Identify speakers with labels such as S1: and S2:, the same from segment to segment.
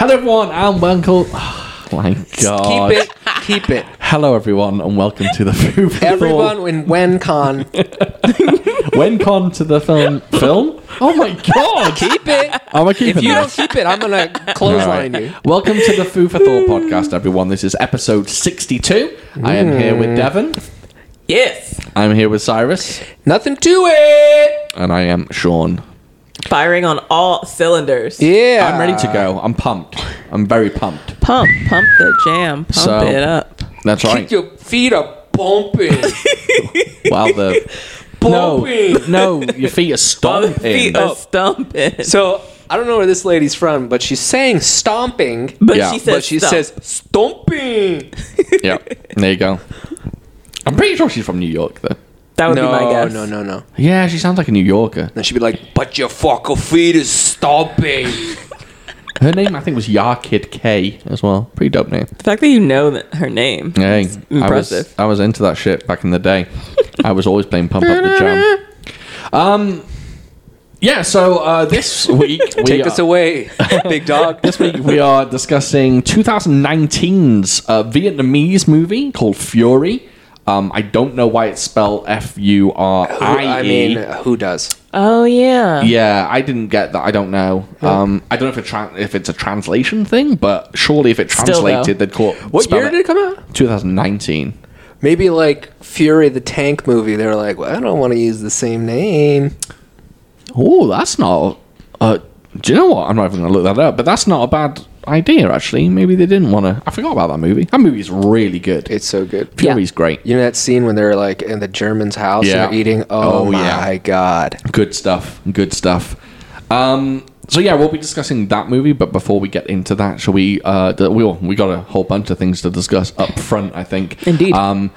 S1: everyone, and welcome. my God.
S2: Keep it. Keep it.
S1: Hello, everyone, and welcome to the Food for
S2: Everyone in WenCon.
S1: Thought. When con to the film. Film? Oh my God.
S2: keep it.
S1: Am I keeping
S2: If you don't
S1: this?
S2: keep it, I'm gonna clothesline you.
S1: Welcome to the Food for Thought podcast, everyone. This is episode 62. I am here
S2: Mm.
S1: with Devon.
S3: Yes.
S1: I'm here with Cyrus.
S2: Nothing to it.
S1: And I am Sean.
S3: Firing on all cylinders.
S2: Yeah.
S1: I'm ready to go. I'm pumped. I'm very pumped.
S3: Pump, pump the jam, pump
S1: So-
S3: it up.
S1: That's
S2: Keep
S1: right.
S2: your feet up bumping.
S1: While the
S2: bumping.
S1: no, no, your feet are stomping.
S3: Feet are stomping.
S2: So I don't know where this lady's from, but she's saying stomping.
S3: but
S1: yeah,
S3: she says,
S2: But she
S3: stomp.
S2: says stomping.
S1: yeah, there you go. I'm pretty sure she's from New York, though.
S3: that would
S2: no,
S3: be my guess.
S2: no, no, no.
S1: Yeah, she sounds like a New Yorker.
S2: Then she'd be like, "But your fucking feet is stomping."
S1: Her name, I think, was Yarkid K as well. Pretty dope name.
S3: The fact that you know that her name.
S1: Hey,
S3: impressive.
S1: I was, I was into that shit back in the day. I was always playing Pump Up the Jam. Um, yeah. So uh, this week, we
S2: Take
S1: are,
S2: us away, big dog.
S1: This week we are discussing 2019's uh, Vietnamese movie called Fury. Um, I don't know why it's spelled F U R
S2: Who- I,
S1: I
S2: mean,
S1: E.
S2: who does?
S3: Oh yeah.
S1: Yeah, I didn't get that. I don't know. Um, I don't know if, it tran if it's a translation thing, but surely if it
S3: Still, though.
S1: translated, they'd call
S2: What year did it come out?
S1: 2019.
S2: Maybe like Fury the Tank movie. They were like, well, I don't want to use the same name.
S1: Oh, that's not. Uh, do you know what? I'm not even going to look that up, but that's not a bad idea, actually. Maybe they didn't want to. I forgot about that movie. That movie's really good.
S2: It's so good.
S1: Fury's great.
S2: You know that scene when they're like in the German's house
S1: Yeah.
S2: and they're eating? Oh,
S1: Oh, yeah.
S2: my god.
S1: Good stuff. Good stuff. Um, so yeah, we'll be discussing that movie, but before we get into that, shall we? Uh, the, we will, we got a whole bunch of things to discuss up front. I think
S3: Indeed.
S1: Um,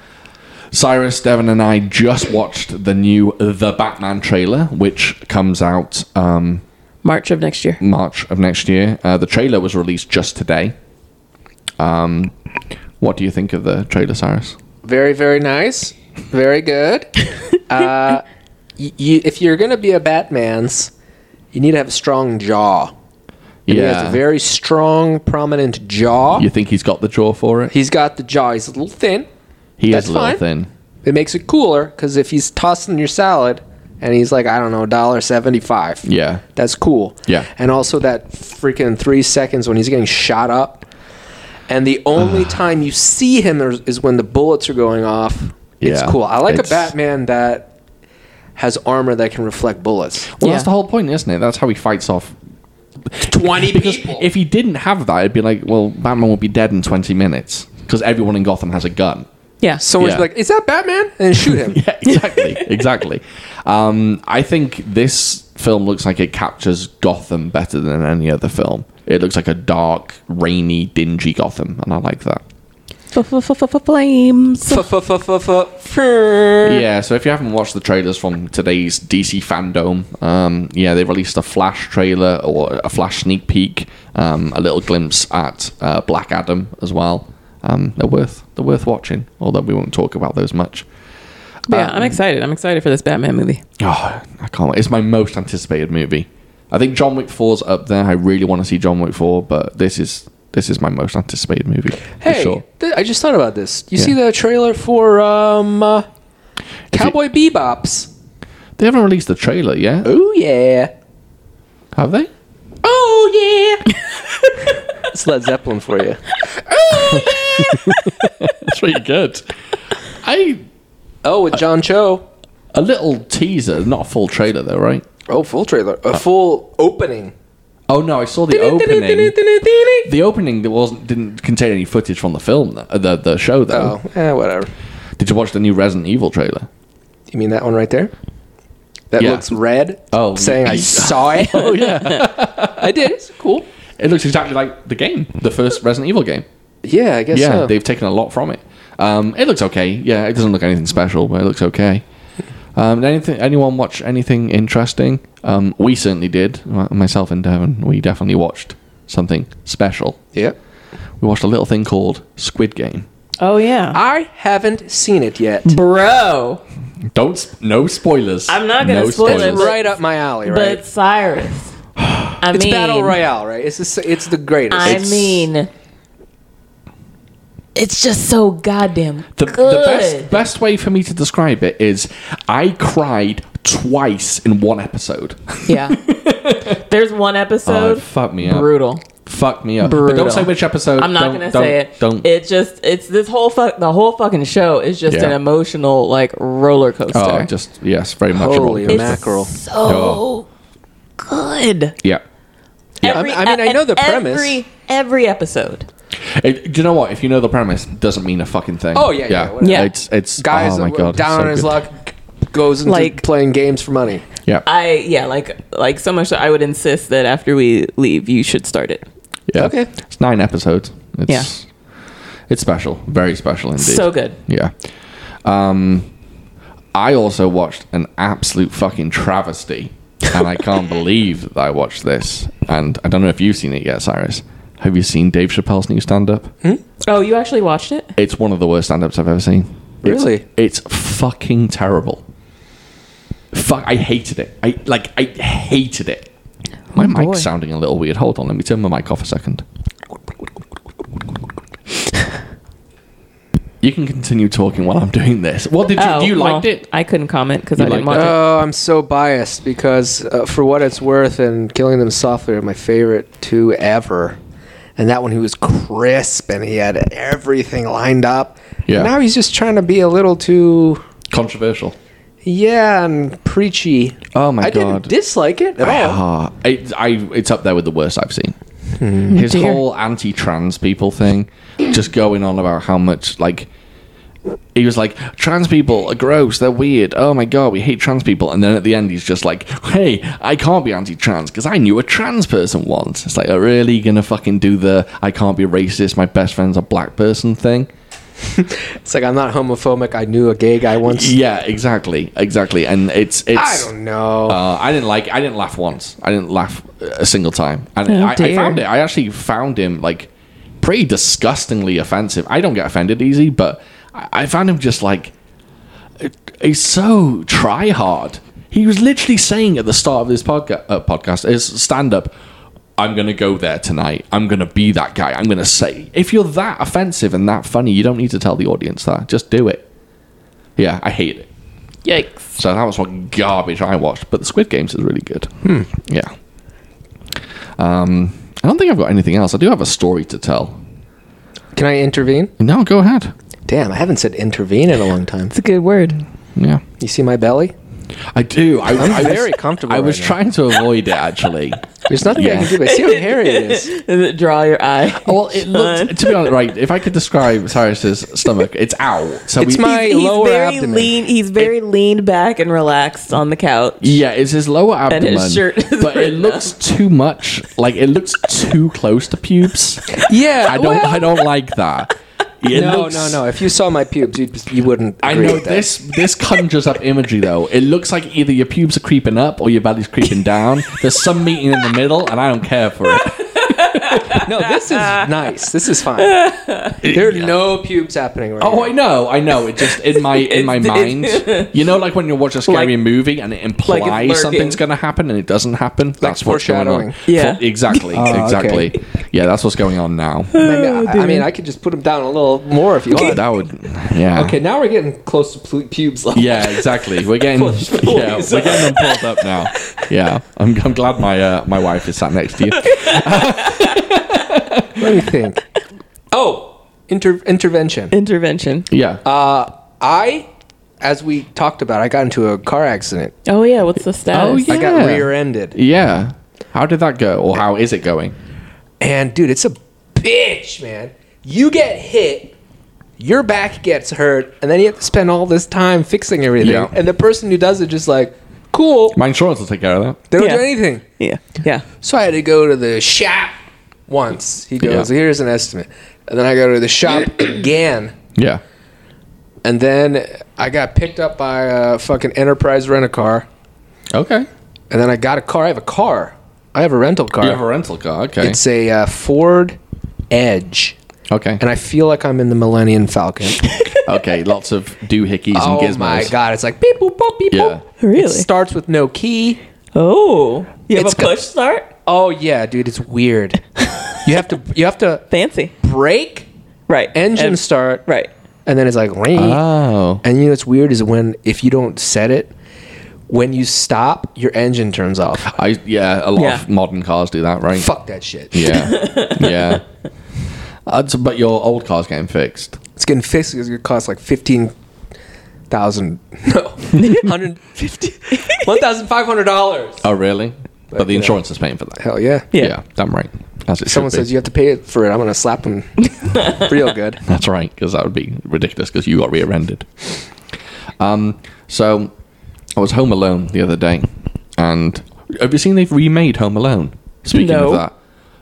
S1: Cyrus, Devon, and I just watched the new The Batman trailer, which comes out um,
S3: March of next year.
S1: March of next year. Uh, the trailer was released just today. Um, what do you think of the trailer, Cyrus?
S2: Very, very nice. Very good. uh, y- you, if you're going to be a Batman's, you need to have a strong jaw. And He has a very strong, prominent jaw.
S1: you think he's got the jaw for it?
S2: He's got the jaw. He's a little thin.
S1: He
S2: That's
S1: is a little
S2: fine.
S1: thin.
S2: It makes it cooler because if he's tossing your salad and he's like, I don't know, dollar seventy-five.
S1: Yeah.
S2: That's cool.
S1: Yeah.
S2: And also that freaking three seconds when he's getting shot up. And the only time you see him is is when the bullets are going off. It's
S1: Yeah.
S2: cool. I like
S1: It's-
S2: a Batman that has armor that can reflect bullets.
S1: Well,
S3: Yeah.
S1: that's the whole point, isn't it? That's how he fights off.
S2: 20
S1: Because if he didn't have that, it'd be like, well, Batman would be dead in 20 minutes because everyone in Gotham has a gun.
S3: Yeah.
S2: Someone's
S1: Yeah.
S2: be like, is that Batman? And then shoot him.
S1: Yeah, exactly, exactly. Um, I think this film looks like it captures Gotham better than any other film. It looks like a dark, rainy, dingy Gotham, and I like that.
S3: Flames.
S2: F-f-f-f-f-f-
S1: Yeah, so if you haven't watched the trailers from today's DC fandom, um, yeah, they released a Flash trailer or a Flash sneak peek, um, a little glimpse at uh, Black Adam as well. Um, they're worth they're worth watching, although we won't talk about those much.
S2: uh,
S3: Yeah, I'm excited. I'm excited for this Batman movie.
S1: Oh, I can't. wait. It's my most anticipated movie. I think John Wick 4's up there. I really want to see John Wick 4, but this is this is my most anticipated movie. for
S2: Hey,
S1: sure.
S2: th- I just thought about this. You
S1: Yeah.
S2: see the trailer for um, uh, Cowboy Bebops?
S1: they haven't released the trailer yet,
S2: Oh yeah.
S1: have they?
S2: Oh yeah. it's Led Zeppelin for you.
S1: That's pretty good. I
S2: Oh, with John Cho.
S1: a little teaser, not a full trailer though, right?
S2: Oh, full trailer. A full opening.
S1: Oh no, I saw the opening. The opening that wasn't didn't contain any footage from the film, though, uh, the the show though.
S2: Oh, eh, whatever.
S1: Did you watch the new Resident Evil trailer?
S2: You mean that one right there? That
S1: Yeah.
S2: looks red.
S1: Oh,
S2: saying I
S1: yeah.
S2: saw it. oh yeah, I did. It's cool.
S1: It looks exactly like the game, the first Resident Evil game.
S2: Yeah, I guess
S1: yeah,
S2: so.
S1: they've taken a lot from it. Um, it looks okay. Yeah, it doesn't look anything special, but it looks okay. Um, did anything? Anyone watch anything interesting? Um, we certainly did. My- Myself and Devon, we definitely watched something special.
S2: Yep.
S1: We watched a little thing called Squid Game.
S3: Oh yeah.
S2: I haven't seen it yet.
S3: Bro.
S1: Don't s- no spoilers.
S3: I'm not gonna spoil it,
S2: It's
S3: but-
S2: right up my alley, right?
S3: But Cyrus.
S4: I
S2: it's
S4: mean,
S2: battle royale, right? It's the, it's the greatest.
S4: I
S2: It's-
S4: mean, it's just so goddamn
S1: The,
S4: good.
S1: the best best way for me to describe it is I cried twice in one episode.
S4: Yeah. There's one
S1: Oh,
S4: episode.
S1: fuck me up.
S4: brutal.
S1: Fuck me up. But
S4: Brutal.
S1: don't say which episode.
S4: I'm not
S1: Don't-
S4: gonna
S1: don't-
S4: say it.
S1: Don't.
S4: It just it's this whole fuck the whole fucking show is just
S1: Yeah.
S4: an emotional like roller coaster.
S1: oh, just yes, very much. a
S2: Holy
S1: roller coaster.
S2: mac- mackerel.
S4: So
S1: Oh.
S4: good.
S1: Yeah.
S2: I mean- I mean, I know the premise.
S4: Every every episode.
S1: It- do you know what? If you know the premise, it doesn't mean a fucking thing.
S2: Oh, yeah, yeah, whatever.
S3: Yeah.
S1: It's it's
S2: guys
S1: oh my
S2: that
S1: God, it's
S2: down
S1: so
S2: on his
S1: good.
S2: luck goes into
S3: Like-
S2: playing games for money.
S1: Yeah,
S4: I yeah, like like so much that I would insist that after we leave you should start it.
S1: yeah.
S2: Okay.
S1: It's nine episodes. It's, It's special, very special indeed.
S4: So good.
S1: Yeah. Um, I also watched an absolute fucking travesty, and I can't believe that I watched this. And I don't know if you've seen it yet, Cyrus. Have you seen Dave Chappelle's new stand-up?
S4: Oh, you actually watched it?
S1: It's one of the worst stand-ups I've ever seen. It's-
S2: Really?
S1: It's, fucking terrible. Fuck, I hated it. I like, I hated it. My
S4: boy.
S1: mic's sounding a little weird. Hold on, let me turn my mic off a second. you can continue talking while I'm doing this. What did you?
S4: oh,
S1: you liked
S4: well,
S1: it?
S4: I couldn't comment because I
S1: You
S4: didn't
S1: liked
S4: watch it.
S2: Oh, I'm so biased because, uh, for what it's worth, and Killing Them Softly are my favorite two ever. And that one, he was crisp and he had everything lined up.
S1: Yeah.
S2: Now he's just trying to be a little too,
S1: Controversial.
S2: yeah, and preachy.
S1: Oh my
S2: I
S1: God.
S2: didn't dislike it at all.
S1: Ah, it, I, it's up there with the worst I've seen. His
S3: Dear.
S1: whole anti-trans people thing, just going on about how much like he was like trans people are gross, they're weird. Oh my god, we hate trans people. And then at the end, he's just like, "Hey, I can't be anti-trans because I knew a trans person once." It's like, "Are really you gonna fucking do the I can't be racist? My best friend's a black person thing."
S2: It's like, I'm not homophobic. I knew a gay guy once.
S1: Yeah, exactly, exactly. And it's it's
S2: I don't know.
S1: Uh, I didn't like. I didn't laugh once. I didn't laugh a single time. And
S3: Oh,
S1: I, I
S3: dear.
S1: found it. I actually found him like pretty disgustingly offensive. I don't get offended easy, but I, I found him just like he's so try hard. He was literally saying at the start of this podca- uh, podcast, his stand up, I'm going to go there tonight. I'm going to be that guy. I'm going to say. If you're that offensive and that funny, you don't need to tell the audience that. Just do it. Yeah, I hate it.
S4: Yikes.
S1: So that was what garbage I watched. But the Squid Games is really good. Yeah. Um, I don't think I've got anything else. I do have a story to tell.
S2: Can I intervene?
S1: No, go ahead.
S2: Damn, I haven't said intervene in a long time.
S3: It's a good word.
S1: Yeah,
S2: You see my belly?
S1: I do. I,
S2: I'm
S1: I was-
S2: very comfortable
S1: I was
S2: right now.
S1: trying to avoid it actually.
S2: There's nothing I
S1: Yeah.
S2: can do. But see how hairy it is.
S4: Draw your eye.
S1: well, it looked. To be honest, right? If I could describe Cyrus's stomach, it's out. So
S2: It's
S1: we,
S2: my
S4: he's
S2: lower
S4: very
S2: abdomen.
S4: lean. He's very leaned back and relaxed on the couch.
S1: Yeah, it's his lower
S4: And
S1: abdomen,
S4: his shirt is
S1: but it
S4: written
S1: looks too much. Like it looks too close to pubes.
S2: Yeah,
S1: I don't. I don't like that. It
S2: no,
S1: looks-
S2: no, no. If you saw my pubes, you'd, you wouldn't.
S1: I
S2: agree
S1: know
S2: with that.
S1: this this conjures up imagery though. It looks like either your pubes are creeping up or your belly's creeping down. There's some meeting in the middle, and I don't care for it.
S2: No, this is nice. This is fine. There are no pubes happening right
S1: Oh,
S2: now.
S1: I know, I know. It just in my in my mind, you know, like when you watch a scary
S4: Like-
S1: movie and it implies
S4: lurking.
S1: something's going to happen and it doesn't happen. that's what's going on.
S2: foreshadowing. Oh,
S4: Yeah.
S1: For- exactly,
S2: okay.
S1: exactly. Yeah, that's what's going on now.
S2: Maybe I, I mean, I could just put them down a little more if you want.
S1: that would, yeah.
S2: Okay, now we're getting close to pu- pubes level.
S1: Yeah, exactly. We're getting yeah, we're getting them pulled up now. Yeah, I'm, I'm glad my uh, my wife is sat next to you.
S2: What do you think? Oh, inter- intervention.
S3: Intervention.
S1: Yeah,
S2: Uh, I, as we talked about, I got into a car accident.
S3: Oh yeah. What's the
S1: Oh,
S3: status?
S1: yeah.
S2: I got rear-ended,
S1: Yeah. How did that go? Or how is it going?
S2: and dude, it's a bitch, man. You get hit. Your back gets hurt, and then you have to spend all this time fixing everything.
S1: Yeah.
S2: And the person who does it just like, cool,
S1: My insurance will take care of that.
S2: they don't
S3: Yeah.
S2: do anything.
S3: Yeah. Yeah.
S2: So I had to go to the shop once. He goes,
S1: Yeah.
S2: "Here's an estimate," and then I go to the shop again,
S1: Yeah.
S2: and then I got picked up by a fucking Enterprise rent a car,
S1: Okay.
S2: and then I got a car. I have a car. I have a rental car.
S1: You have a rental car. Okay.
S2: it's a uh, Ford Edge,
S1: okay.
S2: and I feel like I'm in the Millennium Falcon.
S1: okay. Lots of doohickeys and
S2: oh
S1: gizmos.
S2: my god! It's like beep boop boop beep
S1: Yeah.
S2: boop.
S3: Really?
S2: It starts with no key.
S4: Oh, you have
S2: It's
S4: a
S2: got-
S4: push start.
S2: Oh yeah, dude, it's weird. you have to you have to
S4: Fancy.
S2: brake,
S4: Right.
S2: engine
S4: And-
S2: start,
S4: Right.
S2: and then it's like ring.
S1: Oh.
S2: And you know what's weird is when if you don't set it, when you stop, your engine turns off.
S1: I yeah, a lot
S4: Yeah.
S1: of modern cars do that, right?
S2: Fuck that shit.
S1: Yeah, yeah. Uh, so- but your old car's getting fixed.
S2: It's getting fixed because it costs like fifteen thousand no hundred fifty one thousand five hundred dollars.
S1: Oh, really? But, the
S2: yeah.
S1: insurance is paying for that.
S2: Hell yeah.
S4: Yeah.
S1: damn right. As it
S2: Someone says you have to pay it for it. I'm gonna slap them real good.
S1: That's right, because that would be ridiculous because you got rear-ended. Um, so I was home alone the other day, and have you seen they've remade Home Alone? Speaking
S4: No.
S1: of that,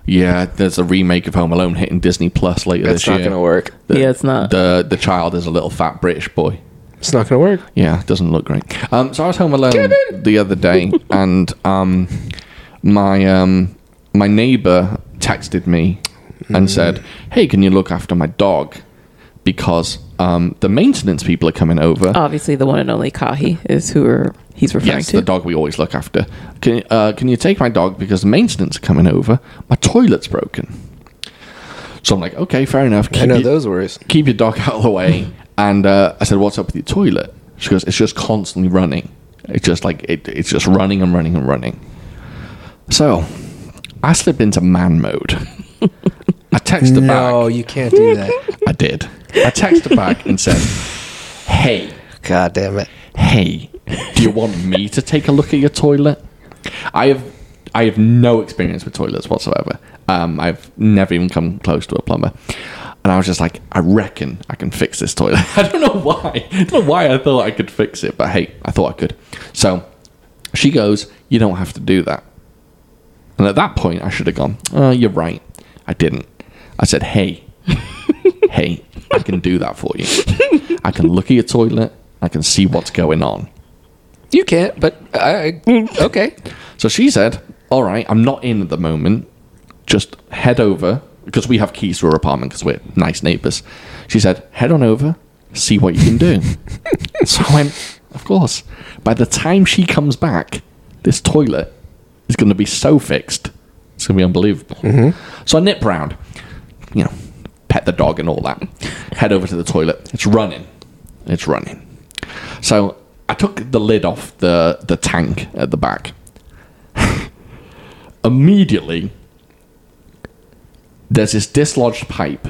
S1: yeah, there's a remake of Home Alone hitting Disney Plus later
S2: That's
S1: this
S2: not
S1: year.
S2: gonna work.
S1: The-
S3: Yeah, it's not.
S1: The the child is a little fat British boy.
S2: It's not gonna work.
S1: Yeah, it doesn't look great. Um, so I was home alone the other day, and um, my um, my neighbour texted me and said, "Hey, can you look after my dog? Because um, the maintenance people are coming over.
S4: Oh,
S3: Obviously, the one and only Kahi is who are, he's referring
S1: yes,
S3: to.
S1: the dog we always look after. Can uh, can you take my dog because the maintenance are coming over? My toilet's broken." So I'm like, okay, fair enough.
S2: I
S1: Keep
S2: know
S1: your-
S2: those words.
S1: keep your dog out of the way. And uh, I said, what's up with your toilet? She goes, it's just constantly running. It's just like, it, it's just running and running and running. So I slipped into man mode. I texted her
S2: No,
S1: back.
S2: you can't do that.
S1: I did. I texted her back and said, hey,
S2: God damn it.
S1: hey, do you want me to take a look at your toilet? I have I have no experience with toilets whatsoever. Um, I've never even come close to a plumber. And I was just like, I reckon I can fix this toilet. I don't know why. I don't know why I thought I could fix it, but hey, I thought I could. So she goes, You don't have to do that. And at that point, I should have gone, Oh, you're right. I didn't. I said, Hey, hey, I can do that for you. I can look at your toilet. I can see what's going on.
S2: You can't, but I I- okay.
S1: So she said, All right, I'm not in at the moment. Just head over because we have keys to her apartment because we're nice neighbors. She said, Head on over, see what you can do. so I went, Of course. By the time she comes back, this toilet is going to be so fixed. It's going to be unbelievable. So I nip round, you know, pet the dog and all that. Head over to the toilet. It's running. It's running. So I took the lid off the, the tank at the back immediately there's this dislodged pipe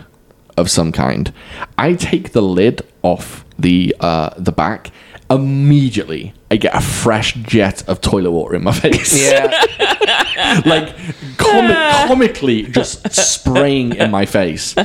S1: of some kind. I take the lid off the uh, the back. Immediately, I get a fresh jet of toilet water in my face.
S2: Yeah.
S1: like comic- comically just spraying in my face.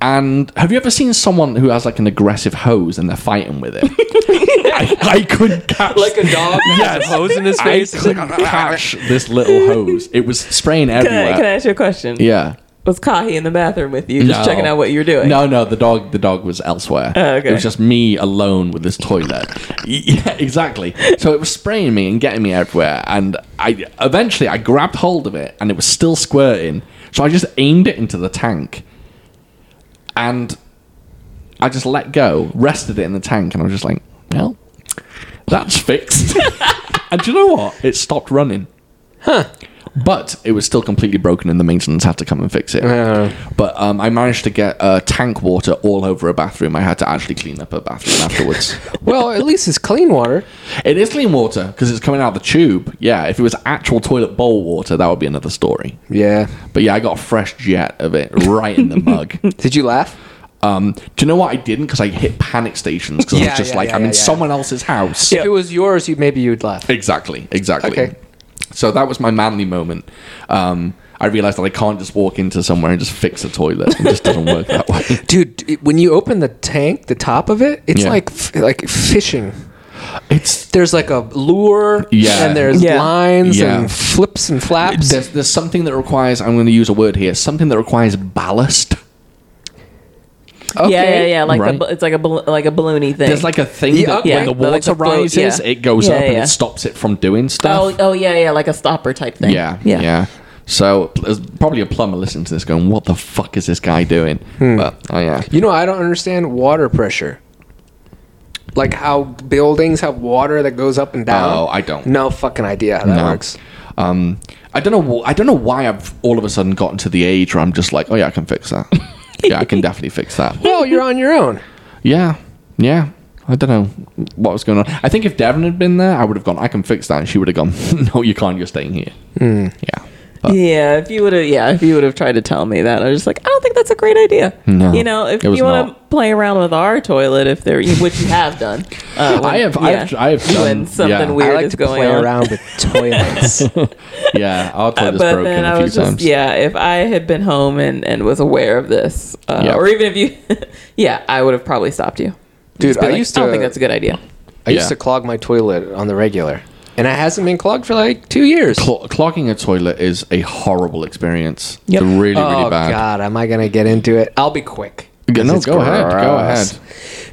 S1: And have you ever seen someone who has like an aggressive hose and they're fighting with it? I, I couldn't catch
S2: a dog that has a hose in his
S1: I couldn't catch this little hose. It was spraying
S4: Can I,
S1: everywhere.
S4: can I ask you a question?
S1: yeah.
S4: Was Kahi in the bathroom with you, just
S1: No.
S4: checking out what you're doing?
S1: No, no, the dog, the dog was elsewhere.
S4: Oh, okay.
S1: It was just me alone with this toilet. yeah, exactly. So it was spraying me and getting me everywhere, and I eventually I grabbed hold of it, and it was still squirting. So I just aimed it into the tank, and I just let go, rested it in the tank, and I was just like, well, that's fixed. and do you know what? It stopped running. Huh. But it was still completely broken, and the maintenance had to come and fix it.
S2: Yeah.
S1: But um, I managed to get uh, tank water all over a bathroom. I had to actually clean up a bathroom afterwards.
S2: Well, at least it's clean water.
S1: it is clean water because it's coming out the tube. Yeah, if it was actual toilet bowl water, that would be another story.
S2: Yeah.
S1: But yeah, I got a fresh jet of it right in the mug.
S2: Did you laugh?
S1: Um, do you know what I didn't? Because I hit panic stations because I
S2: Yeah,
S1: was just
S2: yeah,
S1: like,
S2: yeah,
S1: I'm in
S2: yeah, yeah.
S1: someone else's house.
S2: If it was yours, you maybe you'd laugh.
S1: Exactly, exactly.
S2: Okay.
S1: So that was my manly moment. Um, I realized that I can't just walk into somewhere and just fix a toilet. It just doesn't work that way.
S2: Dude, it- when you open the tank, the top of it, it's
S1: Yeah.
S2: like f- like fishing.
S1: It's
S2: There's like a lure,
S1: Yeah.
S2: and there's
S4: Yeah.
S2: lines
S1: Yeah.
S2: and flips and flaps.
S1: There's, there's something that requires, I'm going to use a word here, something that requires ballast.
S2: Okay.
S4: Yeah, yeah, yeah. Like
S1: Right.
S4: a, bu- it's like a bal- like a balloony thing.
S1: There's like a thing
S2: Yeah,
S1: that
S2: okay.
S1: when the
S4: Yeah, like
S1: water
S4: the float,
S1: rises,
S4: yeah.
S1: it goes
S4: Yeah,
S1: up and
S4: yeah.
S1: it stops it from doing stuff.
S4: oh oh yeah yeah like a stopper type thing.
S1: yeah, yeah, So there's probably a plumber listening to this going, what the fuck is this guy doing?
S4: Hmm.
S1: But, oh yeah.
S2: You know, I don't understand water pressure. Like how buildings have water that goes up and down.
S1: Oh, I don't.
S2: No fucking idea how that
S1: No.
S2: works.
S1: Um, I don't know. wh- I don't know why I've all of a sudden gotten to the age where I'm just like, oh yeah, I can fix that. yeah, I can definitely fix that.
S2: Well, you're on your own.
S1: Yeah, yeah. I don't know what was going on. I think if Devon had been there, I would have gone. I can fix that, and she would have gone. No, you can't. You're staying here. Yeah. But
S4: Hmm. yeah, if you would have, yeah, if you would have tried to tell me that, I was just like, I don't think that's a great idea.
S1: No,
S4: you know, if
S1: it was
S4: you want to
S1: not.
S4: play around with our toilet, if there, which you have done, uh,
S1: I have- I have- I have
S4: when
S1: done-
S4: something
S1: yeah. I
S4: weird
S2: I like
S4: is
S2: to
S4: going
S2: play
S4: on.
S2: around with toilets.
S1: yeah, our
S4: Uh,
S1: toilet's
S4: but
S1: broken
S4: then
S1: a
S4: I
S1: few
S4: was just,
S1: times.
S4: yeah, if I had been home and and was aware of this, uh,
S1: Yeah.
S4: or even if you, yeah, I would have probably stopped you.
S2: Dude,
S4: Just be
S2: I
S4: like,
S2: used
S4: I
S2: to-
S4: don't think that's a good idea.
S2: I
S1: Yeah.
S2: used to clog my toilet on the regular, and it hasn't been clogged for like two years.
S1: Cl- clogging a toilet is a horrible experience.
S4: Yep.
S1: It's really, really
S2: oh
S1: bad.
S2: God, am I gonna get into it? I'll be quick.
S1: Go- no,
S2: 'Cause it's
S1: go ahead, go ahead.
S2: gross.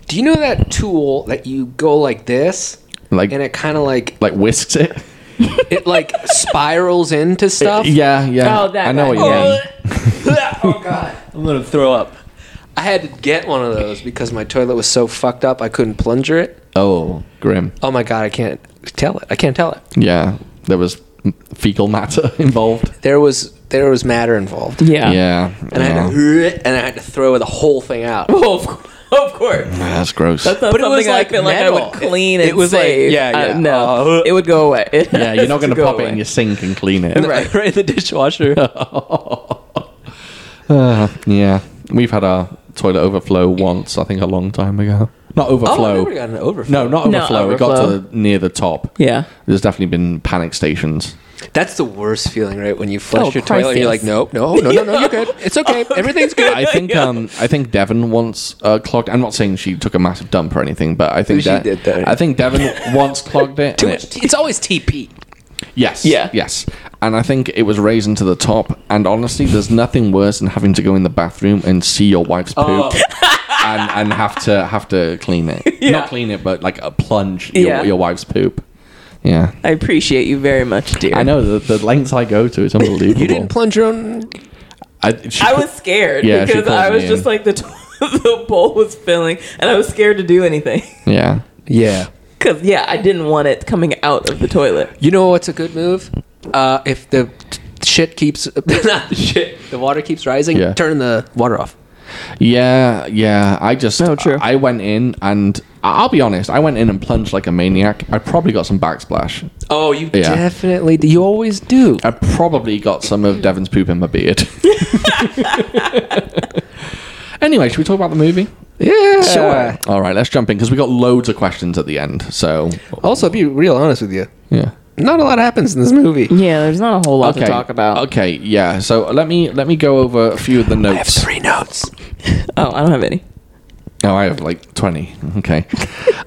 S2: Do you know that tool that you go like this,
S1: Like-
S2: and it kind of like
S1: Like whisks it.
S2: it like spirals into stuff?
S1: Yeah, yeah.
S4: Oh, that
S1: I know
S4: bad.
S1: what you mean.
S2: oh God, I'm gonna throw up. I had to get one of those because my toilet was so fucked up I couldn't plunger it.
S1: Oh, grim.
S2: Oh my God, I can't tell it. I can't tell it.
S1: Yeah, there was fecal matter involved.
S2: There was there was matter involved,
S4: Yeah.
S1: Yeah,
S2: and I had
S1: yeah.
S2: to and I had to throw the whole thing out.
S4: Well, of, cour- of course.
S1: Ah, That's gross.
S4: That's not
S2: But it
S4: something
S2: was
S4: I
S2: like
S4: feel like I
S2: metal.
S4: would clean
S2: It-
S4: and
S2: it was like-
S4: save.
S2: yeah,
S4: Uh,
S2: yeah.
S4: no,
S2: Uh,
S4: it would go away. It
S1: yeah, you're not
S4: has
S1: going to
S4: go
S1: pop it
S4: away.
S1: in your sink and clean it.
S4: Right.
S2: right in the dishwasher.
S1: Uh, yeah, we've had our toilet overflow once. I think a long time ago. Not
S2: Oh, I
S1: overflow.
S2: never got an overflow.
S1: no, not
S4: No,
S1: overflow. It got to
S4: overflow.
S1: the, near the top.
S4: Yeah.
S1: There's definitely been panic stations.
S2: That's the worst feeling, right? When you flush
S4: Oh,
S2: your toilet and you're like,
S4: Christ,
S2: nope, no, no, no, no, you're good. It's okay. Everything's good.
S1: I think um, I think Devon once uh, clogged. I'm not saying she took a massive dump or anything, but I think
S2: She
S1: that
S2: did that.
S1: I think Devon once clogged it.
S2: Too
S1: and
S2: much
S1: it-
S2: t- It's always TP.
S1: Yes.
S4: Yeah.
S1: Yes. And I think it was raising to the top. And honestly, there's nothing worse than having to go in the bathroom and see your wife's
S4: Oh.
S1: poop.
S2: Oh.
S1: And, and have to have to clean it, not clean it, but like a plunge your,
S4: Yeah.
S1: your wife's poop. Yeah,
S4: I appreciate you very much, dear.
S1: I know the, the lengths I go to. It's unbelievable.
S2: You didn't plunge your own.
S1: I, she
S4: I
S1: put-
S4: was scared
S1: Yeah, she
S4: because
S1: called
S4: I was
S1: me
S4: just
S1: in.
S4: like the, t- the bowl was filling and I was scared to do anything
S1: Yeah,
S2: Yeah.
S4: because yeah, I didn't want it coming out of the toilet.
S2: You know what's a good move? Uh, if the t- shit keeps not the shit, the water keeps rising.
S1: Yeah.
S2: Turn the water off.
S1: yeah, yeah. I just
S4: No, true.
S1: I went in and I'll be honest. I went in and plunged like a maniac. I probably got some backsplash.
S2: Oh, you
S1: Yeah.
S2: definitely. do. You always do.
S1: I probably got some of Devon's poop in my beard. anyway, should we talk about the movie?
S2: Yeah. Uh,
S1: All right, let's jump in because we got loads of questions at the end. So,
S2: Also, be real honest with you.
S1: yeah.
S2: Not a lot happens in this movie.
S4: Yeah, there's not a whole lot
S1: Okay, yeah. So let me let me go over a few of the
S2: I have
S1: notes.
S2: three notes.
S4: Oh, I don't have any.
S1: Oh, I have like 20. Okay.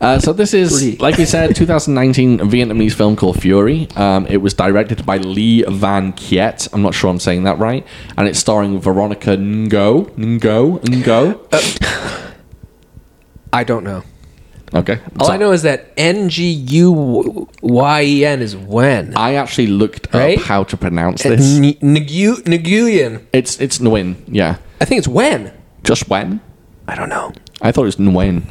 S1: Uh, so this is, like we said, 2019 Vietnamese film called Fury. Um, it was directed by Lee Van Kiet. I'm not sure I'm saying that right. And it's starring Veronica Ngo. Ngo. Ngo.
S2: I don't know.
S1: Okay.
S2: All
S1: So
S2: I know is that N G U Y E N is when.
S1: I actually looked
S2: Right?
S1: up how to pronounce this.
S2: N- Ngu- Nguyen.
S1: It's it's Nguyen. Yeah.
S2: E I think it's when.
S1: Just when?
S2: I don't know.
S1: I thought it was Nguyen.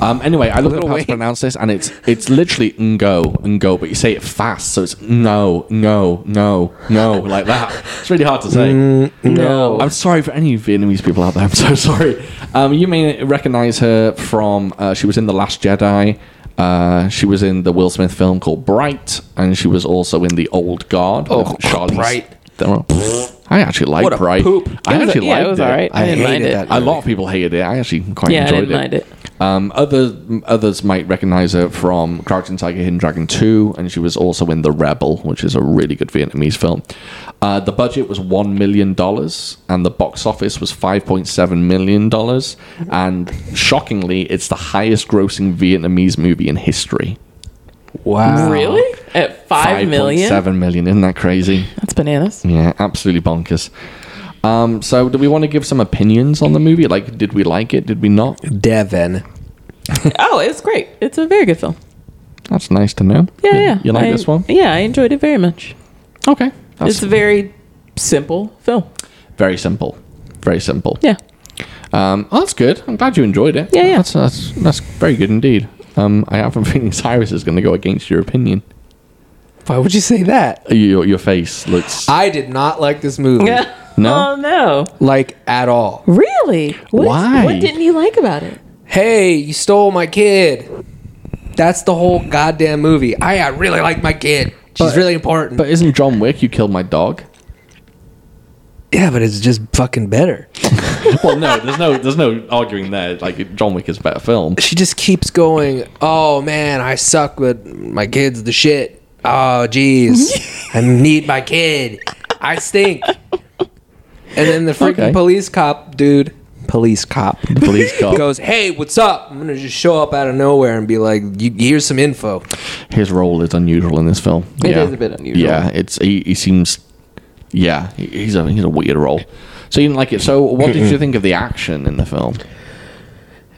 S1: Um, anyway, I looked up
S2: Little
S1: how to
S2: Wayne.
S1: pronounce this, and it's it's literally ngo ngo, but you say it fast, so it's no no no no like that. It's really hard to say.
S2: no.
S1: Mm, I'm sorry for any Vietnamese people out there. I'm so sorry. Um, you may recognize her from uh, she was in the Last Jedi. Uh, she was in the Will Smith film called Bright, and she was also in the Old Guard.
S2: Oh,
S1: with Charlize
S2: Bright.
S1: Theron. I actually like
S2: What a
S1: Bright.
S2: poop.
S1: I actually
S4: yeah,
S1: liked
S4: it was all right. I,
S2: I
S4: didn't mind
S2: hated
S4: it.
S2: that.
S1: a lot of people hated it. I actually quite
S4: Yeah, I
S1: enjoyed
S4: didn't
S1: it.
S4: mind it.
S1: Um, other others might recognize her from Crouching Tiger, Hidden Dragon Two, and she was also in The Rebel, which is a really good Vietnamese film. Uh, the budget was one million dollars, and the box office was five point seven million dollars. And shockingly, it's the highest-grossing Vietnamese movie in history.
S2: Wow.
S4: Really? At five million?
S1: Uh, seven million. Isn't that crazy?
S4: That's bananas.
S1: Yeah, absolutely bonkers. Um, so, do we want to give some opinions on the movie? Like, did we like it? Did we not?
S2: Devon.
S4: Oh, it's great. It's a very good film.
S1: That's nice to know.
S4: Yeah,
S1: You-
S4: yeah.
S1: You like
S4: I-
S1: this one?
S4: Yeah, I enjoyed it very much.
S1: Okay. That's
S4: It's a very simple film.
S1: very simple. Very simple.
S4: Yeah.
S1: Um, oh, that's good. I'm glad you enjoyed it.
S4: Yeah, yeah.
S1: That's that's, that's very good indeed. Um, I have a feeling Cyrus is going to go against your opinion.
S2: Why would you say that?
S1: Uh, Your, your face looks.
S4: Uh,
S2: I did not like this movie,
S1: Mm. No?
S4: Oh no.
S2: like at all.
S3: Really? What,
S1: Why?
S3: What didn't you like about it?
S2: Hey, you stole my kid. That's the whole goddamn movie. I, I really like my kid. She's
S1: But-
S2: really important.
S1: But isn't John Wick, you killed my dog?
S2: yeah, but it's just fucking better.
S1: well, no, there's no, there's no arguing there. Like John Wick is a better film.
S2: she just keeps going, "Oh man, I suck, but my kid's the shit. Oh jeez, I need my kid. I stink." And then the freaking
S1: Okay.
S2: police cop dude, police cop,
S1: Police cop.
S2: goes, "Hey, what's up?" I'm gonna just show up out of nowhere and be like, "You- "Here's some info."
S1: His role is unusual in this film.
S4: It is a bit unusual.
S1: Yeah, it's he, he seems. Yeah, he- he's a he's a weird role. So you didn't like it. So what did you think of the action in the film?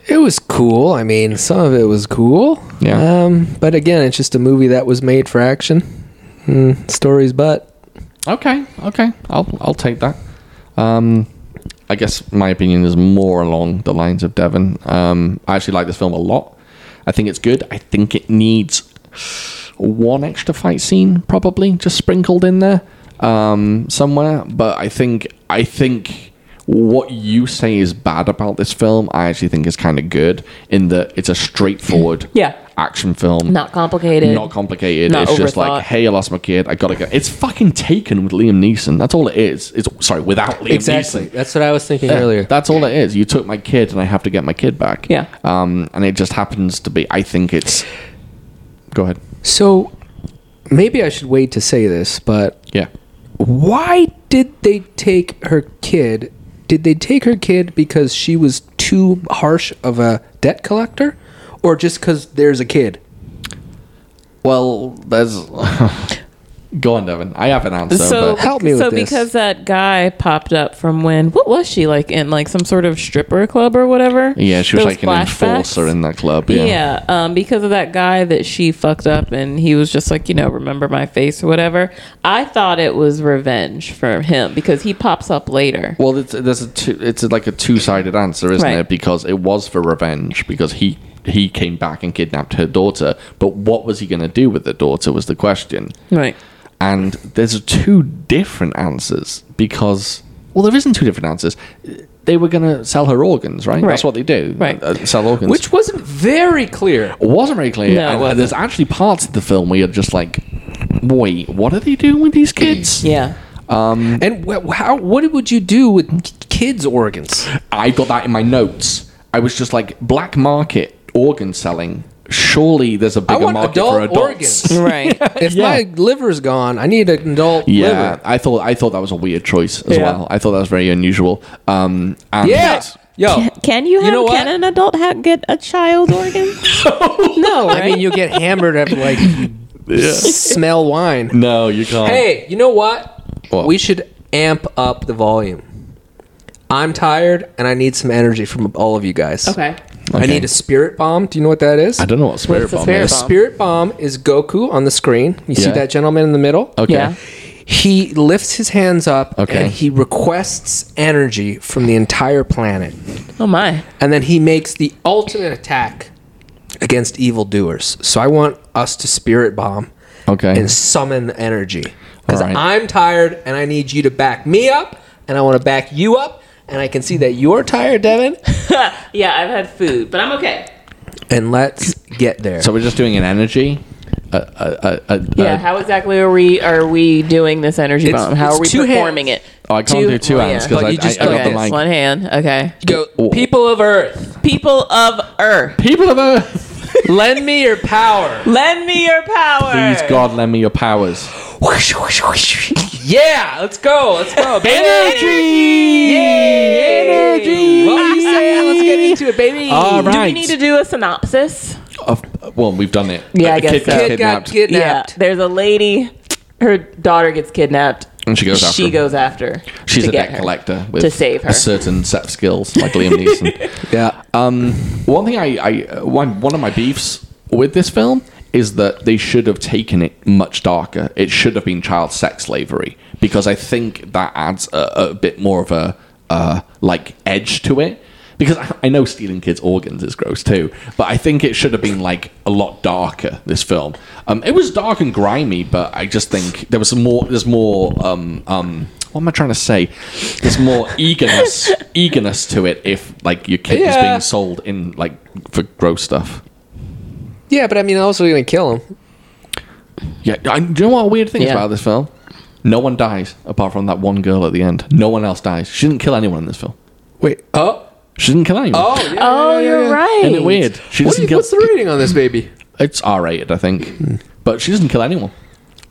S2: It was cool. I mean, some of it was cool.
S1: Yeah.
S2: Um, but again, it's just a movie that was made for action. Mm, stories, but
S1: Okay, okay, I'll I'll take that. Um, I guess my opinion is more along the lines of Devon. Um, I actually like this film a lot. I think it's good. I think it needs one extra fight scene, probably just sprinkled in there um, somewhere. But I think I think what you say is bad about this film, I actually think is kind of good in that it's a straightforward
S4: Yeah.
S1: action film.
S3: Not complicated.
S1: Not complicated.
S3: Not
S1: it's just
S3: overthought.
S1: like, hey, I lost my kid. I gotta go. It's fucking taken with Liam Neeson. That's all it is. It's sorry, without Liam Neeson.
S2: That's what I was thinking
S1: Yeah,
S2: earlier.
S1: That's all it is. You took my kid, and I have to get my kid back.
S4: Yeah.
S1: Um, and it just happens to be. I think it's. Go ahead.
S2: So maybe I should wait to say this, but
S1: Yeah.
S2: why did they take her kid? Did they take her kid because she was too harsh of a debt collector or just cuz there's a kid?
S1: Well, there's. go on, Devin. I have an answer.
S4: So,
S1: but-
S2: Help me with
S4: so
S2: this.
S4: because that guy popped up from when what was she like in like some sort of stripper club or whatever?
S1: yeah, she was
S4: Those
S1: like an
S4: flashbacks?
S1: enforcer in that club. Yeah.
S4: Yeah, um, because of that guy that she fucked up, and he was just like, you know, remember my face or whatever. I thought it was revenge for him because he pops up later.
S1: Well, it's there's a two, it's like a two sided answer, isn't
S4: Right.
S1: it? Because it was for revenge because he he came back and kidnapped her daughter, but what was he going to do with the daughter was the question.
S4: Right.
S1: And there's two different answers because well, there isn't two different answers. They were going to sell her organs, right? That's
S4: Right.
S1: what they do.
S4: Right.
S1: uh, sell organs.
S2: Which wasn't very clear.
S1: wasn't very clear.
S4: No, it
S1: and
S4: wasn't.
S1: There's actually parts of the film where you're just like, wait, what are they doing with these kids?
S4: Yeah.
S2: And wh- how what would you do with k- kids organs?
S1: I got that in my notes. I was just like black market organ selling. Surely there's a bigger
S2: want
S1: market
S2: adult
S1: for adults.
S2: organs.
S4: Right.
S2: If my liver's gone, I need an adult
S1: Yeah,
S2: liver.
S1: I thought I thought that was a weird choice as
S4: Yeah.
S1: well. I thought that was very unusual. Um, and
S2: Yeah. Yo.
S4: Can, can you have?
S2: know what?
S4: can an adult ha- get a child organ? no. Right?
S2: I mean, you get hammered after like you smell wine.
S1: no, you can't.
S2: Hey, you know what?
S1: Um, What?
S2: We should amp up the volume. I'm tired and I need some energy from all of you guys.
S4: okay.
S2: I
S1: Okay.
S2: need a spirit bomb. Do you know what that is?
S1: I don't know what spirit
S4: What's the
S1: bomb
S4: spirit
S1: is.
S2: A spirit bomb is Goku on the screen. You see
S1: Yeah.
S2: that gentleman in the middle?
S1: Okay.
S4: Yeah.
S2: He lifts his hands up
S1: Okay.
S2: and he requests energy from the entire planet.
S4: Oh my.
S2: And then he makes the ultimate attack against evildoers. So I want us to spirit bomb
S1: Okay.
S2: and summon energy. Because
S1: Alright.
S2: I'm tired and I need you to back me up and I want to back you up. And I can see that you're tired, Devin.
S4: yeah, I've had food, but I'm okay.
S2: And let's get there.
S1: So we're just doing an energy. Uh, uh, uh, uh,
S4: Yeah.
S1: uh,
S4: how exactly are we are we doing this energy
S2: It's-
S4: bomb? How
S2: it's
S4: are we
S2: two
S4: performing
S2: hands.
S4: it?
S1: oh, I can't do two
S4: oh,
S1: hands
S4: yeah.
S1: because
S2: But
S1: I,
S2: you just
S1: I, I
S2: go
S1: got
S4: Okay,
S1: the
S4: it's
S1: mic.
S4: one hand. Okay.
S2: go,
S1: Oh.
S2: people of Earth,
S4: People of Earth,
S1: People of Earth,
S2: lend me your power.
S4: lend me your power.
S1: please God, lend me your powers.
S2: yeah, let's go. Let's go. Baby.
S1: Energy, energy.
S2: What do you say? Let's get into it, baby.
S1: All
S4: Do
S1: right.
S4: we need to do a synopsis?
S1: Of, well, we've done it.
S4: Yeah,
S1: A
S4: I guess
S1: kid
S4: so.
S1: got
S2: Kid got
S1: kidnapped,
S2: kidnapped.
S4: Yeah. There's a lady. Her daughter gets kidnapped.
S1: and she goes after.
S4: She
S1: him.
S4: goes after.
S1: She's
S4: to
S1: a
S4: get
S1: debt
S4: her.
S1: collector with
S4: to save her.
S1: a certain set of skills, like Liam Neeson.
S2: Yeah.
S1: um, one thing I, I one, one of my beefs with this film is that they should have taken it much darker. It should have been child sex slavery because I think that adds a, a bit more of a uh, like edge to it. because I- I know stealing kids' organs is gross too, but I think it should have been like a lot darker. This film, um, it was dark and grimy, but I just think there was some more. There's more. Um, um, what am I trying to say? There's more eagerness, eagerness to it if like your kid is
S2: Yeah.
S1: being sold in like for gross stuff.
S2: Yeah, but I mean, also gonna kill him.
S1: Yeah, I, do you know what a weird thing is
S4: Yeah.
S1: about this film? No one dies apart from that one girl at the end. No one else dies. She didn't kill anyone in this film.
S2: Wait. Oh.
S1: She didn't kill anyone.
S2: Oh. Yeah,
S4: Oh,
S2: yeah, yeah,
S4: you're
S2: yeah.
S4: right.
S1: Isn't it weird? She
S2: What
S1: doesn't
S2: do you-
S1: kill.
S2: what's the rating on this baby?
S1: It's R-rated, I think, but she doesn't kill anyone.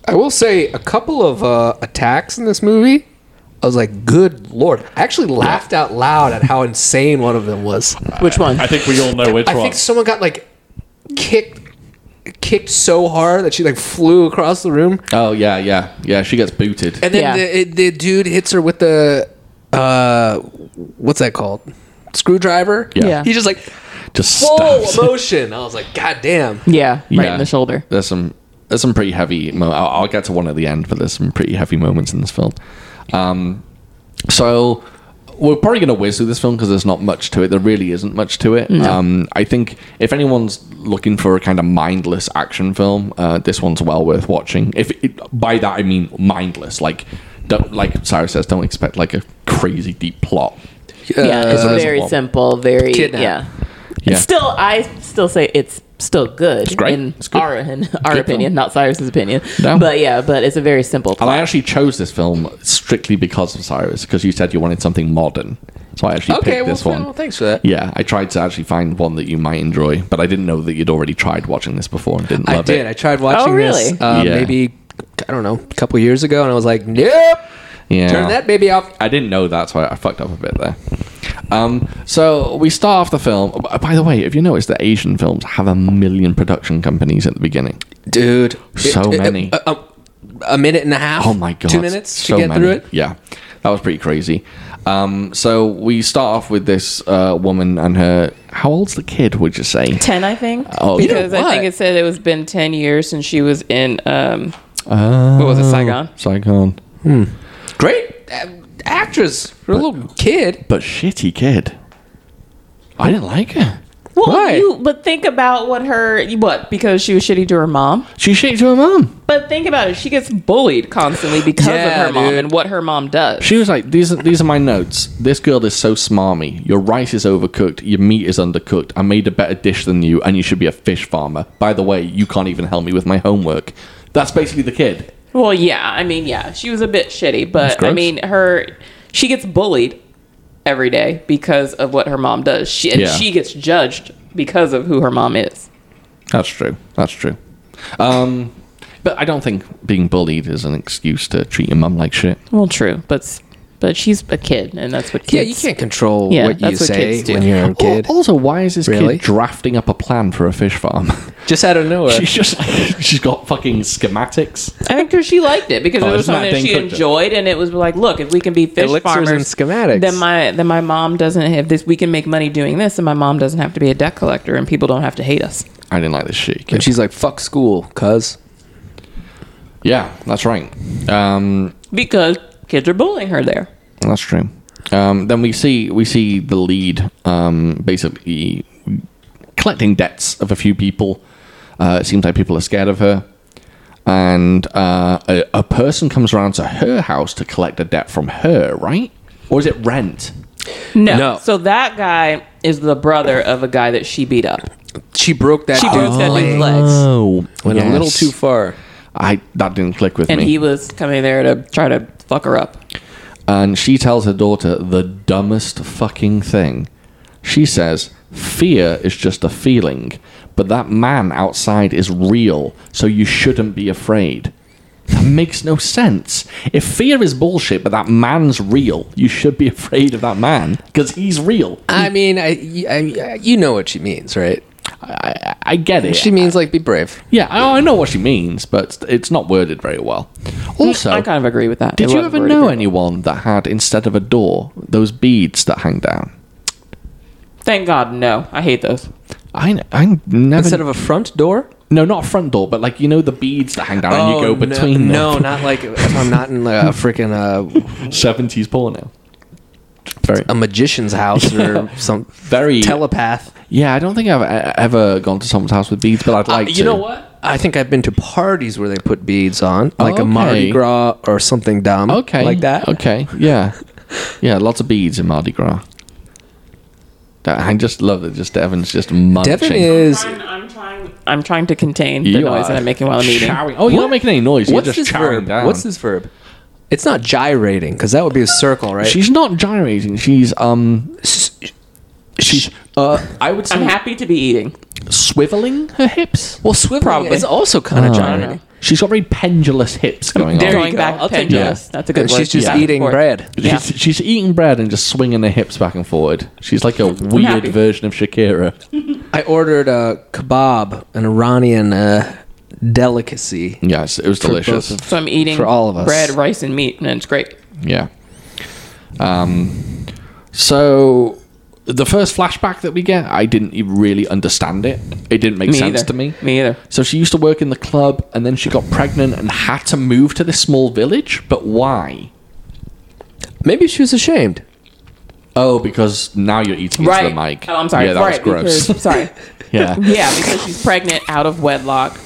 S2: I will say a couple of uh, attacks in this movie. I was like, "Good lord!" I actually laughed out loud at how insane one of them was.
S4: Which one?
S1: I think we all know which
S2: I think someone got like kicked, kicked so hard that she like flew across the room,
S1: oh yeah, yeah, yeah. She gets booted.
S2: and then
S4: Yeah.
S2: the, it- the dude hits her with the uh, what's that called? Screwdriver.
S1: Yeah.
S4: Yeah.
S2: He's just like
S1: Just
S2: full
S1: stabs.
S2: emotion. I was like, "God damn!"
S4: Yeah, right
S1: Yeah.
S4: in the shoulder.
S1: There's some. There's some pretty heavy. Mo- I'll, I'll get to one at the end, but there's some pretty heavy moments in this film. Um, so we're probably going to whiz through this film because there's not much to it. There really isn't much to it. Um, I think if anyone's looking for a kind of mindless action film, uh, this one's well worth watching. If it, by that I mean mindless, like don't, like Sarah says, don't expect like a crazy deep plot. Uh,
S4: yeah, it's
S2: Uh,
S4: very
S1: one.
S4: simple. Very
S2: Kidnap.
S4: yeah.
S1: Yeah.
S4: It's still, I still say it's still good. It's
S1: great.
S4: In
S1: It's good.
S4: our in our
S1: Good
S4: opinion,
S1: film.
S4: not Cyrus's opinion.
S1: No. Oh.
S4: But yeah, but it's a very simple.
S1: And
S4: Plot.
S1: I actually chose this film strictly because of Cyrus, because you said you wanted something modern. So I actually
S2: Okay,
S1: picked
S2: well,
S1: this
S2: th-
S1: one.
S2: well, thanks for that.
S1: Yeah, I tried to actually find one that you might enjoy, but I didn't know that you'd already tried watching this before and didn't
S2: I
S1: love
S2: did. I
S1: it.
S2: tried watching
S4: Oh, really?
S2: this uh,
S1: Yeah.
S2: maybe I don't know a couple years ago, and I was like, "Nope,
S1: Yeah.
S2: turn that baby off."
S1: I didn't know that, so I, I fucked up a bit there. Um, so we start off the film. b- By the way, if you notice that Asian films have a million production companies at the beginning,
S2: dude.
S1: So many.
S2: A, a- a minute and a half.
S1: Oh my god!
S2: Two minutes to
S1: so
S2: get
S1: many.
S2: through it.
S1: Yeah, that was pretty crazy. Um, so we start off with this uh, woman and her. How old's the kid? Would you say?
S4: ten, I think.
S1: Oh, you know
S4: because I think
S2: what?
S4: it said it was been ten years since she was in. Um,
S1: Uh,
S4: what was it, Saigon?
S1: Saigon.
S2: Great uh, actress for a little kid.
S1: But shitty kid. I didn't like her.
S4: Well,
S2: Why?
S4: you but think about what her what because she was shitty to her mom.
S1: She shitty to her mom.
S4: But think about it, she gets bullied constantly because
S2: Yeah,
S4: of her mom
S2: dude.
S4: and what her mom does.
S1: She was like, "These are these are my notes. This girl is so smarmy. Your rice is overcooked. Your meat is undercooked. I made a better dish than you, and you should be a fish farmer. By the way, you can't even help me with my homework." That's basically the kid.
S4: Well, yeah, I mean, yeah, she was a bit shitty, but I
S1: gross.
S4: mean, her she gets bullied every day because of what her mom does. She and
S1: Yeah.
S4: she gets judged because of who her mom is.
S1: That's true. That's true. Um, but I don't think being bullied is an excuse to treat your mum like shit.
S4: Well, true, but but she's a kid, and that's what kids.
S2: Yeah, you can't control
S4: Yeah,
S2: what you
S4: that's what
S2: say
S4: kids do.
S2: when you're
S1: Oh,
S2: a kid.
S1: Also, why is this
S2: Really?
S1: kid drafting up a plan for a fish farm?
S2: Just out of nowhere.
S1: she's just like she's got fucking schematics.
S4: I think 'cause she liked it because
S1: Oh,
S4: it was
S1: it's not
S4: something that
S1: Dan
S4: she
S1: Cook, though.
S4: enjoyed, and it was like, look, if we can be fish
S2: Elixirs
S4: farmers,
S2: and schematics.
S4: then my then my mom doesn't have this. We can make money doing this, and my mom doesn't have to be a debt collector, and people don't have to hate us.
S1: I didn't like this shit.
S2: and
S1: Kid.
S2: she's like, "Fuck school, cuz."
S1: Yeah, that's right. Um,
S4: because kids are bullying her there.
S1: that's true. Um, then we see we see the lead um, basically collecting debts of a few people. Uh, it seems like people are scared of her, and uh, a, a person comes around to her house to collect a debt from her, right? Or is it rent?
S4: No.
S2: No.
S4: So that guy is the brother of a guy that she beat up.
S2: She broke that
S4: She broke
S2: dude's
S4: that
S2: leg.
S4: dude's legs.
S2: Went a little
S1: yes.
S2: too far.
S1: I that didn't click with
S4: And
S1: me.
S4: he was coming there to try to fuck her up.
S1: and she tells her daughter the dumbest fucking thing. She says, Fear is just a feeling, but that man outside is real, so you shouldn't be afraid. That makes no sense. If fear is bullshit, but that man's real, you should be afraid of that man because he's real.
S2: I mean, I, I, you know what she means, right?
S1: I, I get it.
S2: She means like, be brave.
S1: yeah, I, I know what she means, but it's not worded very well. Also,
S4: Mm, I kind of agree with that.
S1: did
S4: It
S1: you
S4: wasn't
S1: ever
S4: very
S1: know
S4: good.
S1: anyone that had, instead of a door, those beads that hang down?
S4: Thank God, no. I hate those.
S1: I, I never
S2: Instead of a front door.
S1: No, not a front door, but like you know the beads that hang down and you go between
S2: Oh, No,
S1: them.
S2: not like if I'm not in like, a freaking uh,
S1: seventies porno. Very,
S2: a magician's house or some
S1: very.
S2: telepath.
S1: yeah, I don't think I've e- ever gone to someone's house with beads, but I'd like to.
S2: Uh, you know what? I think I've been to parties where they put beads on, like a Mardi
S1: Okay.
S2: Gras or something dumb,
S1: Okay.
S2: like that.
S1: Okay. Yeah. Yeah. Lots of beads in Mardi Gras. That- I just love that. Just Devin's just munching.
S2: Devin is
S4: I'm, trying. I'm trying to contain the
S1: You
S4: noise
S1: are
S4: that I'm making while I'm eating.
S1: chowing- Oh, you're
S2: What?
S1: not making any noise.
S2: what's
S1: you're
S2: this
S1: just chowing
S2: verb?
S1: down.
S2: What's this verb? It's not gyrating because that would be a circle, right?
S1: She's not gyrating. She's um.
S2: she's
S1: Uh, I would say
S4: I'm happy to be eating.
S1: Oh, swiveling her hips.
S2: well, swiveling
S4: Probably.
S2: is Oh. also kind of gyrating.
S4: know.
S1: She's got very pendulous hips Oh. going
S2: There
S1: on.
S2: you
S4: Going
S2: go.
S4: back
S2: I'll take
S4: pendulous. That's a good
S2: And
S4: word.
S2: she's just
S4: Yeah.
S2: eating
S4: For it.
S2: bread.
S4: Yeah.
S1: She's, she's eating bread and just swinging her hips back and forward. She's like a weird
S4: happy.
S1: version of Shakira.
S2: I ordered a kebab, an Iranian uh, delicacy.
S1: Yes, it was
S2: both
S1: delicious.
S2: of-
S4: So I'm eating
S2: For all of us.
S4: bread, rice, and meat, and it's great.
S1: Yeah. Um, so the first flashback that we get, I didn't e- really understand it. It didn't make
S4: Me
S1: sense
S4: either.
S1: to me.
S4: Me either.
S1: So she used to work in the club, and then she got pregnant and had to move to this small village. But why?
S2: Maybe she was ashamed.
S1: Oh, because now you're eating
S4: right.
S1: into the mic.
S4: Oh, I'm sorry.
S1: Yeah, that
S4: right,
S1: was gross.
S4: because- sorry.
S1: yeah.
S4: Yeah, because she's pregnant out of wedlock.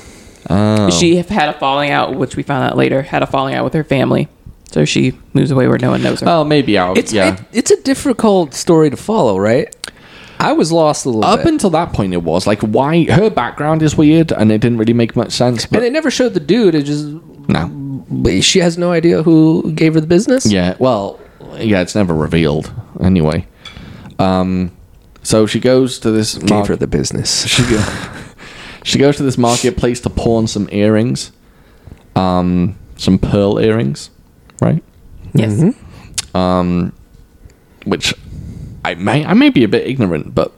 S1: Oh.
S4: She have had a falling out, which we found out later. Had a falling out with her family, so she moves away where no one knows her.
S2: Oh.
S1: Well, Oh, maybe I'll.
S2: It's
S1: yeah.
S2: it- it's a difficult story to follow, right? I was lost a little
S1: up
S2: bit, and,
S1: until that point, it was like why her background is weird, and it didn't really make much sense. But
S2: they never showed the dude. It just
S1: no,
S2: she has no idea who gave her the business.
S1: Yeah, well, yeah, it's never revealed anyway. Um, so she goes to this
S2: gave
S1: mar-
S2: her the business.
S1: she, go- she goes to this marketplace to pawn some earrings, um, some pearl earrings, right?
S4: yes,
S2: Mm-hmm.
S1: Which I may I may be a bit ignorant, but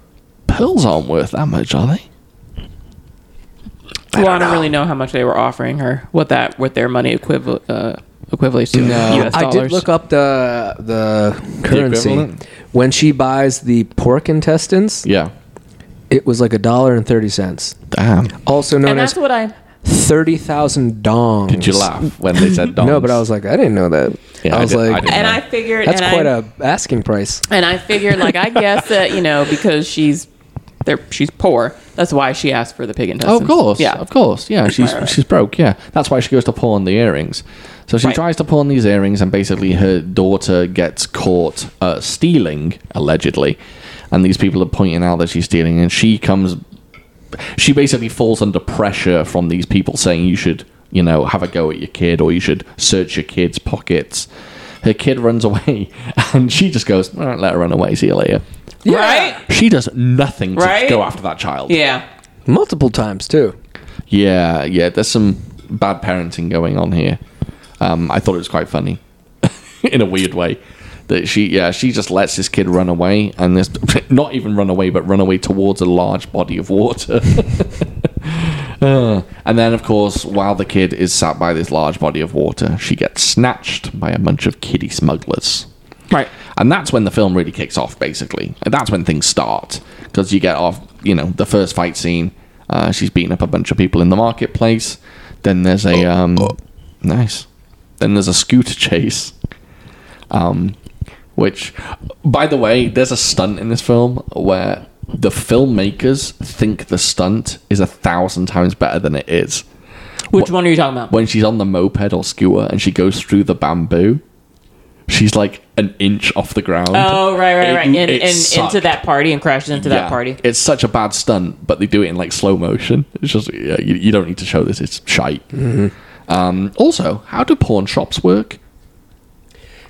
S1: pearls aren't worth that much, are they?
S4: well, I don't really know how much they were offering her, what that, what their money equivalent uh, equivalents to in
S1: No.
S4: U.S.
S2: I
S4: dollars.
S2: did look up the the currency
S1: equivalent?
S2: when she buys the pork intestines.
S1: Yeah.
S2: It was like a dollar and thirty cents,
S1: Damn.
S2: also known
S4: and
S2: as
S4: that's what I.
S2: thirty thousand dongs.
S1: Did you laugh when they said dongs?
S2: No, but I was like, I didn't know that.
S1: Yeah,
S2: I
S1: I
S2: was
S1: did- I
S2: like,
S1: didn't.
S4: And I figured
S2: that's
S4: and
S2: quite
S4: I,
S2: a asking price.
S4: And I figured, like, I guess that you know because she's they're, she's poor. That's why she asked for the pig
S1: Oh,
S4: intestines.
S1: of course.
S4: yeah,
S1: Yeah, of course. Yeah, she's she's broke. Yeah, that's why she goes to pawn the earrings. So she
S4: Right.
S1: tries to pawn these earrings, and basically her daughter gets caught uh, stealing allegedly, and these people are pointing out that she's stealing, and she comes. She basically falls under pressure from these people saying you should, you know, have a go at your kid or you should search your kid's pockets. Her kid runs away, and she just goes, "All right, let her run away. See you later."
S4: Right?
S1: She does nothing to
S4: Right?
S1: go after that child.
S4: Yeah.
S2: Multiple times too.
S1: Yeah, yeah. There's some bad parenting going on here. Um, I thought it was quite funny, in a weird way. That she, yeah, she just lets this kid run away, and this not even run away, but run away towards a large body of water. Uh, and then, of course, while the kid is sat by this large body of water, she gets snatched by a bunch of kiddie smugglers.
S4: Right.
S1: And that's when the film really kicks off, basically. And that's when things start. Because you get off, you know, the first fight scene. Uh, she's beating up a bunch of people in the marketplace. Then there's a. Um, Nice. Then there's a scooter chase. Um, which, by the way, there's a stunt in this film where the filmmakers think the stunt is a thousand times better than it is.
S4: Which one are you talking about?
S1: When she's on the moped or skewer and she goes through the bamboo, she's like an inch off the ground.
S4: Oh, right, right,
S1: It-
S4: right. And,
S1: it
S4: and
S1: sucked.
S4: into that party and crashes into
S1: Yeah.
S4: that party.
S1: It's such a bad stunt, but they do it in like slow motion. It's just yeah, you, you don't need to show this. It's shite.
S2: Mm-hmm.
S1: Um, also, how do pawn shops work?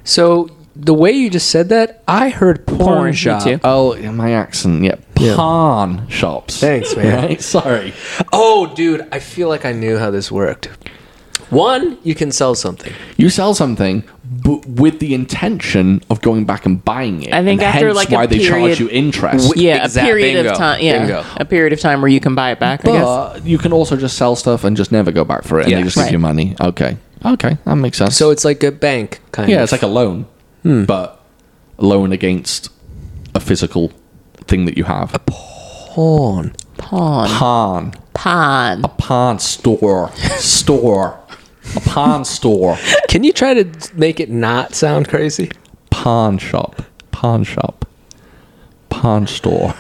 S2: So the way you just said that, I heard porn,
S4: Porn, me
S2: shop.
S4: too.
S1: Oh, yeah, my accent. Yeah,
S2: Yeah.
S1: pawn shops.
S2: Thanks, man.
S1: Right? Sorry.
S2: Oh, dude, I feel like I knew how this worked. One, you can sell something.
S1: You sell something but with the intention of going back and buying it.
S4: I think
S1: and
S4: after,
S1: hence
S4: like, a
S1: why they charge
S4: period-
S1: you interest.
S2: Wi-
S4: Yeah,
S2: Exact-
S4: a period
S2: bingo,
S4: of time. Yeah,
S2: bingo.
S4: a period of time where you can buy it back. I guess.
S1: but you can also just sell stuff and just never go back for it, and
S2: Yeah.
S1: they just
S4: Right.
S1: give you money. Okay, okay, that makes sense. Hmm.
S2: So it's like a bank kind of.
S1: Yeah, it's like a loan, but a loan against a physical thing that you have. A
S2: porn.
S4: Pawn,
S1: pawn,
S4: pawn.
S1: pawn store, store, a pawn store,
S2: Can you try to make it not sound crazy?
S1: pawn shop, pawn shop, pawn store.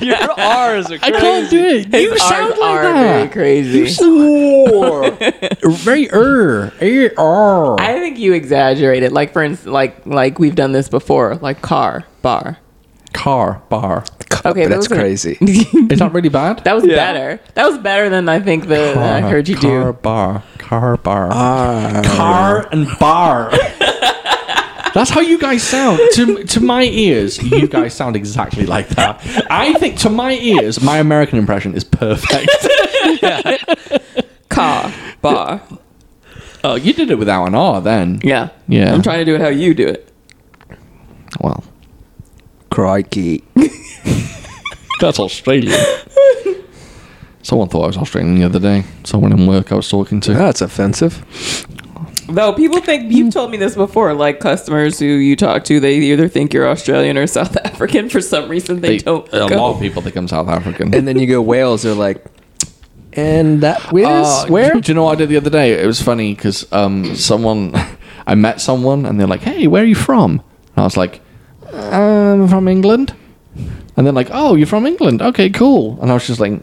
S2: Your R's are
S1: I can't do it. You sound like
S4: very
S1: that.
S4: crazy.
S1: Very er, er, er.
S4: I think you exaggerate it. Like for instance, like like we've done this before. Like car, bar.
S1: Car bar.
S4: Okay,
S2: that's
S4: those are-
S2: crazy.
S1: Is that really bad?
S4: That was better. That was better than I think the than I heard you
S1: car
S4: do. Ah.
S1: bar, car bar, car and bar. That's how you guys sound. To to my ears, you guys sound exactly like that. I think to my ears, my American impression is perfect.
S4: Car, bar.
S1: Oh, you did it without an R then.
S4: Yeah.
S1: Yeah.
S4: I'm trying to do it how you do it.
S1: Well,
S2: Crikey.
S1: that's Australian. Someone thought I was Australian the other day. Someone in work I was talking to.
S2: That's offensive.
S4: Though people think you've told me this before, like customers who you talk to, they either think you're Australian or South African. For some reason, they, don't.
S1: a
S4: go.
S1: lot of people think I'm South African.
S2: And then you go Wales, they're like, and that Oh, whiz?
S1: Uh,
S2: where?
S1: Do you know what I did the other day? It was funny because um, someone, I met someone and they're like, "Hey, where are you from?" And I was like, "I'm from England." And they're like, "Oh, you're from England? Okay, cool." And I was just like,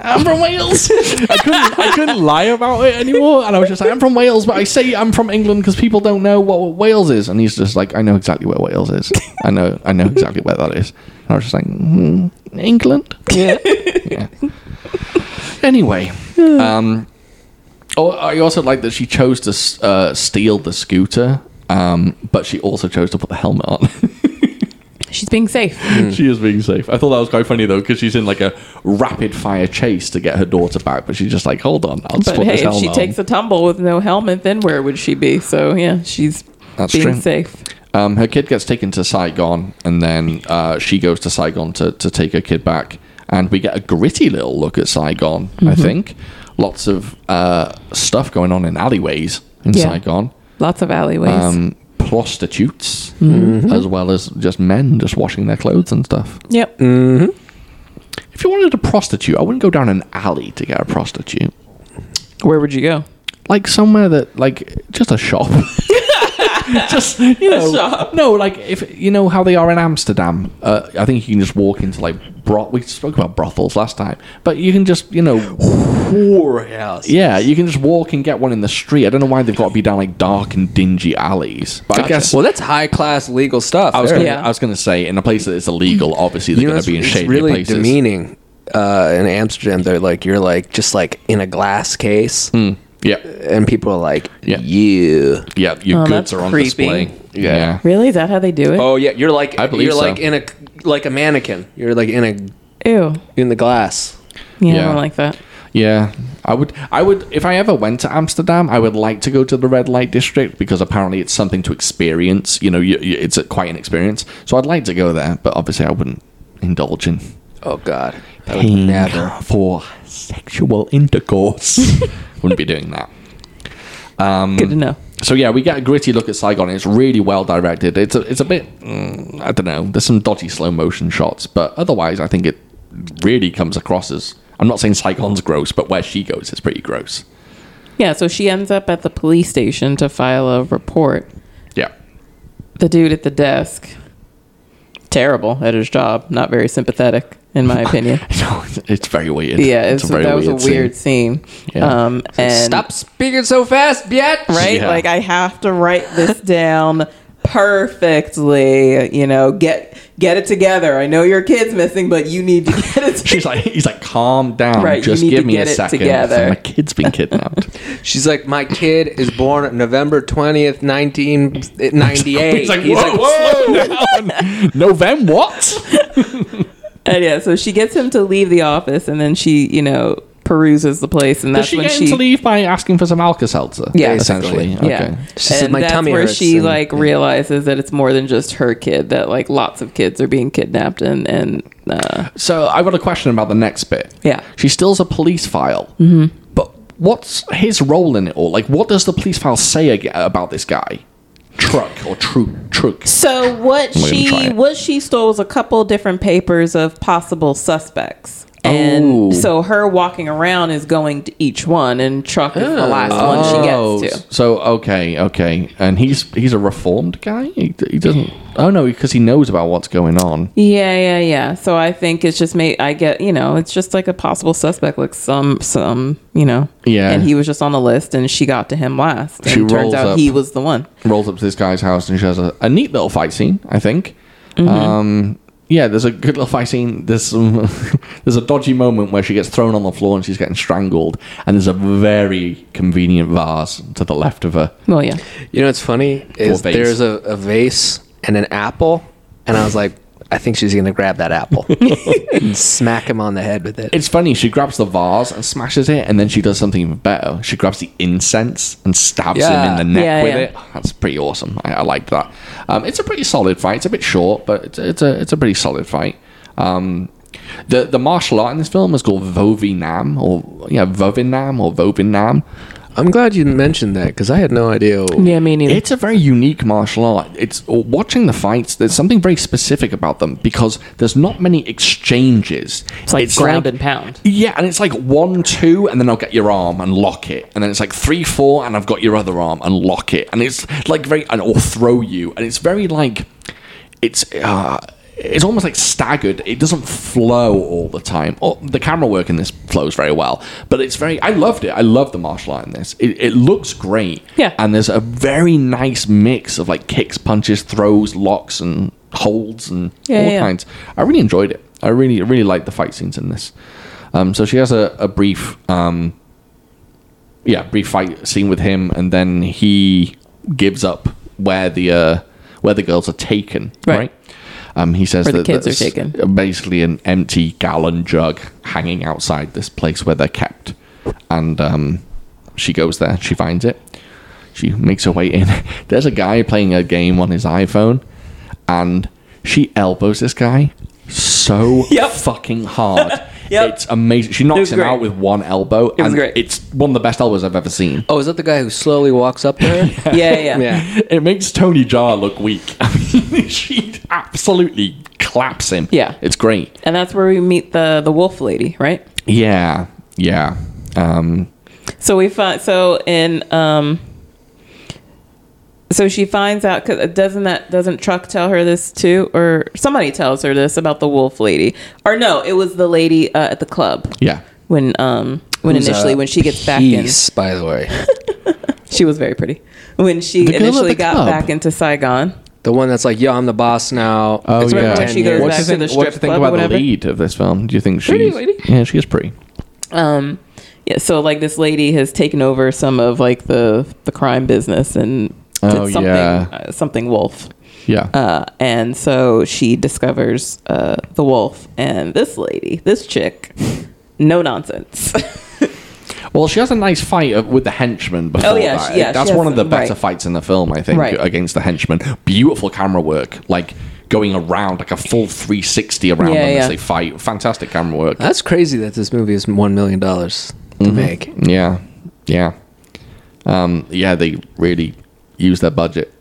S1: "I'm from Wales." I couldn't, I couldn't lie about it anymore. And I was just like, "I'm from Wales," but I say I'm from England because people don't know what Wales is. And he's just like, "I know exactly where Wales is. I know, I know exactly where that is." And I was just like, mm, "England."
S2: Yeah.
S1: yeah. Anyway, um, oh, I also like that she chose to s- uh, steal the scooter, um, but she also chose to put the helmet on.
S4: She's being safe.
S1: she is being safe. I thought that was quite funny though, because she's in like a rapid fire chase to get her daughter back, but she's just like, "Hold on, I'll just
S4: But
S1: put this
S4: hey, if
S1: helmet
S4: she
S1: on."
S4: takes a tumble with no helmet, then where would she be? So yeah, she's
S1: That's
S4: being
S1: true.
S4: safe.
S1: Um, her kid gets taken to Saigon, and then uh, she goes to Saigon to, to take her kid back. And we get a gritty little look at Saigon, I
S4: Mm-hmm.
S1: think. Lots of uh, stuff going on in alleyways in
S4: Yeah.
S1: Saigon.
S4: Lots of alleyways.
S1: Um, prostitutes,
S2: Mm-hmm.
S1: as well as just men just washing their clothes and stuff.
S4: yep.
S1: mm. If you wanted a prostitute, I wouldn't go down an alley to get a prostitute.
S4: Where would you go?
S1: Like somewhere that, like, just a shop. just you know,
S4: shop.
S1: no, like if you know how they are in Amsterdam. Uh, I think you can just walk into like broth. We spoke about brothels last time, but you can just you know,
S2: Whorehouse.
S1: yeah, you can just walk and get one in the street. I don't know why they've got to be down like dark and dingy alleys. But I guess
S2: Well, that's high class legal stuff.
S1: I was
S2: there.
S1: gonna,
S4: Yeah.
S1: I was gonna say in a place that is illegal, obviously they're
S2: You know,
S1: gonna
S2: it's,
S1: be in
S2: it's
S1: shady
S2: really
S1: places.
S2: demeaning uh, in Amsterdam. They're like, you're like just like in a glass case,
S1: Yeah,
S2: and people are like,
S1: Hmm. Yeah.
S2: you.
S1: yeah, your
S4: Oh,
S1: goods
S4: that's
S1: are on
S4: creepy.
S1: display.
S2: Yeah.
S4: Really? Is that how they do it?
S2: Oh yeah, you're like
S1: I believe
S2: you're like
S1: so.
S2: in a like a mannequin. You're like in a
S4: Ew.
S2: in the glass.
S4: Yeah,
S1: Yeah. Mm.
S4: I don't like that.
S1: yeah. I would, I would, if I ever went to Amsterdam, I would like to go to the red light district because apparently it's something to experience. You know, you, you, it's a, quite an experience. So I'd like to go there, but obviously I wouldn't indulge in
S2: Oh God, I would
S1: paying
S2: never.
S1: for sexual intercourse. wouldn't be doing that. Um,
S4: Good to know.
S1: So yeah, we get a gritty look at Saigon. and It's really well directed. It's a, it's a bit mm, I don't know. There's some dodgy slow motion shots, but otherwise, I think it really comes across as. I'm not saying Saigon's gross, but where she goes is pretty gross.
S4: Yeah, so she ends up at the police station to file a report.
S1: Yeah,
S4: The dude at the desk, terrible at his job, not very sympathetic, in my opinion.
S1: no, it's- it's very weird.
S4: yeah, it's,
S1: a very
S4: that was a
S1: scene.
S4: weird scene.
S1: Yeah.
S4: Um, and
S2: Stop speaking so fast, bitch.
S4: right?
S1: Yeah.
S4: Like I have to write this down perfectly. You know, get get it together. I know your kid's missing, but you need to get it.
S1: She's like, he's like, calm down.
S4: Right, you
S1: Just
S4: need
S1: give
S4: to
S1: me a
S4: get it
S1: second.
S4: together."
S1: My kid's been kidnapped.
S2: She's like, my kid is born November twentieth, nineteen ninety-eight.
S1: he's like, whoa, whoa, down. November what?
S4: and yeah, so she gets him to leave the office, and then she, you know, peruses the place, and
S1: Does
S4: that's
S1: she
S4: when
S1: get him to
S4: she.
S1: leave by asking for some Alka-Seltzer?
S4: Yeah.
S1: essentially.
S2: Basically.
S4: Yeah,
S1: Okay.
S2: She said,
S4: and
S2: "My
S4: that's
S2: tummy
S4: where
S2: hurts,"
S4: she
S2: and-
S4: like realizes that it's more than just her kid. That like lots of kids are being kidnapped, and and uh,
S1: So I've got a question about the next bit.
S4: Yeah.
S1: She steals a police file. Mm-hmm. But what's his role in it all? Like, what does the police file say ag- about this guy? Truck or true truck?
S4: So what
S1: gonna try
S4: she
S1: it.
S4: what she stole was a couple different papers of possible suspects. And
S2: Oh.
S4: so her walking around is going to each one, and Truck is the last
S2: Oh.
S4: one she gets to.
S1: Oh, so okay, okay, and he's he's a reformed guy. He, he doesn't. Oh no, because he knows about what's going on.
S4: Yeah, yeah, yeah. So I think it's just made. I get you know, it's just like a possible suspect, like some, some, you know.
S1: Yeah.
S4: And he was just on the list, and she got to him last. And
S1: She rolls
S4: turns out
S1: up.
S4: he was the one.
S1: Rolls up to this guy's house and she has a, a neat little fight scene. I think. Um, yeah, there's a good little fight scene. There's some, there's a dodgy moment where she gets thrown on the floor and she's getting strangled, and there's a very convenient vase to the left of her.
S4: Well, yeah.
S2: You know what's funny is
S1: vase.
S2: there's a, a vase and an apple, and I was like, I think she's gonna grab that apple and smack him on the head with it.
S1: It's funny. She grabs the vase and smashes it, and then she does something even better. She grabs the incense and stabs
S2: Yeah.
S1: him in the neck
S4: Yeah,
S1: with
S4: yeah.
S1: it. That's pretty awesome. I, I liked that. Um, it's a pretty solid fight. It's a bit short, but it's, it's a it's a pretty solid fight. Um, the the martial art in this film is called Vovinam or yeah Vovinam or Vovinam.
S2: I'm glad you mentioned that because I had no idea.
S4: Yeah, me neither.
S1: It's a very unique martial art. It's uh, watching the fights. There's something very specific about them because there's not many exchanges.
S4: It's like ground and pound.
S1: Yeah, and it's like one, two, and then I'll get your arm and lock it, and then it's like three, four, and I've got your other arm and lock it, and it's like very, and or throw you, and it's very like, it's uh, it's almost like staggered. It doesn't flow all the time. Or the camera work in this flows very well, but it's very. I loved it. I love the martial art in this. It, it looks great.
S4: Yeah.
S1: and there's a very nice mix of like kicks, punches, throws, locks, and holds, and
S4: Yeah,
S1: all
S4: yeah.
S1: kinds. I really enjoyed it. I really, really liked the fight scenes in this. Um, so she has a, a brief, um, yeah, brief fight scene with him, and then he gives up where the uh, where the girls are taken. Right.
S4: Right.
S1: Um, he says
S4: Where the
S1: that
S4: kids are
S1: that's
S4: taken.
S1: Basically, an empty gallon jug hanging outside this place where they're kept, and um, she goes there. She finds it. She makes her way in. There's a guy playing a game on his iPhone, and she elbows this guy so
S4: Yep.
S1: fucking hard.
S4: Yep.
S1: It's amazing. She knocks
S4: was
S1: him
S4: great.
S1: out with one elbow.
S4: was
S1: and
S4: great.
S1: It's one of the best elbows I've ever seen.
S2: Oh, is that the guy who slowly walks up there?
S4: Yeah, yeah. yeah.
S1: It makes Tony Jar look weak. I mean, she absolutely claps him.
S4: Yeah.
S1: It's great.
S4: And that's where we meet the the wolf lady, right?
S1: Yeah. Yeah. Um,
S4: So we find so in um so she finds out cuz doesn't that doesn't Truck tell her this too or somebody tells her this about the wolf lady. Or no, it was the lady uh, at the club
S1: yeah.
S4: when um when
S2: Who's
S4: initially
S2: a
S4: when she gets back in
S2: piece, by the way,
S4: she was very pretty. When she
S1: The girl at
S4: initially
S1: the
S4: got
S1: club.
S4: back into Saigon.
S2: the one that's like, "Yo, I'm the boss now."
S1: Oh,
S2: It's been
S1: yeah.
S4: when
S2: 10
S4: she
S2: years.
S4: goes
S1: What do you think,
S4: back to
S1: what
S4: the
S1: do you
S4: strip
S1: think
S4: club or
S1: about the
S4: whatever.
S1: lead of this film? Do you think she's.
S4: Pretty lady.
S1: Yeah, she is pretty.
S4: Um yeah, so like this lady has taken over some of like the the crime business and
S1: Oh,
S4: it's something
S1: yeah.
S4: uh, something wolf.
S1: Yeah.
S4: Uh, and so she discovers uh, the wolf and this lady, this chick, no nonsense.
S1: Well, she has a nice fight uh, with the henchman before
S4: Oh, yeah,
S1: that.
S4: she- yeah,
S1: That's
S4: she has
S1: one of the
S4: some-
S1: better
S4: right.
S1: fights in the film, I think,
S4: Right.
S1: against the henchman. Beautiful camera work, like going around, like a full 360 around
S4: Yeah,
S1: them as
S4: yeah. Uh,
S1: they fight. Fantastic camera work.
S2: That's crazy that this movie is one million dollars to make.
S1: Yeah, yeah, um, yeah. They really use their budget,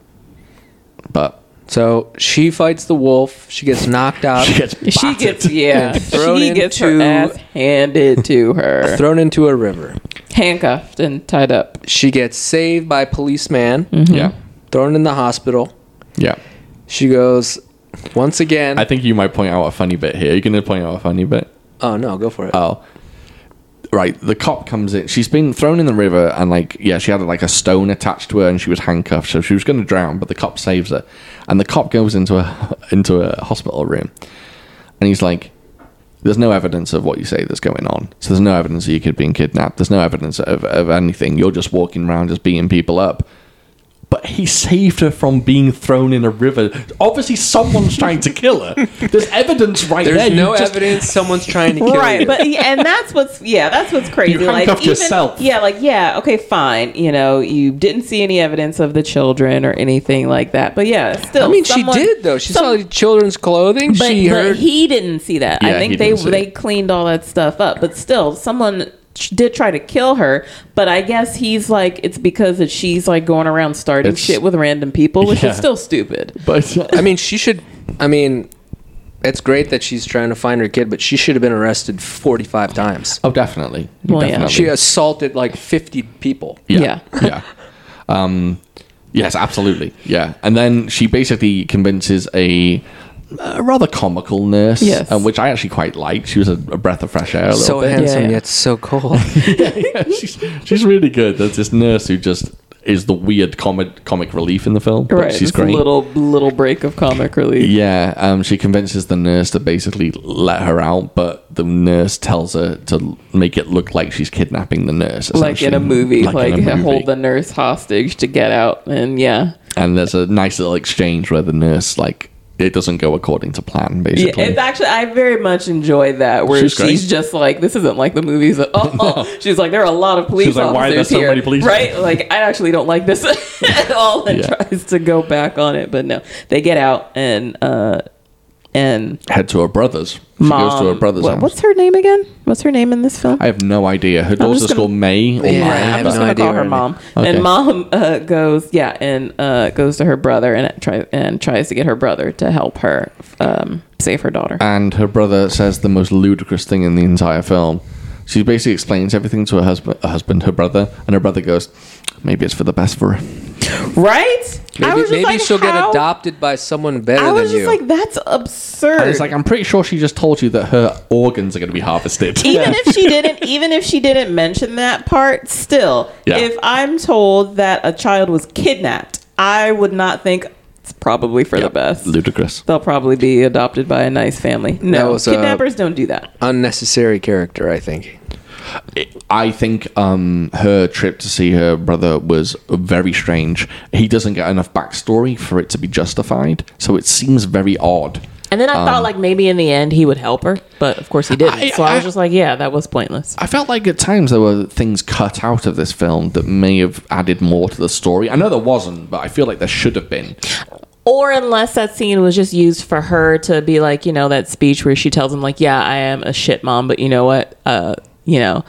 S1: but
S2: So she fights the wolf. She gets knocked out,
S1: she gets
S4: Uh, she
S1: battered.
S4: gets yeah,
S2: Thrown
S4: she gets her
S2: into-
S4: ass handed to her,
S2: thrown into a river.
S4: handcuffed and tied up.
S2: She gets saved by policeman,
S1: yeah,
S2: thrown in the hospital.
S1: yeah.
S2: She goes once again.
S1: I think you might point out a funny bit here. You're going to point out a funny bit.
S2: oh no, go for it.
S1: Oh. Right, the cop comes in. She's been thrown in the river, and like, yeah, she had like a stone attached to her, and she was handcuffed, so she was going to drown. But the cop saves her, and the cop goes into a into a hospital room, and he's like, "There's no evidence of what you say that's going on. So there's no evidence that you could being kidnapped. There's no evidence of of anything. You're just walking around, just beating people up." But he saved her from being thrown in a river. Obviously, someone's trying to kill her. There's evidence right
S2: There's
S1: there. You
S2: no
S1: just-
S2: evidence someone's trying to kill
S4: right,
S2: you.
S4: but and that's what's yeah, that's what's crazy.
S1: You
S4: like
S1: handcuffed yourself.
S4: Yeah, like yeah, okay, fine. You know, you didn't see any evidence of the children or anything like that. But yeah, still,
S2: I mean,
S4: someone-
S2: she did though. She
S4: some-
S2: saw the children's clothing.
S4: But,
S2: she
S4: but
S2: heard.
S4: he didn't see that.
S1: Yeah,
S4: I
S1: he
S4: think they
S1: didn't see
S4: they
S1: it.
S4: cleaned all that stuff up. But still, someone ch- did try to kill her. But I guess he's like, it's because that she's like going around starting
S1: It's-
S4: shit with random people, which
S1: Yeah.
S4: is still stupid.
S1: But
S2: I mean, she should. I mean, it's great that she's trying to find her kid, but she should have been arrested 45 times.
S1: Oh, definitely.
S4: Well, yeah. uh,
S1: definitely.
S2: She assaulted like 50 people.
S1: Yeah. Yeah. Um, yes, absolutely. Yeah. And then she basically convinces a, a rather comical nurse,
S4: Yes.
S1: uh, which I actually quite liked. She was a, a breath of fresh air. A little
S2: So
S1: bit.
S2: handsome
S4: Yeah.
S2: yet so cold.
S1: yeah, she's, she's really good. There's this nurse who just is the weird comic comic relief in the film. But
S4: right.
S1: She's
S4: it's a
S1: great.
S4: Little little break of comic relief.
S1: Yeah, um, she convinces the nurse to basically let her out, but the nurse tells her to make it look like she's kidnapping the nurse,
S4: Like in a
S1: essentially.
S4: movie, like,
S1: in a movie.
S4: hold the nurse hostage to get out, and yeah,
S1: And there's a nice little exchange where the nurse like it doesn't go according to plan,
S4: yeah.
S1: basically.
S4: It's actually I very much enjoyed that where
S1: She's
S4: she's,
S1: great.
S4: just like, this isn't like the movies. At all. She's like, there are a lot of police
S1: She's like,
S4: officers
S1: why are there so
S4: here,
S1: many police
S4: right? Like, I actually don't like this at all, and
S1: Yeah.
S4: tries to go back on it, but no, they get out and uh and
S1: Head to her brother's. She
S4: mom.
S1: goes to her brother's
S4: what-
S1: house.
S4: what's her name again? What's her name in this film?
S1: I have no idea. Her
S4: just
S1: daughter's
S4: gonna-
S1: called May or
S2: Yeah,
S1: May,
S2: I
S1: but-
S2: have
S4: I'm just
S2: no
S4: gonna
S2: idea
S4: call her
S2: her
S4: mom.
S1: Okay.
S4: And mom uh, goes, yeah, and uh, goes to her brother and try and tries to get her brother to help her um, save her daughter.
S2: Uh,
S1: and her brother says the most ludicrous thing in the entire film. She basically explains everything to her husband, her husband, her brother, and her brother goes, "Maybe it's for the best for her."
S4: right? I
S2: Maybe,
S4: was just
S2: maybe
S4: like,
S2: she'll get
S4: how-
S2: adopted by someone better
S4: I was
S2: than
S4: just
S2: you.
S4: like, that's absurd.
S1: And it's like I'm pretty sure she just told you that her organs are going to be harvested.
S4: even if she didn't even if she didn't mention that part still
S1: Yeah.
S4: if i'm told that a child was kidnapped i would not think it's probably for
S1: Yeah,
S4: the best
S1: ludicrous.
S4: they'll probably be adopted by a nice family
S2: That
S4: no
S2: was, uh,
S4: kidnappers don't do that
S2: Unnecessary character, I think.
S1: I think um, her trip to see her brother was very strange. He doesn't get enough backstory for it to be justified, so it seems very odd.
S3: And then I thought like maybe in the end he would help her, but of course he didn't.
S1: Um, I-
S3: so I, was
S1: I-
S3: just like, yeah, that was pointless.
S1: I felt like at times there were things cut out of this film that may have added more to the story. I know there wasn't, but I feel like there should have been.
S3: Or unless that scene was just used for her to be like, you know, that speech where she tells him like, yeah, I am a shit mom, but you know what? Uh, you know,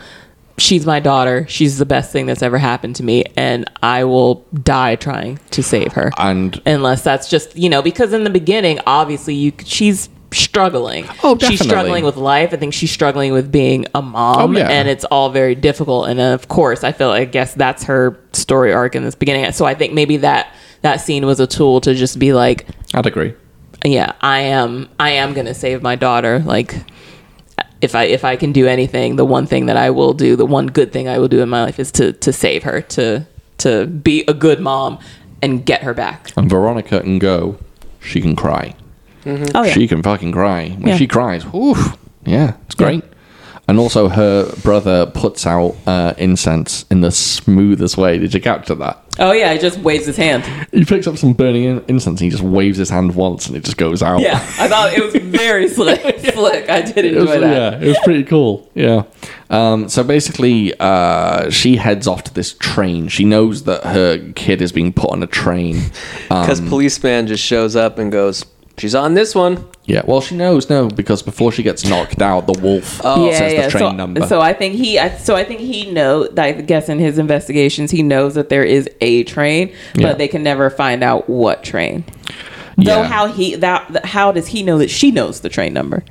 S3: she's my daughter. She's the best thing that's ever happened to me, and I will die trying to save her.
S1: And
S3: unless that's just you know because in the beginning obviously you she's struggling
S1: Oh,
S3: she's
S1: definitely.
S3: struggling with life i think she's struggling with being a mom
S1: Oh, yeah.
S3: and it's all very difficult and then, of course i feel i guess that's her story arc in this beginning so i think maybe that that scene was a tool to just be like
S1: I'd agree.
S3: yeah i am i am gonna save my daughter like if i if i can do anything the one thing that i will do the one good thing i will do in my life is to to save her to to be a good mom and get her back
S1: And Veronica can go. She can cry.
S3: oh yeah
S1: She can fucking cry. When
S3: Yeah.
S1: she cries, oof. Yeah, it's great. And also, her brother puts out uh, incense in the smoothest way. Did you capture that?
S4: Oh yeah, he just waves his hand.
S1: He picks up some burning in- incense and he just waves his hand once and it just goes out.
S4: Yeah, I thought it was very slick. Slick. I did
S1: It was,
S4: enjoy that.
S1: yeah, it was pretty cool. Yeah. Um, so basically, uh, she heads off to this train. She knows that her kid is being put on a train.
S2: Because policeman just shows up and goes, she's on this one.
S1: Yeah. Well, she knows no because before she gets knocked out, the wolf says Oh, the train
S4: Oh, so,
S1: number.
S4: so I think he. I, so I think he know. I guess in his investigations, he knows that there is a train,
S1: Yeah.
S4: but they can never find out what train. Though
S1: Yeah.
S4: how he that how does he know that she knows the train number?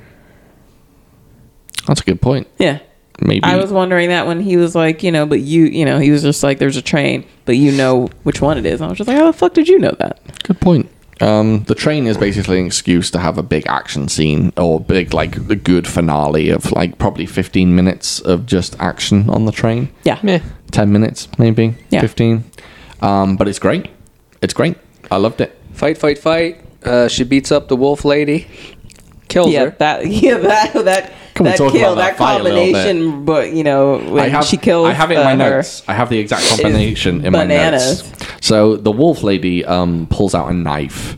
S1: That's a good point.
S4: Yeah,
S1: Maybe
S4: I was wondering that when he was like, you know, but you, you know, he was just like, there's a train, but you know which one it is. And I was just like, how the fuck did you know that?
S1: Good point. Um, the train is basically an excuse to have a big action scene or big like a good finale of like probably 15 minutes of just action on the train.
S4: Yeah,
S1: 10 minutes maybe,
S4: Yeah.
S1: 15. Um, but it's great. It's great. I loved it.
S2: Fight, fight, fight. Uh, she beats up the wolf lady, kills
S4: yeah,
S2: her.
S4: that, yeah, that, that,
S1: Can we
S4: that
S1: talk
S4: kill,
S1: about that
S4: that,
S1: fight a little bit?
S4: combination, but you know, when
S1: I have,
S4: she kills,
S1: I have it in my
S4: uh, her-
S1: notes. I have the exact combination in
S4: bananas.
S1: my notes. So the wolf lady um, pulls out a knife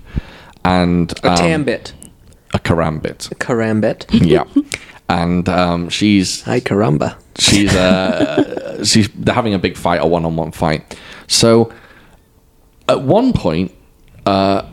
S1: and
S2: a
S1: um,
S2: tambit.
S1: a karambit.
S2: Karambit.
S1: yeah. And um, she's
S2: Hi, Karamba.
S1: She's uh, she's they're having a big fight, a one-on-one fight. So at one point, uh,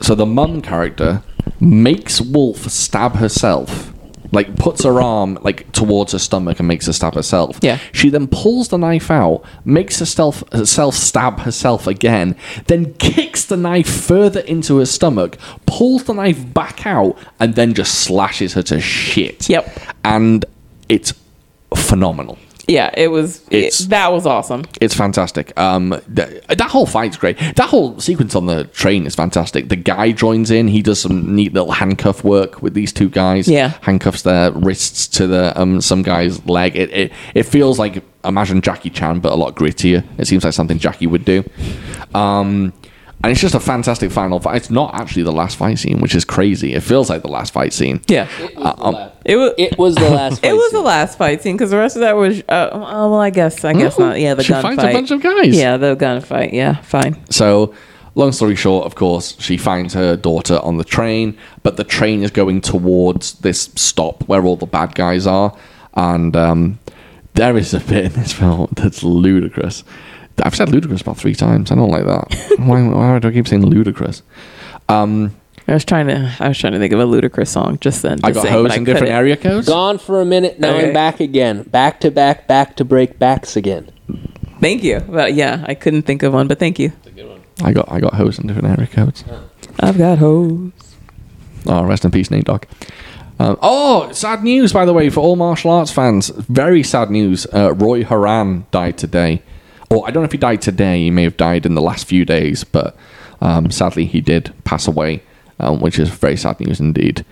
S1: so the mum character makes Wolf stab herself like puts her arm like towards her stomach and makes her stab herself.
S3: Yeah.
S1: She then pulls the knife out, makes herself herself stab herself again, then kicks the knife further into her stomach, pulls the knife back out, and then just slashes her to shit.
S3: Yep.
S1: And it's phenomenal.
S4: Yeah, it was. It,
S1: It's-
S4: that was awesome.
S1: It's fantastic. Um, th- that whole fight's great. That whole sequence on the train is fantastic. The guy joins in. He does some neat little handcuff work with these two guys.
S3: Yeah.
S1: handcuffs their wrists to the um some guy's leg. It it, it feels like imagine Jackie Chan, but a lot grittier. It seems like something Jackie would do. Um, and it's just a fantastic final fight. It's not actually the last fight scene, which is crazy. It feels like the last fight scene.
S3: Yeah.
S1: Uh, um,
S4: It was. It,
S2: It was the last. fight
S4: was
S2: scene.
S4: the last fight scene because the rest of that was. Uh, oh, well, I guess. I guess not. Yeah, the
S1: Mm-hmm. she
S4: gun
S1: finds
S4: fight.
S1: a bunch of guys.
S4: yeah, the gun fight. Yeah, fine.
S1: So, long story short, of course, she finds her daughter on the train, but the train is going towards this stop where all the bad guys are. And um, there is a bit in this film that's ludicrous. I've said ludicrous about three times. I don't like that. why, why do I keep saying ludicrous? Um,
S4: I was trying to. I was trying to think of a ludicrous song just then.
S1: I
S4: just
S1: got
S4: saying, but
S1: hosed in different
S4: couldn't.
S1: area codes.
S2: Gone for a minute. Now
S4: Okay.
S2: I'm back again. Back to back. Back to break backs again.
S4: Thank you. But yeah, I couldn't think of one. But thank you.
S1: I got I got hosed in different area codes.
S4: I've got hose.
S1: Oh, rest in peace, Nate Dogg. Um, oh, sad news, by the way, for all martial arts fans. Very sad news. Uh, Roy Haran died today. Or I don't know if he died today. He may have died in the last few days, but um, sadly, he did pass away, um, which is very sad news indeed.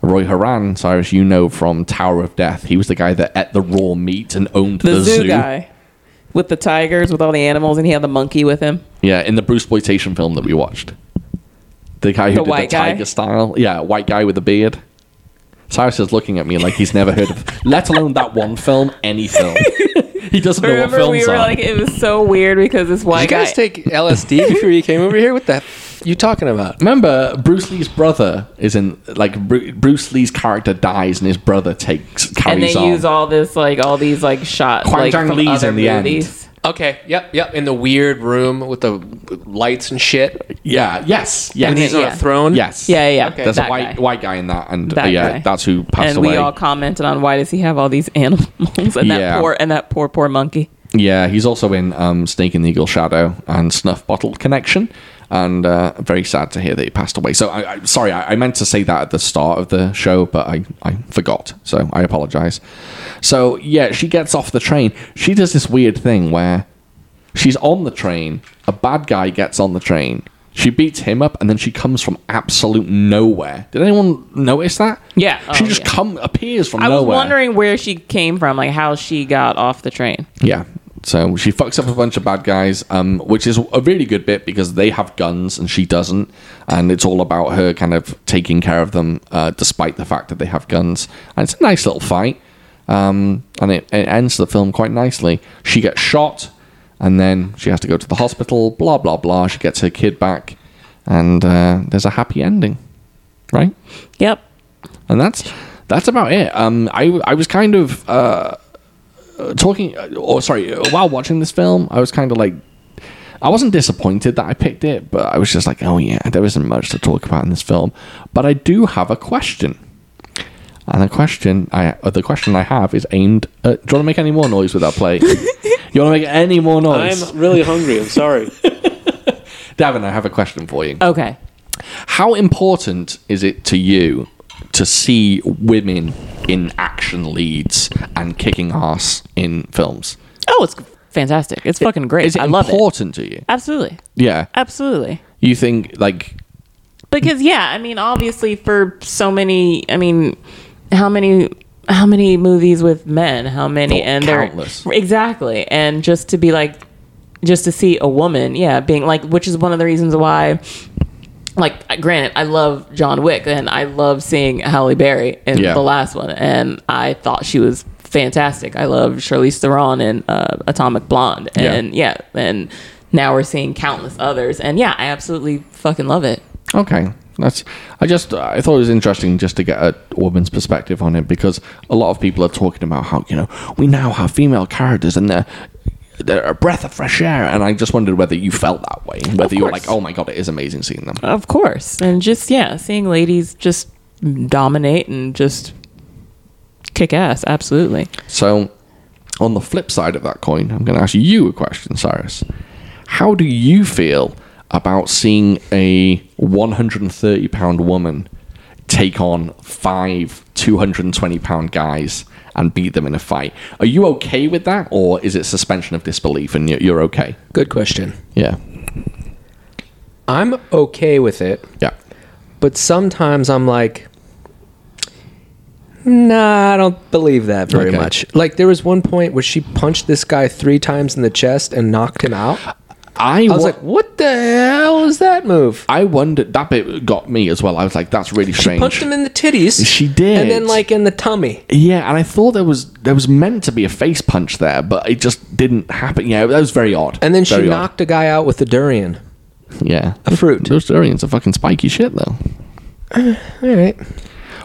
S1: Roy Haran, Cyrus, you know from Tower of Death. He was the guy that ate the raw meat and owned the,
S4: The, zoo, guy with the tigers, with all the animals, and he had the monkey with him.
S1: Yeah, in the Bruce exploitation film that we watched. The guy who
S4: The
S1: did
S4: white
S1: the
S4: guy?
S1: tiger style. Yeah, white guy with a beard. Cyrus is looking at me like he's never heard of let alone that one film, any film. He doesn't know what
S4: Remember,
S1: films
S4: we were
S1: are.
S4: like, it was so weird because this white
S2: you guys
S4: guy.
S2: take LSD before you came over here? What the f- you talking about?
S1: Remember, Bruce Lee's brother is in like Bru- Bruce Lee's character dies and his brother takes
S4: and
S1: carries
S4: they
S1: on.
S4: use all this, like all these, like shots,
S1: Kwang
S4: like
S1: Jang
S4: from
S1: Lee's
S4: other
S1: in the end.
S4: movies.
S2: Okay. Yep. Yep. In the weird room with the lights and shit,
S1: yeah, yes, yes,
S2: and he's on
S4: yeah.
S2: a throne.
S1: yes,
S4: Yeah, yeah, yeah.
S2: Okay.
S1: There's a
S4: that
S1: white
S4: guy.
S1: white guy in that, and
S4: That
S1: uh, yeah,
S4: guy.
S1: that's who passed
S4: And
S1: away.
S4: we all commented on why does he have all these animals and
S1: Yeah.
S4: that poor and that poor poor monkey.
S1: Yeah, he's also in um, Snake and the Eagle Shadow and Snuff Bottle Connection. And uh, very sad to hear that he passed away. So, I, I, sorry, I, I meant to say that at the start of the show, but I, I forgot. So, I apologize. So, yeah, she gets off the train. She does this weird thing where she's on the train, a bad guy gets on the train, she beats him up, and then she comes from absolute nowhere. Did anyone notice that?
S4: Yeah.
S1: She
S4: Oh,
S1: just
S4: yeah.
S1: come appears from
S4: I
S1: nowhere.
S4: was wondering where she came from, like how she got off the train.
S1: Yeah. So she fucks up a bunch of bad guys, um, which is a really good bit because they have guns and she doesn't, and it's all about her kind of taking care of them, uh, despite the fact that they have guns. And it's a nice little fight, um, and it, it ends the film quite nicely. She gets shot, and then she has to go to the hospital. Blah blah blah. She gets her kid back, and uh, there's a happy ending, right?
S4: Yep.
S1: and that's that's about it. Um, I I was kind of uh, uh, talking, or sorry, uh, while watching this film, I was kind of like, I wasn't disappointed that I picked it, but I was just like, oh yeah, there isn't much to talk about in this film, but I do have a question, and the question I uh, the question I have is aimed. At, do you want to make any more noise with that play? you want to make any more noise,
S2: really hungry. I'm sorry.
S1: Davin? I have a question for you.
S4: Okay.
S1: How important is it to you to see women in action leads and kicking ass in films?
S4: Oh, it's fantastic. It's fucking great.
S1: Is it
S4: I love it.
S1: important to you?
S4: Absolutely.
S1: Yeah.
S4: Absolutely.
S1: You think like
S4: because yeah i mean obviously for so many i mean how many how many movies with men how many
S1: Oh,
S4: and
S1: countless.
S4: they're exactly and just to be like just to see a woman yeah being like which is one of the reasons why like granted i love john wick and i love seeing halle berry in
S1: Yeah.
S4: the last one and i thought she was fantastic i love charlize theron in uh, atomic blonde
S1: Yeah.
S4: and yeah and now we're seeing countless others and yeah i absolutely fucking love it
S1: okay, that's I just I thought it was interesting just to get a woman's perspective on it because a lot of people are talking about how, you know, we now have female characters and they're they're a breath of fresh air and I just wondered whether you felt that way, whether you were
S4: course.
S1: like, "Oh my god, it is amazing seeing them."
S4: Of course. And just, yeah, seeing ladies just dominate and just
S3: kick ass. Absolutely.
S1: So, on the flip side of that coin, I'm going to ask you a question, Cyrus. How do you feel about seeing a 130 pound woman take on five 220 pound guys and beat them in a fight? Are you okay with that, or is it suspension of disbelief and you're, you're okay?
S2: Good question.
S1: Yeah,
S2: I'm okay with it,
S1: yeah,
S2: but sometimes I'm like, nah, I don't believe that very
S1: Okay.
S2: much. Like there was one point where she punched this guy three times in the chest and knocked him out.
S1: I,
S2: I was
S1: wa-
S2: like, what the hell is that move?
S1: I wondered that bit got me as well. I was like, that's really strange.
S2: Punched him in the titties.
S1: She did.
S2: and then like in the tummy.
S1: Yeah, and I thought there was there was meant to be a face punch there, but it just didn't happen. Yeah, that was very odd.
S2: And then she
S1: Very odd.
S2: knocked a guy out with a durian.
S1: yeah
S2: a fruit.
S1: Those durians are fucking spiky shit though.
S2: All right.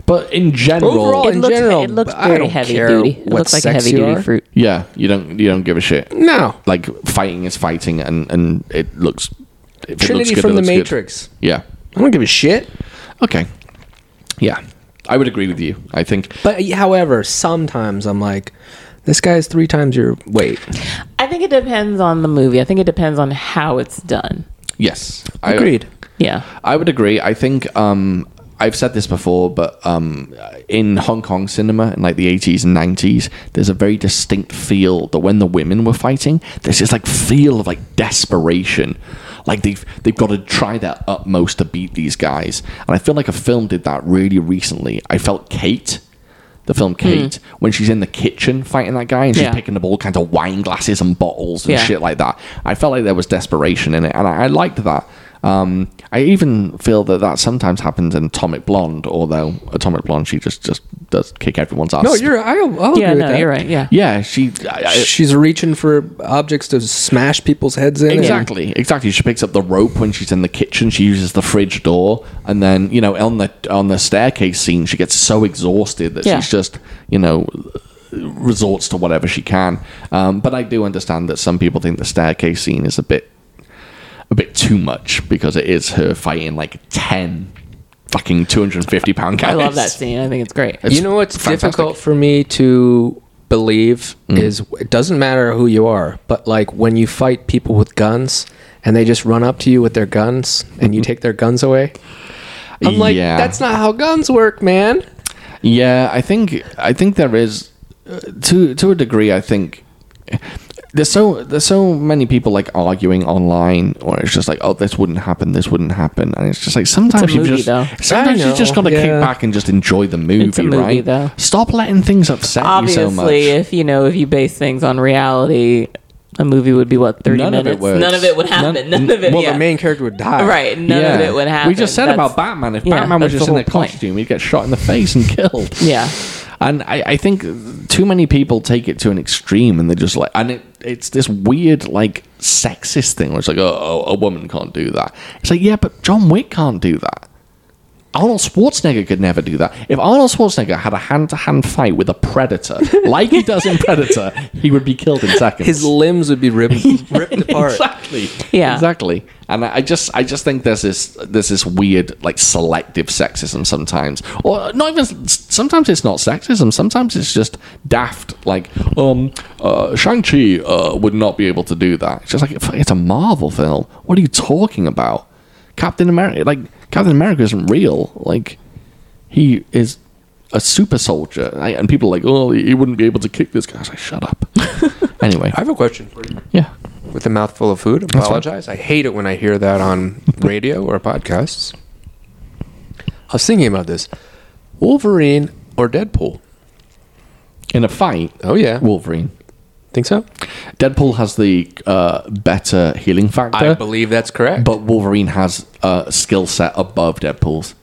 S1: But in general,
S2: Overall- Well,
S3: it
S2: in
S3: looked,
S2: general,
S3: it looked
S2: but I
S3: very
S2: don't
S3: heavy
S2: care
S3: duty. It
S2: what
S3: looked like a
S2: sex
S3: heavy
S2: you
S3: duty
S2: are.
S3: fruit.
S1: yeah, you don't you don't give a shit.
S2: No.
S1: Like fighting is fighting, and and it looks. if it looks
S2: Trinity
S1: good, it
S2: from the
S1: looks good.
S2: Matrix.
S1: Yeah.
S2: I don't give a shit.
S1: Okay. Yeah, I would agree with you. I think
S2: But however, sometimes I'm like, this guy's three times your weight.
S3: I think it depends on the movie. I think it depends on how it's done.
S1: yes, I-
S2: Agreed.
S3: Yeah.
S1: I would agree. I think um, I've said this before, but um, in Hong Kong cinema in like the 80s and 90s, there's a very distinct feel that when the women were fighting, there's this like feel of like desperation. Like they've they've got to try their utmost to beat these guys. And I feel like a film did that really recently. I felt Kate the film Kate, when she's in the kitchen fighting that guy and she's
S3: Hmm. Yeah.
S1: picking up all kinds of wine glasses and bottles and
S3: Yeah.
S1: shit like that. I felt like there was desperation in it, and I, I liked that. Um, I even feel that that sometimes happens in Atomic Blonde, although Atomic Blonde, she just just does kick everyone's ass.
S2: No, you're. I, I'll agree
S3: Yeah,
S2: with
S3: no,
S2: that.
S3: you're right. Yeah.
S1: yeah, she I, I,
S2: She's reaching for objects to smash people's heads in. and-
S1: Exactly, exactly. She picks up the rope when she's in the kitchen. She uses the fridge door, and then you know on the on the staircase scene, she gets so exhausted that
S3: Yeah.
S1: she's just you know resorts to whatever she can. Um, but I do understand that some people think the staircase scene is a bit a bit too much because it is her fighting like ten fucking two hundred and fifty pound guys.
S3: I love that scene. I think it's great.
S1: It's
S2: you know what's
S1: fantastic. Mm.
S2: difficult for me to believe is it doesn't matter who you are, but like when you fight people with guns and they just run up to you with their guns and you take their guns away. I'm like,
S1: Mm-hmm. Yeah.
S2: that's not how guns work, man.
S1: Yeah, I think I think there is uh, to to a degree. I think there's so there's so many people like arguing online, or it's just like, oh, this wouldn't happen, this wouldn't happen, and it's just like sometimes
S3: It's a
S1: you've
S3: movie,
S1: just
S3: though.
S1: sometimes
S2: I
S1: you just
S2: know,
S1: got to kick
S2: yeah.
S1: back and just enjoy the movie,
S3: a movie,
S1: right?
S3: though.
S1: Stop letting things upset
S3: Obviously,
S1: you so much.
S3: if you know if you base things on reality, a movie would be what thirty
S1: None of it
S3: minutes.
S1: works.
S3: none of it would happen. None, of it.
S2: Well,
S3: yeah.
S2: the main character would die.
S3: right. None of it would happen.
S1: We just said
S3: That's-
S1: about Batman. If
S3: yeah,
S1: Batman was
S3: that's
S1: just
S3: the
S1: in
S3: whole
S1: a
S3: point.
S1: costume, he'd get shot in the face and killed.
S3: Yeah.
S1: And I, I think too many people take it to an extreme and they're just like, and it, it's this weird, like, sexist thing where it's like, oh, oh, a woman can't do that. It's like, yeah, but John Wick can't do that. Arnold Schwarzenegger could never do that. If Arnold Schwarzenegger had a hand to hand fight with a predator, like he does in Predator, he would be killed in seconds.
S2: His limbs would be ripped ripped apart.
S1: Exactly.
S3: Yeah.
S1: Exactly. And I I just I just think there's this there's this weird like selective sexism sometimes, or not even sometimes it's not sexism. Sometimes it's just daft. Like um, uh, Shang Chi uh, would not be able to do that. It's just like fuck, it's a Marvel film. What are you talking about? Captain America, like Captain America, isn't real. Like he is. A super soldier, I, and people are like, oh, he wouldn't be able to kick this guy. I was like, shut up. anyway,
S2: have a question for you.
S1: yeah,
S2: With a mouthful of food, apologize. I hate it when I hear that on radio or podcasts. I was thinking about this Wolverine or Deadpool?
S1: in a fight,
S2: Oh, yeah.
S1: Wolverine.
S2: Think so?
S1: Deadpool has the uh, better healing factor,
S2: I believe that's correct.
S1: but Wolverine has a skill set above Deadpool's.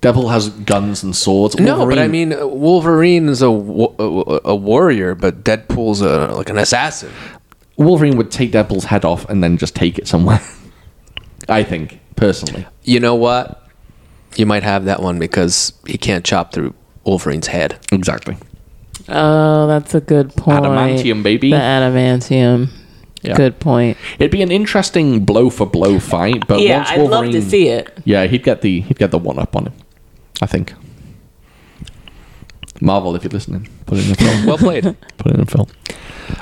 S1: Deadpool has guns and swords.
S2: no, but I
S1: Wolverine-
S2: mean, uh, Wolverine is a, wa- a, a warrior, but Deadpool's a, like an assassin.
S1: Wolverine would take Deadpool's head off and then just take it somewhere. I think, personally.
S2: You know what? You might have that one because he can't chop through Wolverine's head.
S1: Exactly.
S3: Oh, that's a good point.
S1: Adamantium, baby.
S3: The adamantium.
S1: Yeah.
S3: Good point.
S1: It'd be an interesting blow for blow fight, but
S3: Yeah,
S1: once
S3: I'd
S1: Wolverine,
S3: love to see it.
S1: Yeah, he'd get the he'd get the one up on him. I think. Marvel, if you're listening, put it in the film.
S2: Well played.
S1: put it in the film.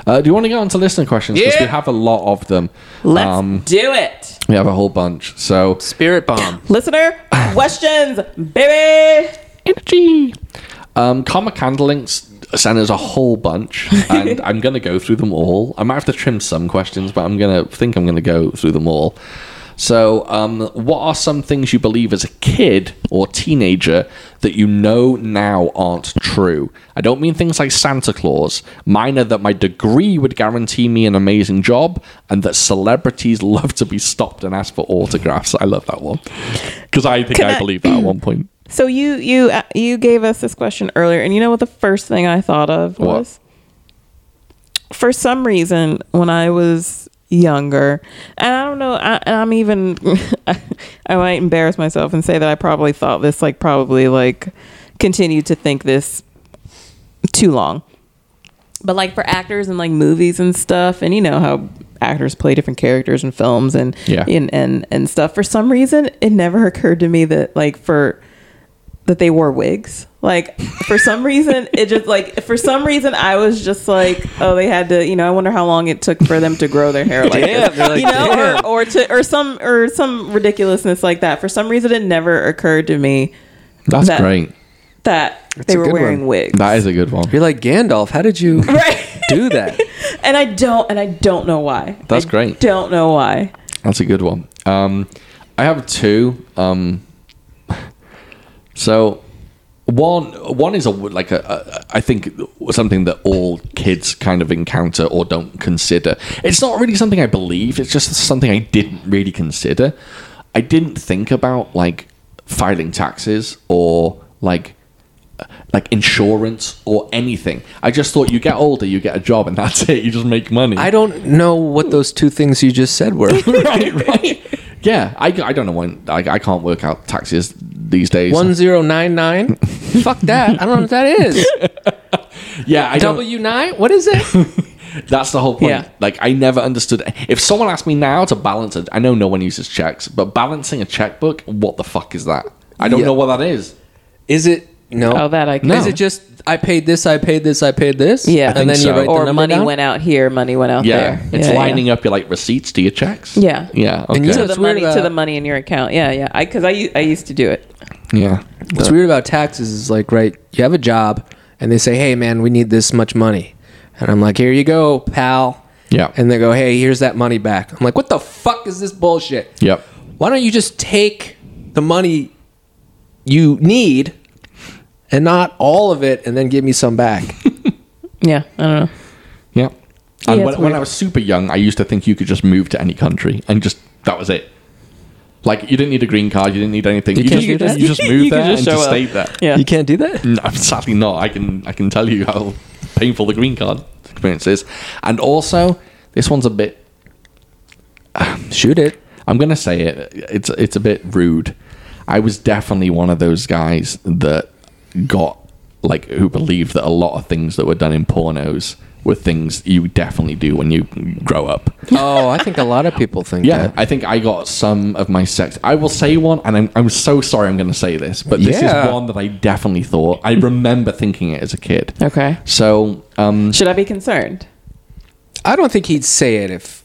S1: Uh, do you want to go on to listener questions? Because
S2: Yeah.
S1: we have a lot of them.
S4: Let's
S1: um,
S4: do it.
S1: we have a whole bunch. So
S2: Spirit bomb.
S4: Listener questions, baby.
S1: energy. Um, comic handlings sent us a whole bunch, and I'm going to go through them all. I might have to trim some questions, but I'm going to think I'm going to go through them all. So, um, what are some things you believe as a kid or teenager that you know now aren't true? I don't mean things like Santa Claus. Mine are that my degree would guarantee me an amazing job, and that celebrities love to be stopped and asked for autographs. I love that one because I think
S4: Can
S1: I
S4: I-
S1: believed that at one point.
S4: So you you uh, you gave us this question earlier, and you know what the first thing I thought of
S1: What?
S4: was? For some reason, when I was younger, and I don't know, I, and I'm even I might embarrass myself and say that I probably thought this like probably like continued to think this too long. But like for actors and like movies and stuff, and you know how actors play different characters in films and
S1: Yeah.
S4: and, and and stuff. For some reason, it never occurred to me that like for that they wore wigs. Like for some reason, it just like for some reason I was just like, oh, they had to. You know, I wonder how long it took for them to grow their hair like
S2: Damn,
S4: this.
S2: they're like,
S4: you know,
S2: damn.
S4: or or to or some or some ridiculousness like that. For some reason, it never occurred to me
S1: That's
S4: That-
S1: great.
S4: that
S2: That's
S4: they
S2: a
S4: were
S2: good
S4: wearing
S2: one.
S4: wigs.
S1: That is a good one.
S2: You're like Gandalf. How did you
S4: right.
S2: do that?
S4: and I don't and I don't know why.
S1: That's
S4: I
S1: great.
S4: Don't know why.
S1: That's a good one. Um, I have two. Um, so one one is a like a, a I think something that all kids kind of encounter or don't consider. It's not really something I believe. It's just something I didn't really consider. I didn't think about like filing taxes or like like insurance or anything. I just thought you get older, you get a job, and that's it. You just make money.
S2: I don't know what those two things you just said were.
S1: right, right. Yeah, I, I don't know when I, I can't work out taxes these days.
S2: One zero nine nine. Fuck that. I don't know what that is.
S1: yeah, I don't.
S2: W nine. What is it?
S1: That's the whole point.
S4: Yeah.
S1: Like I never understood. If someone asked me now to balance it, I know no one uses checks, but balancing a checkbook, what the fuck is that? I don't
S2: Yeah.
S1: know what that is.
S2: Is it no?
S4: Oh, that I can-
S2: Is
S1: No.
S2: it just I paid this? I paid this. I paid this.
S4: Yeah. I
S2: and
S1: think
S2: then
S1: so.
S2: you write the
S4: Or
S2: number
S4: money
S2: down?
S4: went out here, money went out
S1: Yeah,
S4: there.
S1: it's
S4: Yeah, yeah.
S1: lining up your like receipts to your checks.
S4: Yeah.
S1: yeah, okay.
S2: And you
S4: to
S2: know
S4: the
S2: It's weird
S4: money to
S2: about-
S4: the money in your account. Yeah, yeah. I because I u- I used to do it.
S1: yeah.
S2: What's weird about taxes is like, right? You have a job, and they say, "Hey, man, we need this much money," and I'm like, "Here you go, pal."
S1: Yeah.
S2: And they go, "Hey, here's that money back." I'm like, "What the fuck is this bullshit?"
S1: Yep.
S2: Why don't you just take the money you need, and not all of it, and then give me some back?
S4: Yeah, I don't know.
S1: Yeah. And
S4: Yeah,
S1: when,
S4: it's
S1: when
S4: weird.
S1: I was super young, I used to think you could just move to any country and just that was it. Like you didn't need a green card, you didn't need anything. You,
S2: can't
S1: just,
S2: do that?
S1: you just
S4: You
S1: moved
S4: could
S1: there
S4: just
S1: and just
S4: show up.
S1: stayed there.
S4: Yeah.
S2: You can't do that.
S1: No, I'm sadly not. I can I can tell you how painful the green card experience is. And also, this one's a bit.
S2: Shoot it.
S1: I'm gonna say it. It's it's a bit rude. I was definitely one of those guys that got like who believed that a lot of things that were done in pornos were things you definitely do when you grow up.
S2: Oh, I think a lot of people think
S1: Yeah,
S2: that.
S1: I think I got some of my sex. I will say one, and I'm, I'm so sorry I'm going to say this, but this
S2: Yeah.
S1: is one that I definitely thought. I remember thinking it as a kid.
S4: Okay.
S1: So, um,
S4: Should I be concerned?
S2: I don't think he'd say it if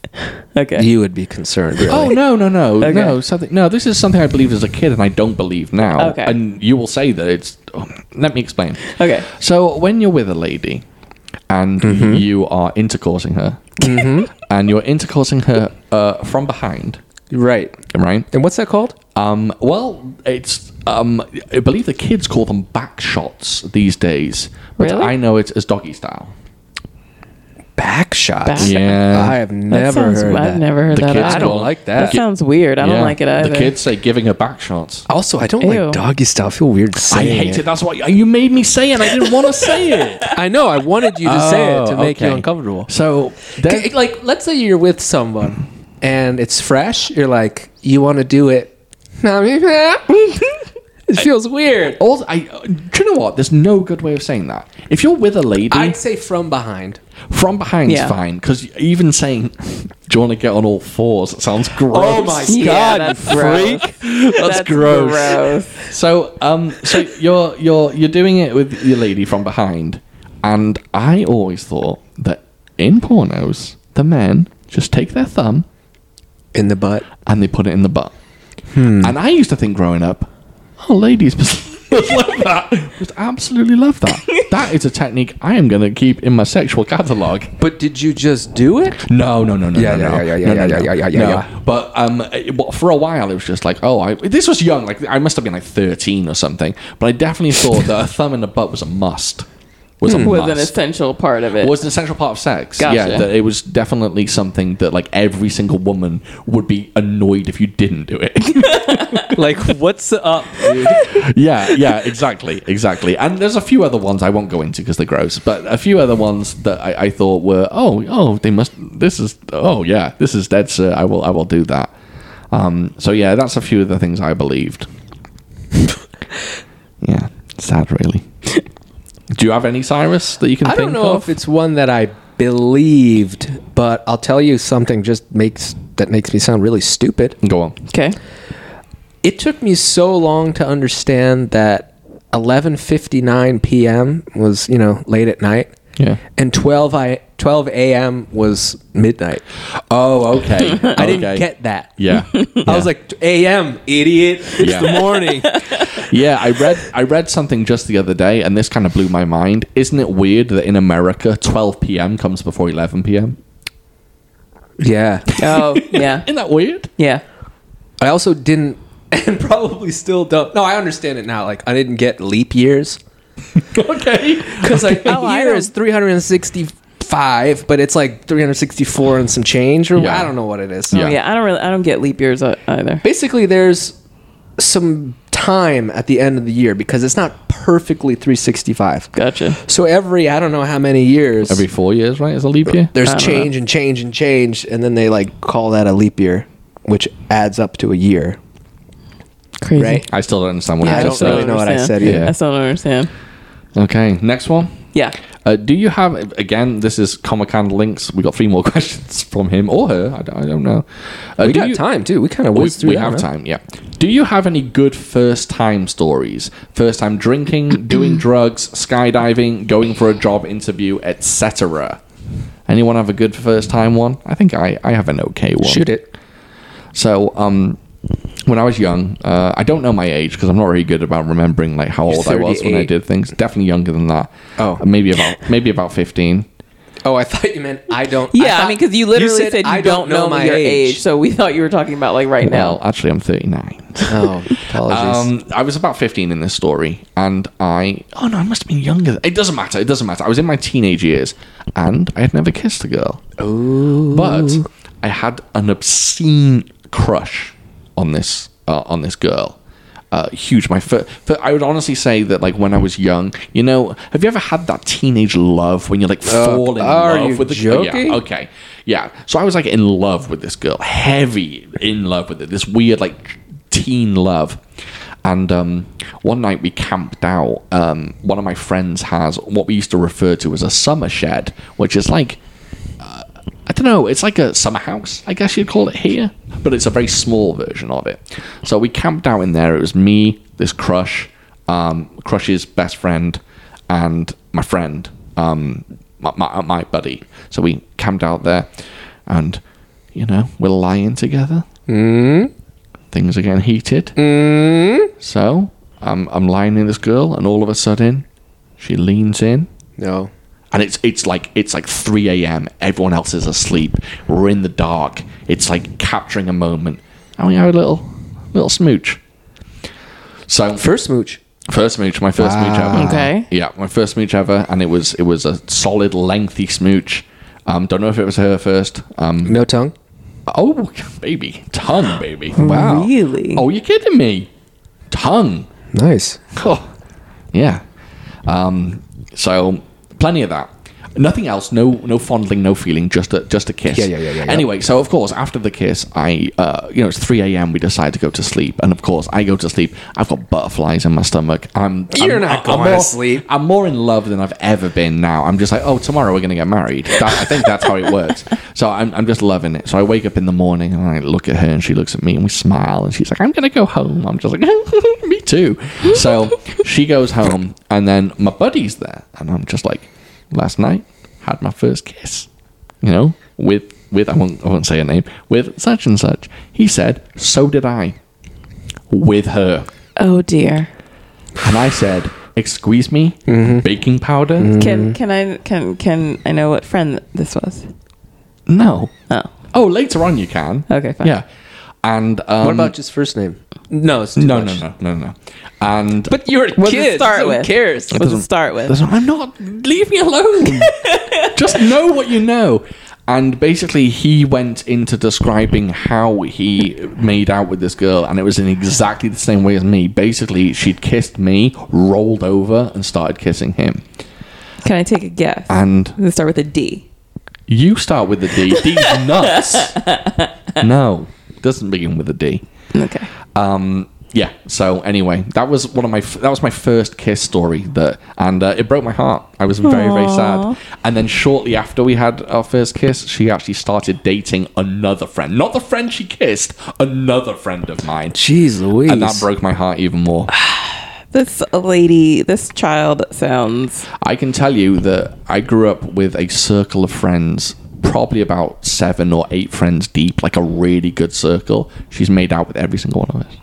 S4: Okay.
S2: you would be concerned. Really.
S1: oh no, no, no,
S4: Okay.
S1: no, something. No, this is something I believed as a kid, and I don't believe now.
S4: Okay.
S1: And you will say that it's. oh, let me explain.
S4: Okay.
S1: So when you're with a lady, and
S4: Mm-hmm.
S1: you are intercoursing her, and you're intercoursing her uh, from behind,
S2: right.
S1: right?
S2: And what's that called?
S1: Um, well, it's um, I believe the kids call them back shots these days, but
S4: Really?
S1: I know it as doggy style.
S2: Back shots.
S4: Back-
S2: I
S1: Yeah,
S2: have never
S4: sounds,
S2: heard
S4: I've
S2: that.
S4: never heard
S1: The
S4: that.
S1: kids
S4: I
S2: I
S4: don't,
S2: don't
S1: Well,
S2: like
S4: that
S2: that.
S4: sounds weird. I
S1: Yeah.
S4: don't like it either.
S1: The kids say giving her back shots.
S2: also, I don't
S4: Ew.
S2: like doggy style. I feel weird
S1: I
S2: saying
S1: hate it. That's why you made me say it. I didn't want to say it.
S2: I know. I wanted you to say it to
S1: Oh,
S2: make you
S1: okay.
S2: uncomfortable.
S1: So there-
S2: Like, let's say you're with someone and it's fresh. You're like, you want to do it. No, I mean, it feels weird.
S1: also, I, do you know what? There's no good way of saying that. If you're with a lady
S2: I'd say from behind.
S1: from behind's
S4: Yeah.
S1: fine because even saying Do you want to get on all fours? It sounds gross.
S4: Oh my Yeah, God, that's you gross.
S1: freak! That's, gross. So, um, so you're you're you're doing it with your lady from behind, and I always thought that in pornos the men just take their thumb
S2: in the butt.
S1: and they put it in the butt. And I used to think growing up, oh, ladies must, must love that. Must absolutely love that. that is a technique I am going to keep in my sexual catalog.
S2: But did you just do it?
S1: No, no, no, no,
S2: Yeah,
S1: no, no.
S2: yeah, yeah, yeah,
S1: No,
S2: yeah,
S1: no,
S2: yeah,
S1: no.
S2: yeah, yeah,
S1: No.
S2: yeah.
S1: But um, it- well, for a while it was just like, oh, I this was young. Like I must have been like thirteen or something. But I definitely thought that a thumb in the butt was a must. Was a
S4: was an
S1: must.
S4: essential part of it.
S1: was an essential part of sex.
S4: Gotcha.
S1: Yeah, that it was definitely something that like every single woman would be annoyed if you didn't do it.
S5: like, what's up? dude?
S1: yeah, yeah, exactly, exactly. And there's a few other ones I won't go into because they're gross, but a few other ones that I, I thought were, oh, oh, they must. This is, oh yeah, this is dead, sir. I will, I will do that. Um, so yeah, that's a few of the things I believed. yeah, sad, really. Do you have any Cyrus that you can
S2: I
S1: think
S2: don't know
S1: of?
S2: if it's one that I believed, but I'll tell you something just makes that makes me sound really stupid.
S1: go on.
S4: okay.
S2: It took me so long to understand that 11:59 p.m. was, you know, late at night.
S1: Yeah.
S2: And 12 I 12 a.m. was midnight.
S1: Oh, okay.
S2: I didn't get that.
S1: Yeah.
S2: I was like a.m. idiot. It's
S1: Yeah.
S2: the morning.
S1: Yeah, I read I read something just the other day, and this kind of blew my mind. Isn't it weird that in America, 12 p.m. comes before 11 p.m.?
S2: yeah.
S4: Oh yeah,
S1: Isn't that weird?
S4: yeah.
S2: I also didn't and probably still don't. No, I understand it now. Like I didn't get leap years.
S1: okay.
S2: Because like a
S1: Oh,
S4: I
S2: year
S4: don't-
S2: is 365, but it's like 364 and some change, or
S1: Yeah.
S2: I don't know what it is.
S1: Yeah.
S4: Oh, yeah. I don't really. I don't get leap years uh, either.
S2: Basically, there's some time at the end of the year because it's not perfectly 365.
S4: Gotcha.
S2: So every I don't know how many years,
S1: Every four years, right? Is a leap year?
S2: there's change and change and change, and then they like call that a leap year, which adds up to a year,
S4: Crazy.
S2: right?
S1: I still don't understand what you
S2: Yeah, I
S1: just
S2: don't
S1: said.
S2: really know what I
S4: understand.
S2: said
S1: either. Yeah.
S4: I still don't understand.
S1: Okay, next one.
S4: Yeah.
S1: Uh, do you have again? This is Comic Con links. We got three more questions from him or her. I, don't- I don't know. Uh,
S2: We
S1: do
S2: got
S1: you-
S2: time too. We kind of
S1: We,
S2: whizzed through.
S1: we
S2: that
S1: have
S2: one, huh?
S1: time, yeah. Do you have any good first time stories? First time drinking, doing drugs, skydiving, going for a job interview, etc. Anyone have a good first time one? I think I, I have an okay one.
S2: Shoot it.
S1: So, um, when I was young, uh, I don't know my age because I'm not really good about remembering like how old I was when I
S2: 38.
S1: did things. Definitely younger than that.
S2: Oh.
S1: maybe about maybe about 15.
S2: Oh, I thought you meant I don't.
S4: Yeah, I,
S2: thought-
S4: mean, because you literally said, you
S2: "I
S4: don't, know, my your age. so we thought you were talking about like right
S1: Well,
S4: now.
S1: actually, I'm 39.
S2: Oh, apologies.
S1: Um, I was about 15 in this story, and I. Oh no, I must have been younger. than- It doesn't matter. It doesn't matter. I was in my teenage years, and I had never kissed a girl. Oh. But I had an obscene crush on this uh, on this girl. Uh, huge. My first, I would honestly say that, like, when I was young, you know, have you ever had that teenage love when you're like fall in
S2: Uh, are
S1: love
S2: you
S1: with the girl?
S2: joking?
S1: Yeah, okay, yeah. So I was like in love with this girl, heavy in love with it. This weird like teen love. And um, one night we camped out. Um, one of my friends has what we used to refer to as a summer shed, which is like I don't know. It's like a summer house, I guess you'd call it here, but it's a very small version of it. So we camped out in there. It was me, this crush, um, crush's best friend, and my friend, um, my, my, my buddy. So we camped out there, and you know we're lying together. Mm. Things are getting heated. So I'm I'm lying in this girl, and all of a sudden, she leans in
S2: no.
S1: and it's it's like it's like 3 a.m. Everyone else is asleep. We're in the dark. It's like capturing a moment, and we have a little little smooch. So
S2: First smooch.
S1: First smooch, my first smooch ever.
S4: Okay.
S1: Yeah, my first smooch ever, and it was it was a solid, lengthy smooch. Um, don't know if it was her first. Um,
S2: No tongue.
S1: oh, baby, tongue, baby. Wow.
S4: Really?
S1: Oh, you kidding me? Tongue.
S2: Nice.
S1: Oh, yeah. Um, so plenty of that. Nothing else. No, no fondling, no feeling. Just a just a kiss.
S2: Yeah, yeah, yeah, yeah, yeah.
S1: Anyway, so of course after the kiss, I uh, you know it's three a.m. We decide to go to sleep, and of course I go to sleep. I've got butterflies in my stomach. I'm I'm-
S2: You're not
S1: I'm- I'm
S2: going to
S1: more-
S2: sleep.
S1: I'm more in love than I've ever been now. I'm just like, oh, tomorrow we're gonna get married. That, I think that's how it works. So I'm I'm just loving it. So I wake up in the morning and I look at her and she looks at me and we smile and she's like, I'm gonna go home. I'm just like, me too. So she goes home and then my buddy's there and I'm just like, last night had my first kiss, you know, with with I won't I won't say her name with such and such. He said, so did I, with her.
S4: Oh dear.
S1: And I said, Excuse me, baking powder?
S4: Can can I can can I know what friend this was?
S1: No.
S4: Oh,
S1: Oh, later on you can.
S4: Okay, fine.
S1: Yeah. And um,
S2: What about his first name? No, it's too
S1: no,
S2: much.
S1: no, no, no, no. And
S5: But you're a
S4: what
S5: kid.
S4: does it start
S5: so
S4: with?
S5: Who cares?
S4: What does it start with?
S1: That's- I'm not. Leave me alone. Just know what you know. And basically, he went into describing how he made out with this girl, and it was in exactly the same way as me. Basically, she'd kissed me, rolled over, and started kissing him.
S4: Can I take a guess?
S1: And
S4: Does it start with a D?
S1: You start with the D. D's nuts. No, doesn't begin with a D.
S4: Okay.
S1: Um, yeah. So anyway, that was one of my f- that was my first kiss story that, and uh, it broke my heart. I was very very sad. And then shortly after we had our first kiss, she actually started dating another friend, not the friend she kissed, another friend of mine,
S2: Jeez Louise.
S1: and that broke my heart even more.
S4: This lady, this child sounds
S1: I can tell you that I grew up with a circle of friends, probably about seven or eight friends deep, like a really good circle. She's made out with every single one of us.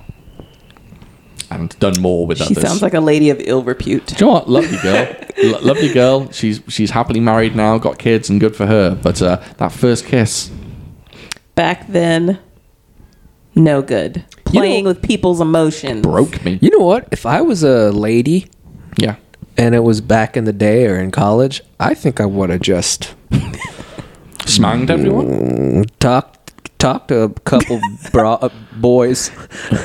S1: And done more with
S4: she
S1: others.
S4: sounds like a lady of ill repute.
S1: Do you know what? Lovely girl. Lo- lovely girl. She's she's happily married now, got kids, and good for her. But uh, that first kiss,
S4: Back then, no good. Playing with people's emotions.
S1: broke me.
S2: you know what? If I was a lady
S1: Yeah.
S2: and it was back in the day or in college, I think I would have just
S1: Smanged everyone.
S2: talked talked to a couple bra- uh, boys.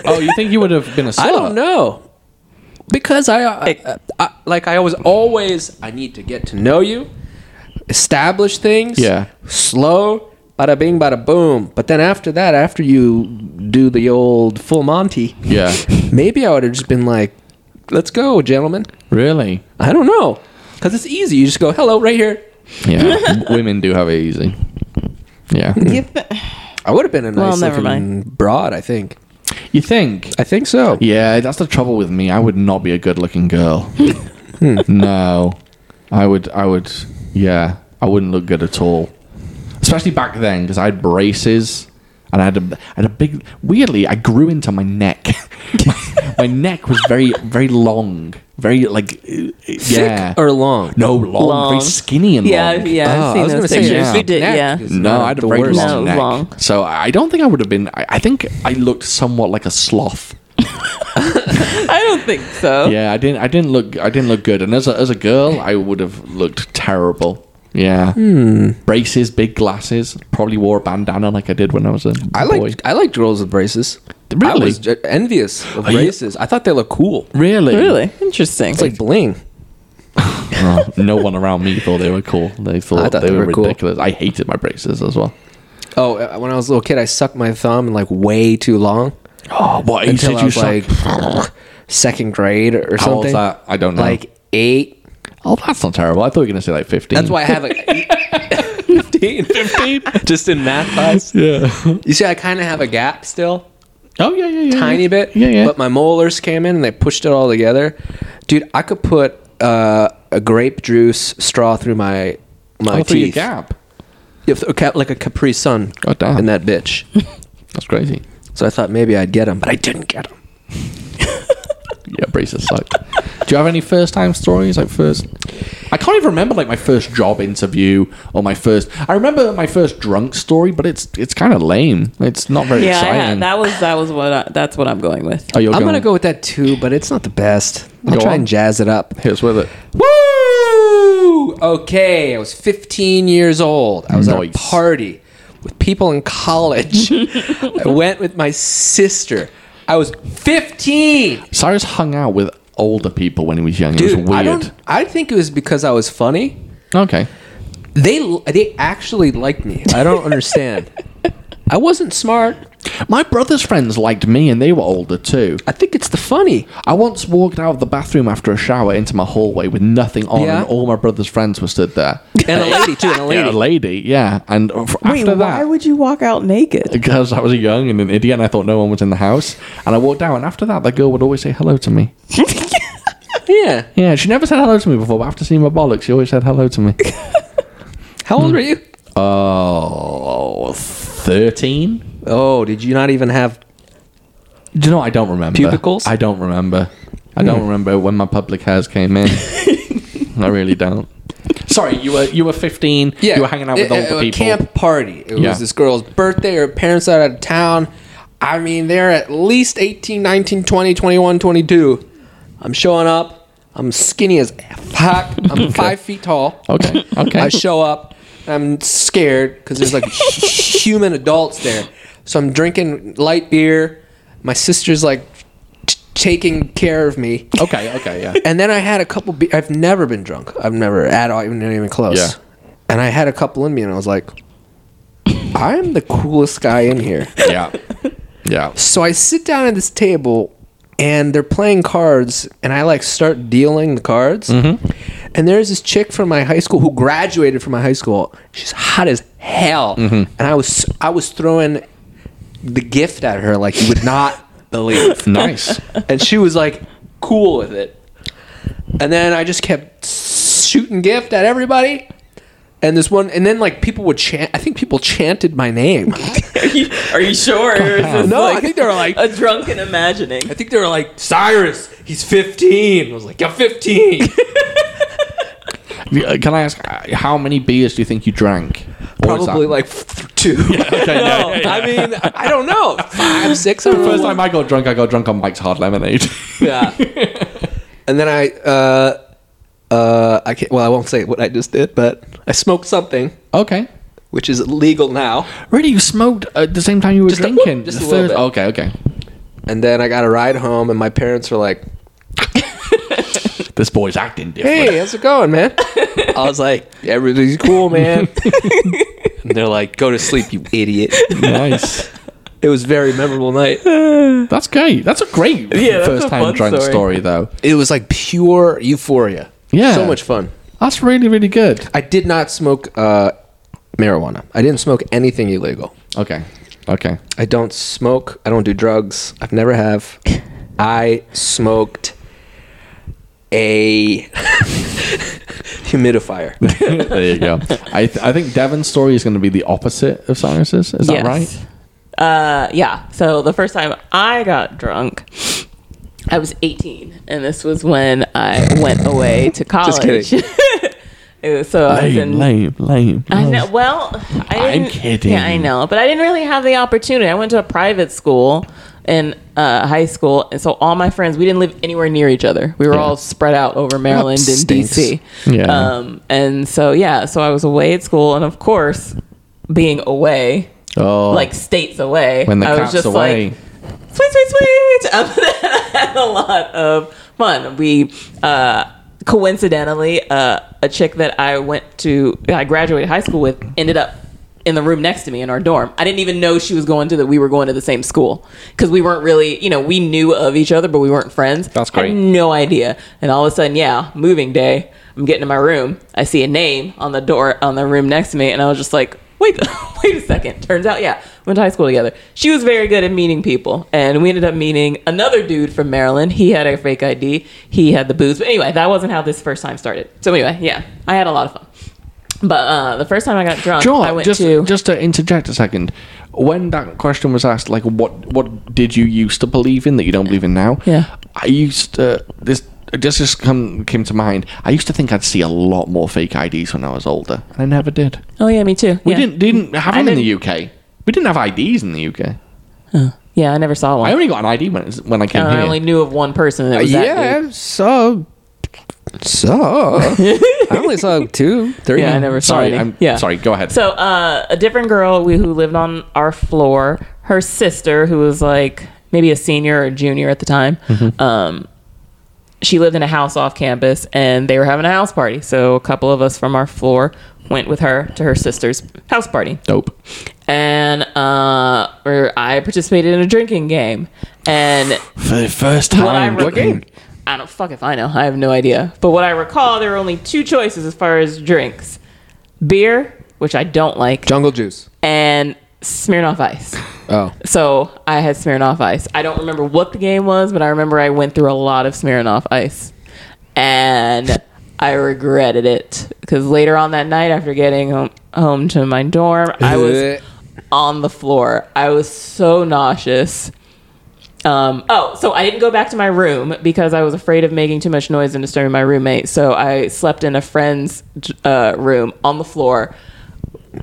S1: Oh, you think you would have been a slut?
S2: I don't know. Because I, I, I, like I was always I need to get to know you, establish things.
S1: Yeah.
S2: Slow, bada bing, bada boom. But then after that, after you do the old full Monty,
S1: Yeah.
S2: maybe I would have just been like, "Let's go, gentlemen."
S1: Really?
S2: I don't know, because it's easy. You just go, "Hello, right here."
S1: Yeah. Women do have it easy. Yeah.
S4: You th-
S2: I would have been a nice
S4: Well, never
S2: looking broad. I think.
S1: You think?
S2: I think so.
S1: Yeah, that's the trouble with me. I would not be a good-looking girl. no, I would. I would. Yeah, I wouldn't look good at all. Especially back then, because I had braces and I had a, I had a big. Weirdly, I grew into my neck. my, my neck was very, very long, very like, uh, yeah,
S2: Thick or long?
S1: no long,
S4: Long.
S1: very skinny and
S4: yeah,
S1: long.
S4: yeah.
S2: Oh, I
S4: I've seen
S2: was
S4: those
S2: gonna say,
S4: pictures.
S1: yeah.
S4: We did,
S2: Neck
S4: yeah.
S2: is-
S1: No, I had a
S2: The
S1: very
S2: worst.
S1: long
S4: No,
S1: neck.
S4: long.
S1: So I don't think I would have been. I, I think I looked somewhat like a sloth.
S4: I don't think so.
S1: Yeah, I didn't. I didn't look. I didn't look good. And as a, as a girl, I would have looked terrible. Yeah,
S2: Hmm.
S1: braces, big glasses. Probably wore a bandana like I did when I was a
S2: I
S1: boy.
S2: like I liked girls with braces.
S1: Really?
S2: I was j- envious of
S1: you-
S2: braces. I thought they looked cool.
S1: Really,
S4: Really interesting.
S2: It's like bling.
S1: Oh, no one around me thought they were cool. They thought, they, were,
S2: cool.
S1: ridiculous. I hated my braces as well.
S2: Oh, uh, when I was a little kid, I sucked my thumb like way too long
S1: Oh, what
S2: until I was like second grade or
S1: How old's
S2: something.
S1: that? I don't know.
S2: Like eight.
S1: oh, that's not terrible. I thought you were gonna say like fifteen.
S2: That's why I have a fifteen.
S5: Just in math class.
S1: Yeah.
S2: You see, I kind of have a gap still,
S1: Oh yeah, yeah, yeah.
S2: tiny
S1: yeah.
S2: bit.
S1: Yeah, yeah.
S2: But my molars came in and they pushed it all together. Dude, I could put uh, a grape juice straw through my my
S1: oh, through your Oh,
S2: teeth.
S1: gap.
S2: Yeah, a cap- like a Capri Sun
S1: God damn.
S2: in that bitch.
S1: That's crazy.
S2: so I thought maybe I'd get him, but I didn't get him.
S1: Yeah, braces sucked. Do you have any first time stories? Like first, I can't even remember like my first job interview or my first. I remember my first drunk story, but it's it's kind of lame. It's not very
S4: yeah, I
S1: exciting.
S4: had, that was that was what I, that's what I'm going with.
S1: oh, you're
S2: I'm
S1: going,
S2: gonna go with that too, but it's not the best. I'll
S1: Go
S2: try
S1: on.
S2: and jazz it up.
S1: Here's with it.
S2: Woo! Okay, I was 15 years old. I was
S1: Nice.
S2: at a party with people in college. I went with my sister. I was 15.
S1: Cyrus hung out with older people when he was young. it was
S2: I
S1: weird.
S2: don't. I think it was because I was funny.
S1: Okay.
S2: They they actually liked me. I don't understand. I wasn't smart.
S1: My brother's friends liked me and they were older too.
S2: I think it's the funny.
S1: I once walked out of the bathroom after a shower into my hallway with nothing on
S2: Yeah.
S1: and all my brother's friends were stood there.
S2: And a lady too. And a lady.
S1: Yeah, a lady, yeah. And f-
S6: Wait,
S1: after
S6: why
S1: that,
S6: would you walk out naked?
S1: because I was young and an idiot and I thought no one was in the house, and I walked out and after that, the girl would always say hello to me.
S2: Yeah.
S1: Yeah, she never said hello to me before, but after seeing my bollocks, she always said hello to me.
S2: How old were you?
S1: Oh, 13?
S2: Oh, did you not even have?
S1: Do you know what? I don't remember?
S2: Pubicles? Hmm.
S1: I don't remember. I don't remember when my public hairs came in. I really don't. Sorry, you were you were 15. You were hanging out with
S2: a,
S1: older
S2: Eh, a,
S1: people.
S2: A Uh, camp party. It
S1: Yeah.
S2: was this girl's birthday. Her parents out of town. I mean, they're at least 18, 19, 20, 21, 22. I'm showing up. I'm skinny as fuck. I'm five feet tall.
S1: Okay. Okay.
S2: I show up. I'm scared because there's like hu- human adults there. So I'm drinking light beer. My sister's like t- taking care of me.
S1: okay. Okay. Yeah.
S2: And then I had a couple. Be- I've never been drunk. I've never at all, even not even close.
S1: Yeah.
S2: And I had a couple in me, and I was like, I'm the coolest guy in here.
S1: Yeah. Yeah.
S2: So I sit down at this table, and they're playing cards, and I like start dealing the cards. And there's this chick from my high school who graduated from my high school. She's hot as hell, and I was I was throwing the gift at her like you would not believe
S1: Nice.
S2: and she was like cool with it. And then I just kept shooting gift at everybody. And this one, and then like people would chant. I think people chanted my name.
S6: Are you sure? Or is this
S2: No, I
S6: like
S2: think they were like,
S6: a drunken imagining?
S2: I think they were like, Cyrus, he's 15. I was like, you're 15.
S1: Uh, Can I ask uh, how many beers do you think you drank? Or was that-
S2: Probably like f- two.
S1: Okay, yeah, yeah, yeah.
S2: I mean, I don't know. Five, six. I
S1: The
S2: don't
S1: first
S2: know.
S1: time I got drunk, I got drunk on Mike's hard lemonade.
S2: Yeah. and then I, uh, uh, I can't, well, I won't say what I just did, but I smoked something,
S1: okay.
S2: which is legal now.
S1: Really, you smoked at the same time you were
S2: Just a-
S1: drinking?
S2: just
S1: The
S2: a little
S1: third-
S2: bit.
S1: Okay. Okay.
S2: And then I got a ride home, and my parents were like,
S1: This boy's acting different.
S2: "Hey, how's it going, man?" I was like, "Everything's cool, man." and they're like, "Go to sleep, you idiot."
S1: Nice.
S2: It was a very memorable night.
S1: That's great. That's a great
S6: Yeah, that's
S1: first
S6: a
S1: time
S6: fun
S1: drunk story.
S6: story.
S1: though.
S2: It was like pure euphoria.
S1: Yeah.
S2: so much fun.
S1: That's really, really good.
S2: I did not smoke uh, marijuana. I didn't smoke anything illegal.
S1: Okay. Okay.
S2: I don't smoke. I don't do drugs. I've never have. I smoked a humidifier.
S1: there you go. I, th- I think Devin's story is going to be the opposite of Cyrus's. Is that right?
S4: Uh, yeah. So the first time I got drunk, I was 18, and this was when I went away to college.
S2: kidding.
S4: it was, so I was in.
S1: lame, lame.
S4: I know. Well, I
S1: Oh. I'm
S4: didn't-
S1: kidding.
S4: Yeah, I know, but I didn't really have the opportunity. I went to a private school in uh, high school, and so all my friends we didn't live anywhere near each other. We were
S1: Yeah.
S4: all spread out over Maryland and
S2: stinks.
S4: DC.
S1: Yeah.
S4: Um, and so yeah, so I was away at school, and of course, being away
S1: Oh,
S4: like states away.
S1: when the
S4: I
S1: cat's away.
S4: like, sweet, sweet, sweet. Um, I had a lot of fun. We uh, coincidentally, uh, a chick that I went to, I graduated high school with, ended up in the room next to me in our dorm. I didn't even know she was going to that. We were going to the same school because we weren't really, you know, we knew of each other, but we weren't friends.
S1: That's
S4: Had
S1: great.
S4: no idea. And all of a sudden, yeah, moving day. I'm getting to my room. I see a name on the door on the room next to me, and I was just like, wait, wait a second. Turns out, yeah, went to high school together. She was very good at meeting people, and we ended up meeting another dude from Maryland. He had a fake ID. He had the booze. But anyway, that wasn't how this first time started. So anyway, yeah, I had a lot of fun. But uh, the first time I got drunk,
S1: Sure.
S4: I went
S1: just,
S4: to
S1: just to interject a second, when that question was asked, like, what what did you used to believe in that you don't believe in now?
S4: Yeah.
S1: I used to this. This just come came to mind. I used to think I'd see a lot more fake IDs when I was older, and I never did.
S4: oh yeah, me too.
S1: We
S4: yeah.
S1: didn't didn't have
S4: I
S1: them in the UK. We didn't have IDs in the UK.
S4: Yeah, I never saw
S1: I
S4: one.
S1: only got an ID when when I came
S4: And Oh, I
S1: here.
S4: only knew of one person, and it was that dude.
S2: so so I only saw two, three.
S4: Yeah, I never saw
S1: sorry,
S4: any.
S1: I'm
S4: yeah.
S1: sorry. Go ahead.
S4: So uh, a different girl we, who lived on our floor, her sister, who was like maybe a senior or junior at the time, um, she lived in a house off campus and they were having a house party. So a couple of us from our floor went with her to her sister's house party.
S1: Dope.
S4: And uh, or I participated in a drinking game. And
S1: For the first
S4: what I
S1: time.
S4: recall, I don't fuck if I know. I have no idea. But what I recall, there were only two choices as far as drinks: beer, which I don't like,
S2: Jungle Juice.
S4: and Smirnoff Ice.
S2: Oh,
S4: So I had Smirnoff Ice. I don't remember what the game was, but I remember I went through a lot of Smirnoff Ice, and I regretted it because later on that night, after getting home, home to my dorm, I was on the floor. I was so nauseous. Um, oh, so I didn't go back to my room because I was afraid of making too much noise and disturbing my roommate. So I slept in a friend's uh, room on the floor,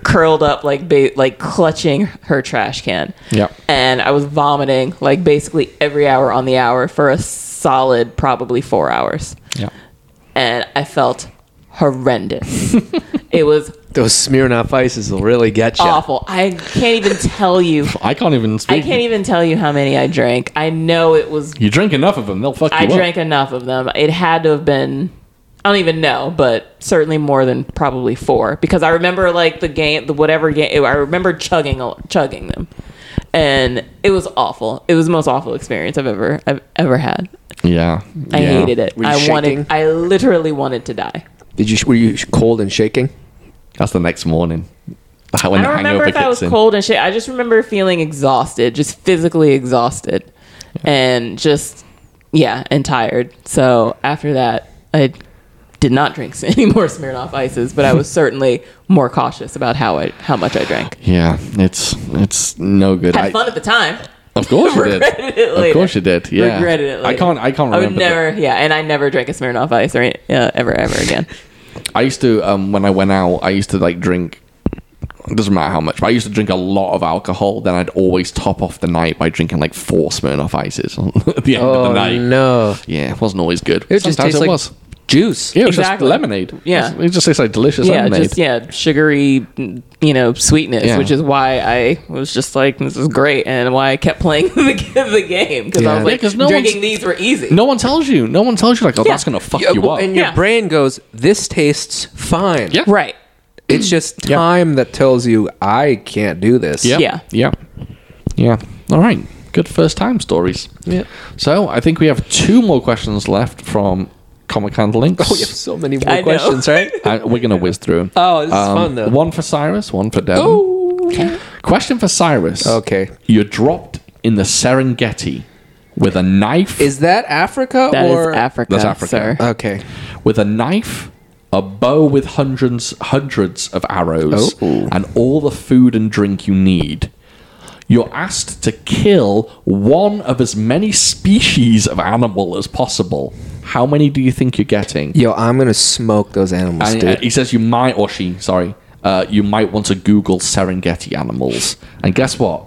S4: curled up like ba- like clutching her trash can.
S1: Yep.
S4: And I was vomiting like basically every hour on the hour for a solid probably four hours,
S1: Yeah.
S4: and I felt horrendous. it was
S2: those Smirnoff ices will really get you.
S4: awful. I can't even tell you.
S1: I can't even
S4: I
S1: speak.
S4: can't even tell you how many I drank. I know it was
S1: You drink enough of them, they'll fuck
S4: I
S1: you
S4: drank enough of them. It had to have been I don't even know, but certainly more than probably four because I remember like the game, the whatever game. I remember chugging, a- chugging them, and it was awful. It was the most awful experience I've ever, I've ever had.
S1: up. Yeah.
S4: I
S1: yeah.
S4: hated it.
S2: Were you
S4: I
S2: shaking?
S4: wanted. I literally wanted to die.
S2: Did you? Were you cold and shaking?
S1: That's the next morning. When
S4: I
S1: the
S4: don't remember
S1: hangover
S4: if I
S1: kicks
S4: was
S1: in.
S4: cold and shit. I just remember feeling exhausted, just physically exhausted, and just yeah, and tired. So after that, I did not drink any more Smirnoff ices, but I was certainly more cautious about how I how much I drank.
S1: Yeah, it's it's no good.
S4: Had
S1: I,
S4: fun at the time.
S1: of course you did.
S4: Regretted it
S1: Of
S4: later.
S1: course you did. Yeah.
S4: Regretted it. Later.
S1: I can't. I can't
S4: I
S1: remember.
S4: would
S1: the-
S4: never. Yeah, and I never drank a Smirnoff ice or any- uh, ever ever again.
S1: I used to um, when I went out, I used to like drink. It doesn't matter how much, but I used to drink a lot of alcohol. Then I'd always top off the night by drinking like four Smirnoff ices at the end of the night.
S2: Oh, no!
S1: Yeah, Oh, it wasn't always good.
S2: It just
S1: Sometimes
S2: tastes
S1: it
S2: like
S1: was.
S2: juice.
S1: Yeah, it was
S4: Exactly.
S1: just lemonade.
S4: Yeah.
S1: it just tastes like delicious
S4: yeah,
S1: lemonade.
S4: just yeah, sugary, you know, sweetness,
S1: Yeah.
S4: which is why I was just like, this is great, and why I kept playing the, the game because
S1: Yeah.
S4: I was
S1: Yeah,
S4: like,
S1: 'cause no
S4: drinking
S1: one's-
S4: these were easy.
S1: No one tells you. No one tells you like, oh,
S4: Yeah.
S1: that's gonna fuck you
S2: well,
S1: up.
S2: and your
S4: Yeah.
S2: brain goes, "This tastes fine."
S1: Yeah.
S4: right?
S2: It's just time that tells you I can't do this.
S1: Yeah.
S4: Yeah.
S1: Yeah. Yeah. All right. Good first time stories.
S2: Yeah.
S1: So I think we have two more questions left from Comic Handle Links.
S2: Oh, you have so many more
S4: I know.
S2: questions, right?
S1: I, we're gonna whiz through 'em. Um,
S2: Oh, this is fun, though. Oh.
S1: One for Cyrus, one for Devon. Question for Cyrus.
S2: Okay.
S1: You're dropped in the Serengeti with a knife.
S2: Is that Africa
S4: That is
S2: or
S4: Africa,
S1: That's Africa. Uh,
S4: sir.
S2: Okay.
S1: with a knife, a bow with hundreds hundreds of arrows,
S2: Oh.
S1: and all the food and drink you need. You're asked to kill one of as many species of animal as possible. How many do you think you're getting?
S2: Yo, I'm gonna smoke those animals,
S1: And,
S2: dude.
S1: uh, he says you might, or she, sorry, uh, you might want to Google Serengeti animals. And guess what?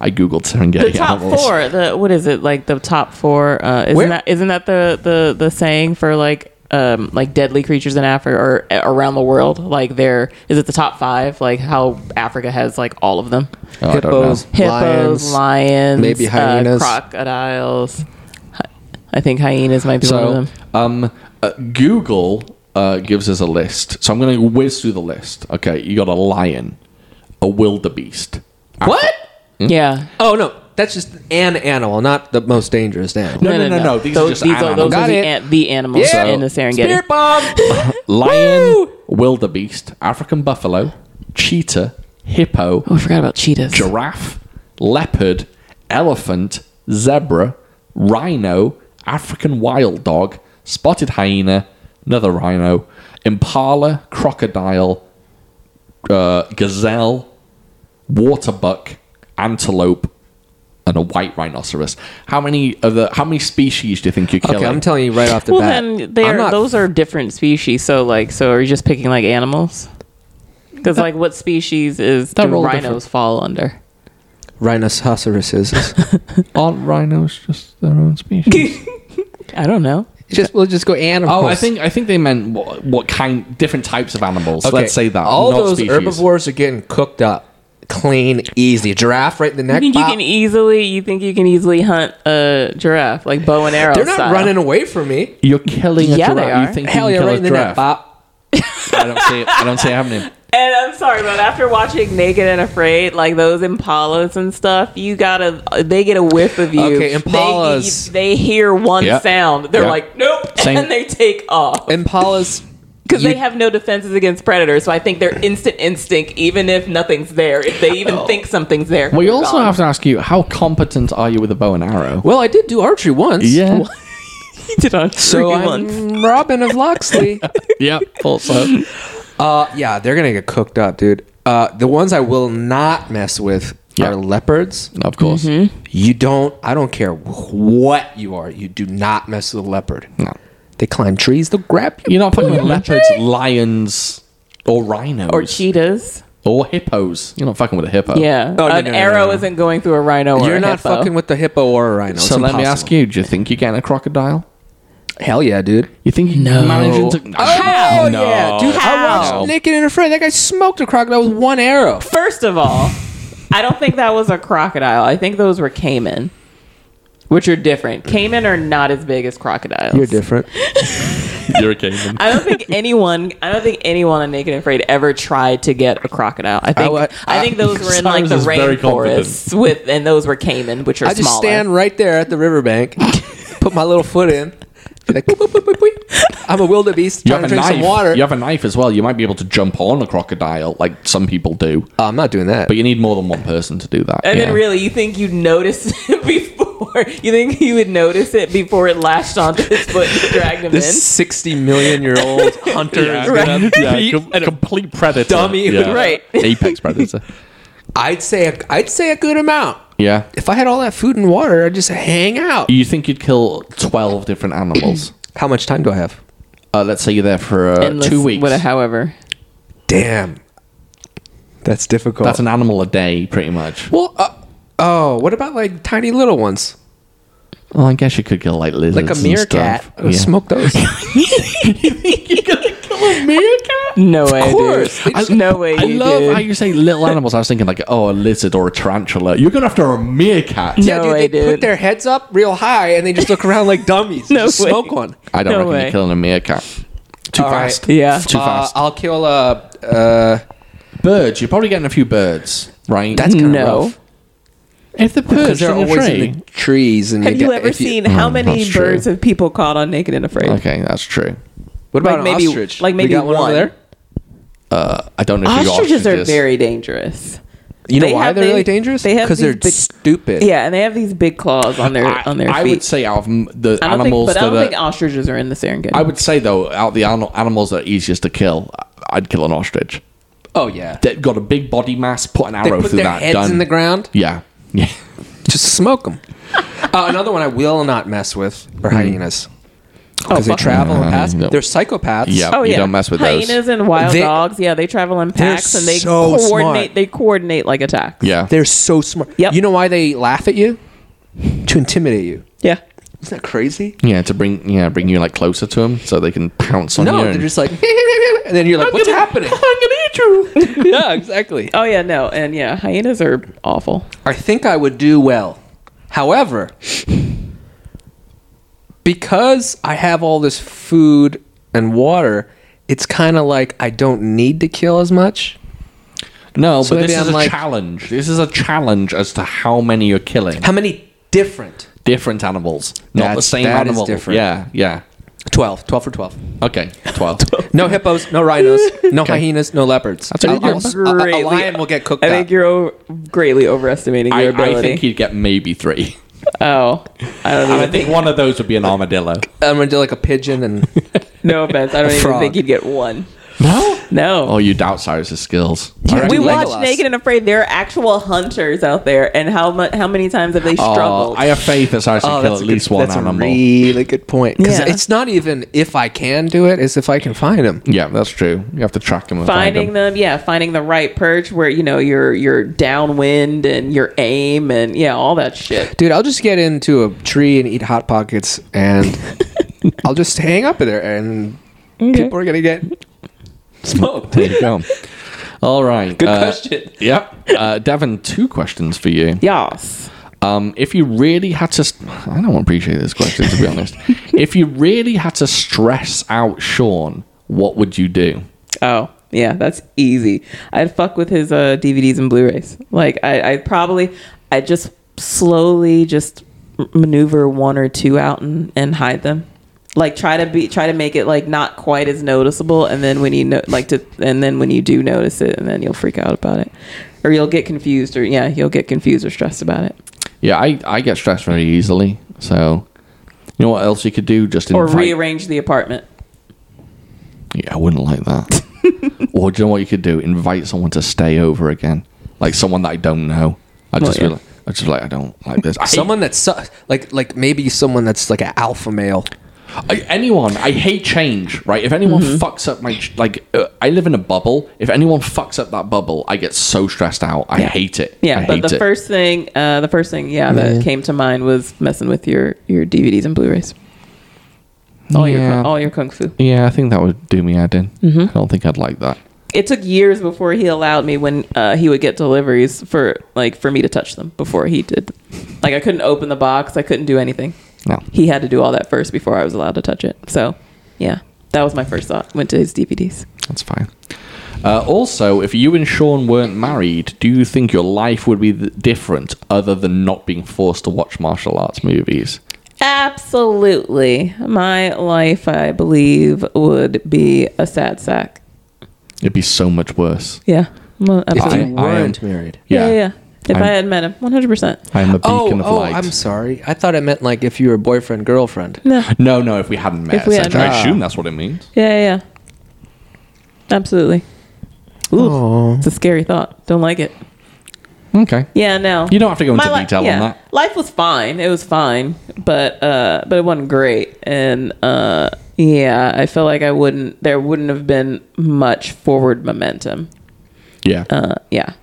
S1: I Googled
S4: The
S1: Serengeti
S4: top
S1: animals.
S4: four. The what is it like? The top four. Uh, isn't
S2: Where-
S4: that isn't that the the the saying for like um like deadly creatures in Africa or uh, around the world? Like there is it the top five? Like how Africa has like all of them.
S1: Oh, I don't know.
S2: Hippos,
S4: hippos, lions,
S2: lions. maybe
S4: uh,
S2: hyenas.
S4: crocodiles. Hy- I think hyenas might be one
S1: So,
S4: of them.
S1: um, uh, Google uh, gives us a list. So I'm going to whiz through the list. Okay, you got a lion, a wildebeest.
S2: What?
S4: Yeah,
S2: Oh no, that's just an animal, not the most dangerous animal.
S1: No, no, no, no. These are just
S4: those
S1: animals.
S4: are
S2: Got
S4: the,
S2: it.
S4: an- the animals
S2: Yeah.
S4: in the Serengeti.
S2: Spirit bomb.
S1: Lion, wildebeest, African buffalo, cheetah, hippo,
S4: oh, I forgot about cheetahs.
S1: giraffe, leopard, elephant, zebra, rhino, African wild dog, spotted hyena, another rhino, impala, crocodile, uh, gazelle, waterbuck, antelope, and a white rhinoceros. How many of the how many species do you think you're killing?
S2: okay, I'm telling you right off the
S4: well,
S2: bat.
S4: then they
S2: I'm
S4: are,
S2: not-
S4: those are different species. So, like, so are you just picking like animals? Because, like, what species is do
S1: They're all
S4: rhinos
S1: different.
S4: fall under?
S2: rhinoceroses.
S1: Aren't rhinos just their own species?
S4: I don't know.
S2: just we'll just go animals.
S1: oh, I think I think they meant what, what kind different types of animals. Let's say that
S2: all
S1: not
S2: those
S1: species.
S2: herbivores are getting cooked up. clean, easy. Giraffe right in the
S3: You
S2: neck.
S3: think you
S2: pop.
S3: can easily? You think you can easily hunt a giraffe like bow and arrow?
S2: They're not
S3: style.
S2: running away from me.
S1: You're killing a
S3: Yeah, they
S1: giraffe.
S3: are.
S1: You think
S2: Hell
S1: you
S2: yeah,
S1: can
S2: right
S1: kill
S2: in
S1: a
S2: the neck.
S1: giraffe?
S2: Bop.
S1: I don't see it. I don't see it happening.
S3: And I'm sorry, but after watching Naked and Afraid, like those impalas and stuff, you gotta. They get a whiff of you.
S2: Okay,
S3: They-
S2: impalas.
S3: They, hear one
S1: Yep.
S3: sound. They're
S1: Yep.
S3: like, nope,
S1: Same-
S3: and they take off.
S2: Impalas.
S3: because they
S2: You-
S3: have no defenses against predators. So I think their instant instinct, even if nothing's there, if they even
S2: Oh.
S3: think something's there,
S1: Well, you
S3: they're
S1: also
S3: gone.
S1: have to ask you, how competent are you with a bow and arrow?
S2: Well, I did do archery once.
S1: Yeah.
S3: He did on
S2: So
S3: three
S2: I'm
S3: months.
S2: Robin of Loxley.
S1: yeah. Also,
S2: uh, yeah, they're gonna get cooked up, dude. Uh, the ones I will not mess with
S1: Yeah.
S2: are leopards.
S1: of course.
S2: You don't. I don't care wh- what you are. You do not mess with a leopard.
S1: No.
S2: They climb trees. They'll grab you.
S1: You're not fucking with leopards, lions, Mm-hmm. or rhinos,
S3: or cheetas.
S1: or hippos. You're not fucking with a hippo.
S3: Yeah,
S2: Oh, no,
S3: an
S2: no, no,
S3: arrow
S2: no.
S3: isn't going through a rhino. Or
S2: You're
S3: a
S2: not
S3: hippo.
S2: fucking with the hippo or a rhino.
S1: So let me ask you: Do you think you're getting a crocodile?
S2: Hell yeah, dude.
S1: You think you're
S3: No.
S1: managing to?
S2: Oh yeah, dude. I
S3: How?
S2: watched Naked and Afraid. That guy smoked a crocodile with one arrow.
S3: First of all, I don't think that was a crocodile. I think those were caiman, which are different. Caiman are not as big as crocodiles.
S2: different.
S1: You're a caveman.
S3: I don't think anyone. I don't think anyone on Naked and Afraid ever tried to get a crocodile. I think. I,
S2: wa-
S3: think those were in like
S1: Cyrus
S3: the
S1: is very
S3: rainforests with, and those were caiman, which are
S2: I just
S3: smaller.
S2: stand right there at the riverbank, put my little foot in. Like, boop, boop, boop, boop, boop. I'm a wildebeest
S1: You
S2: trying
S1: have
S2: to
S1: a
S2: drink
S1: knife.
S2: some water.
S1: You have a knife as well. You might be able to jump on a crocodile, like some people do,
S2: Oh, I'm not doing that.
S1: but you need more than one person to do that.
S3: and
S1: yeah.
S3: then really, you think you'd notice it before? You think you would notice it before it lashed onto his foot and dragged him
S2: this 60 million year old hunter is
S1: Right.
S2: gonna
S1: Yeah,
S2: be
S1: com- complete predator,
S2: dummy.
S1: Yeah.
S3: Right.
S1: apex predator.
S2: I'd say a, I'd say a good amount.
S1: Yeah.
S2: If I had all that food and water, I'd just hang out.
S1: You think you'd kill twelve different animals?
S2: How much time do I have?
S1: Uh, let's say you're there for uh,
S3: in. Endless-
S1: two weeks.
S3: what- however,
S2: Damn, that's difficult.
S1: That's an animal a day, pretty much.
S2: well, uh, oh, what about like tiny little ones,
S1: Well, I guess you could kill like lizards,
S2: like a
S1: and
S2: meerkat?
S1: stuff. Yeah.
S2: Smoke those.
S3: no way,
S2: Of course.
S3: dude.
S2: They just-
S3: no way,
S1: I
S3: you
S1: love
S3: did.
S1: how you say little animals. I was thinking like, oh, a lizard or a tarantula. You're going after a meerkat.
S3: No.
S2: Yeah, dude,
S3: way,
S2: they put
S3: dude.
S2: their heads up real high and they just look around like dummies.
S3: No
S2: just
S3: way.
S2: smoke one.
S1: I don't
S3: No
S1: reckon
S3: way.
S1: you're killing a meerkat. Too
S2: All
S1: fast.
S2: right.
S3: Yeah.
S1: Too fast.
S2: Uh, I'll kill a. Uh,
S1: birds. You're probably getting a few birds, right?
S2: that's kind of
S3: No.
S2: rough.
S1: if the
S2: because
S1: birds
S2: they're
S1: are in the
S2: always
S1: tree.
S2: in the trees. And
S4: Have you
S2: get-
S4: ever
S2: if
S4: seen how
S1: Mm,
S4: many
S1: that's true.
S4: birds have people caught on Naked and Afraid?
S1: Okay, that's true.
S2: What about
S4: like
S2: an
S4: maybe-
S2: ostrich?
S4: like
S2: They
S4: maybe
S2: got one, over
S4: one.
S2: there.
S1: Uh, I don't know if you got
S4: Ostriches are
S1: ostriches.
S4: very dangerous.
S2: You know
S4: They
S2: why
S4: have
S2: they're really
S4: these-
S2: dangerous?
S4: they have
S2: because they're
S4: these big-
S2: stupid.
S4: Yeah, and they have these big claws on their
S1: I,
S4: on their
S1: I
S4: feet.
S1: would say out of m- the
S4: I don't
S1: animals
S4: think, but I don't
S1: that are,
S4: think ostriches are in the Serengeti.
S1: I would say though, out of the an- animals that are easiest to kill, I'd kill an ostrich.
S2: Oh yeah.
S1: That got a big body mass, put an
S2: They
S1: arrow
S2: put
S1: through
S2: their
S1: that.
S2: heads
S1: done.
S2: in the ground.
S1: Yeah, yeah.
S2: Just smoke them. uh, another one I will not mess with are hyenas because they
S4: Oh, fuck.
S2: travel and pass.
S1: no.
S2: They're psychopaths.
S1: Yeah.
S4: Oh
S1: you
S4: yeah,
S1: don't mess with
S4: hyenas
S1: those.
S4: and wild
S2: They-
S4: dogs. Yeah, they travel in
S2: They're
S4: packs and they
S2: so
S4: coordinate.
S2: smart.
S4: They coordinate like attacks.
S1: Yeah.
S2: They're so smart.
S4: Oh. Yep.
S2: You know why they laugh at you? To intimidate you.
S4: yeah.
S2: Isn't that crazy?
S1: Yeah, to bring yeah, bring you like closer to them so they can pounce on you.
S2: No, they're
S1: and-
S2: just like, and then you're like, what's happening? yeah, exactly.
S4: Oh yeah, no, and yeah, hyenas are awful.
S2: I think I would do well. However, because I have all this food and water, it's kind of like I don't need to kill as much.
S1: no,
S2: So
S1: but
S2: maybe
S1: this is
S2: I'm
S1: a
S2: like-
S1: challenge. This is a challenge as to how many you're killing.
S2: How many different?
S1: Different animals, not the
S2: That's-
S1: same
S2: that is
S1: animal.
S2: different.
S1: Yeah, yeah.
S2: 12. 12 for 12.
S1: Okay, twelve.
S2: No hippos, no rhinos, no hyenas, no leopards. Uh,
S1: That's a good
S2: I'll-
S1: number.
S2: I'll- a- a
S4: Greatly-
S2: lion will get cooked
S4: I
S2: up.
S4: think you're o- greatly overestimating
S1: I,
S4: your
S1: I
S4: ability.
S1: think you'd get maybe three.
S4: oh, I don't
S1: And I
S4: even
S1: think one of those would be an armadillo.
S2: I'm going to do like a pigeon and
S4: No offense, I don't even
S2: Frog.
S4: think you'd get one.
S1: No.
S4: No.
S1: Oh, you doubt Cyrus's skills.
S2: Yeah,
S4: we
S2: do
S4: watch
S2: Legolas.
S4: Naked and Afraid. There are actual hunters out there, and how much? How many times have they
S1: Oh,
S4: struggled?
S1: I have faith that Cyrus can kill at
S2: a
S1: least
S2: good,
S1: one
S2: Oh, that's
S1: animal.
S2: a really good point. 'Cause
S4: Yeah.
S2: it's not even if I can do it, it's if I can find him.
S1: yeah, that's true. You have to track him and
S4: finding
S1: find him.
S4: them, yeah, finding the right perch where you know your your downwind and your aim and yeah, all that shit.
S2: Dude, I'll just get into a tree and eat hot pockets, and I'll just hang up there, and people are gonna get smoked.
S1: There you go. All right.
S5: Good
S1: uh,
S5: question.
S1: Yep. Uh, Devin, two questions for you.
S4: Yes.
S1: Um, if you really had to, st- I don't appreciate this question to be honest. if you really had to stress out Sean, what would you do?
S4: Oh, yeah, that's easy. I'd fuck with his uh, DVDs and Blu-rays. Like I, I probably, I just slowly just maneuver one or two out and, and hide them. Like try to be try to make it like not quite as noticeable, and then when you know like to, and then when you do notice it, and then you'll freak out about it, or you'll get confused, or yeah, you'll get confused or stressed about it,
S1: Yeah, I, I get stressed very easily. So, you know what else you could do? Just
S4: or
S1: invite-
S4: rearrange the apartment.
S1: Yeah, I wouldn't like that. or do you know what you could do? Invite someone to stay over again, like someone that I don't know. I
S4: Well,
S1: just
S4: yeah.
S1: feel like, I just feel like I don't like this. I hate-
S2: Someone that's su- like like maybe someone that's like an alpha male.
S1: I, anyone. I hate change. Right? If anyone
S4: Mm-hmm.
S1: fucks up my ch- like, uh, I live in a bubble. If anyone fucks up that bubble, I get so stressed out. I hate it.
S4: Yeah,
S1: I hate
S4: but the
S1: it.
S4: first thing, uh, the first thing, yeah, that came to mind was messing with your your DVDs and Blu-rays. All
S1: Yeah.
S4: your all your kung fu.
S1: Yeah, I think that would do me ad in.
S4: Mm-hmm.
S1: I don't think I'd like that.
S4: It took years before he allowed me when uh, he would get deliveries for like for me to touch them before he did. Like I couldn't open the box, I couldn't do anything.
S1: No.
S4: He had to do all that first before I was allowed to touch it. So, yeah, that was my first thought. Went to his DVDs.
S1: That's fine. Uh, also, if you and Sean weren't married, do you think your life would be th- different other than not being forced to watch martial arts movies?
S4: Absolutely, my life, I believe, would be a sad sack.
S1: It'd be so much worse.
S4: Yeah, Well,
S2: If
S4: absolutely.
S1: I-
S2: you weren't
S1: I am-
S2: married.
S4: Yeah, yeah. yeah. If i
S1: I'm-
S4: had met him, one hundred percent.
S1: I am a
S2: Oh,
S1: beacon of
S2: oh,
S1: light.
S2: I'm sorry. I thought I meant like if you were boyfriend girlfriend.
S4: No.
S1: no, no, if we hadn't met,
S4: If we
S1: essentially.
S2: hadn't-
S1: I assume that's what it means.
S4: Yeah, yeah, yeah. Absolutely. Ooh, it's a scary thought. Don't like it.
S1: Okay.
S4: Yeah, no.
S1: You don't have to go into
S4: li-
S1: detail on that.
S4: Life was fine. It was fine, but uh, but it wasn't great, and uh, yeah, I feel like I wouldn't. There wouldn't have been much forward momentum.
S1: Yeah.
S4: Uh, yeah.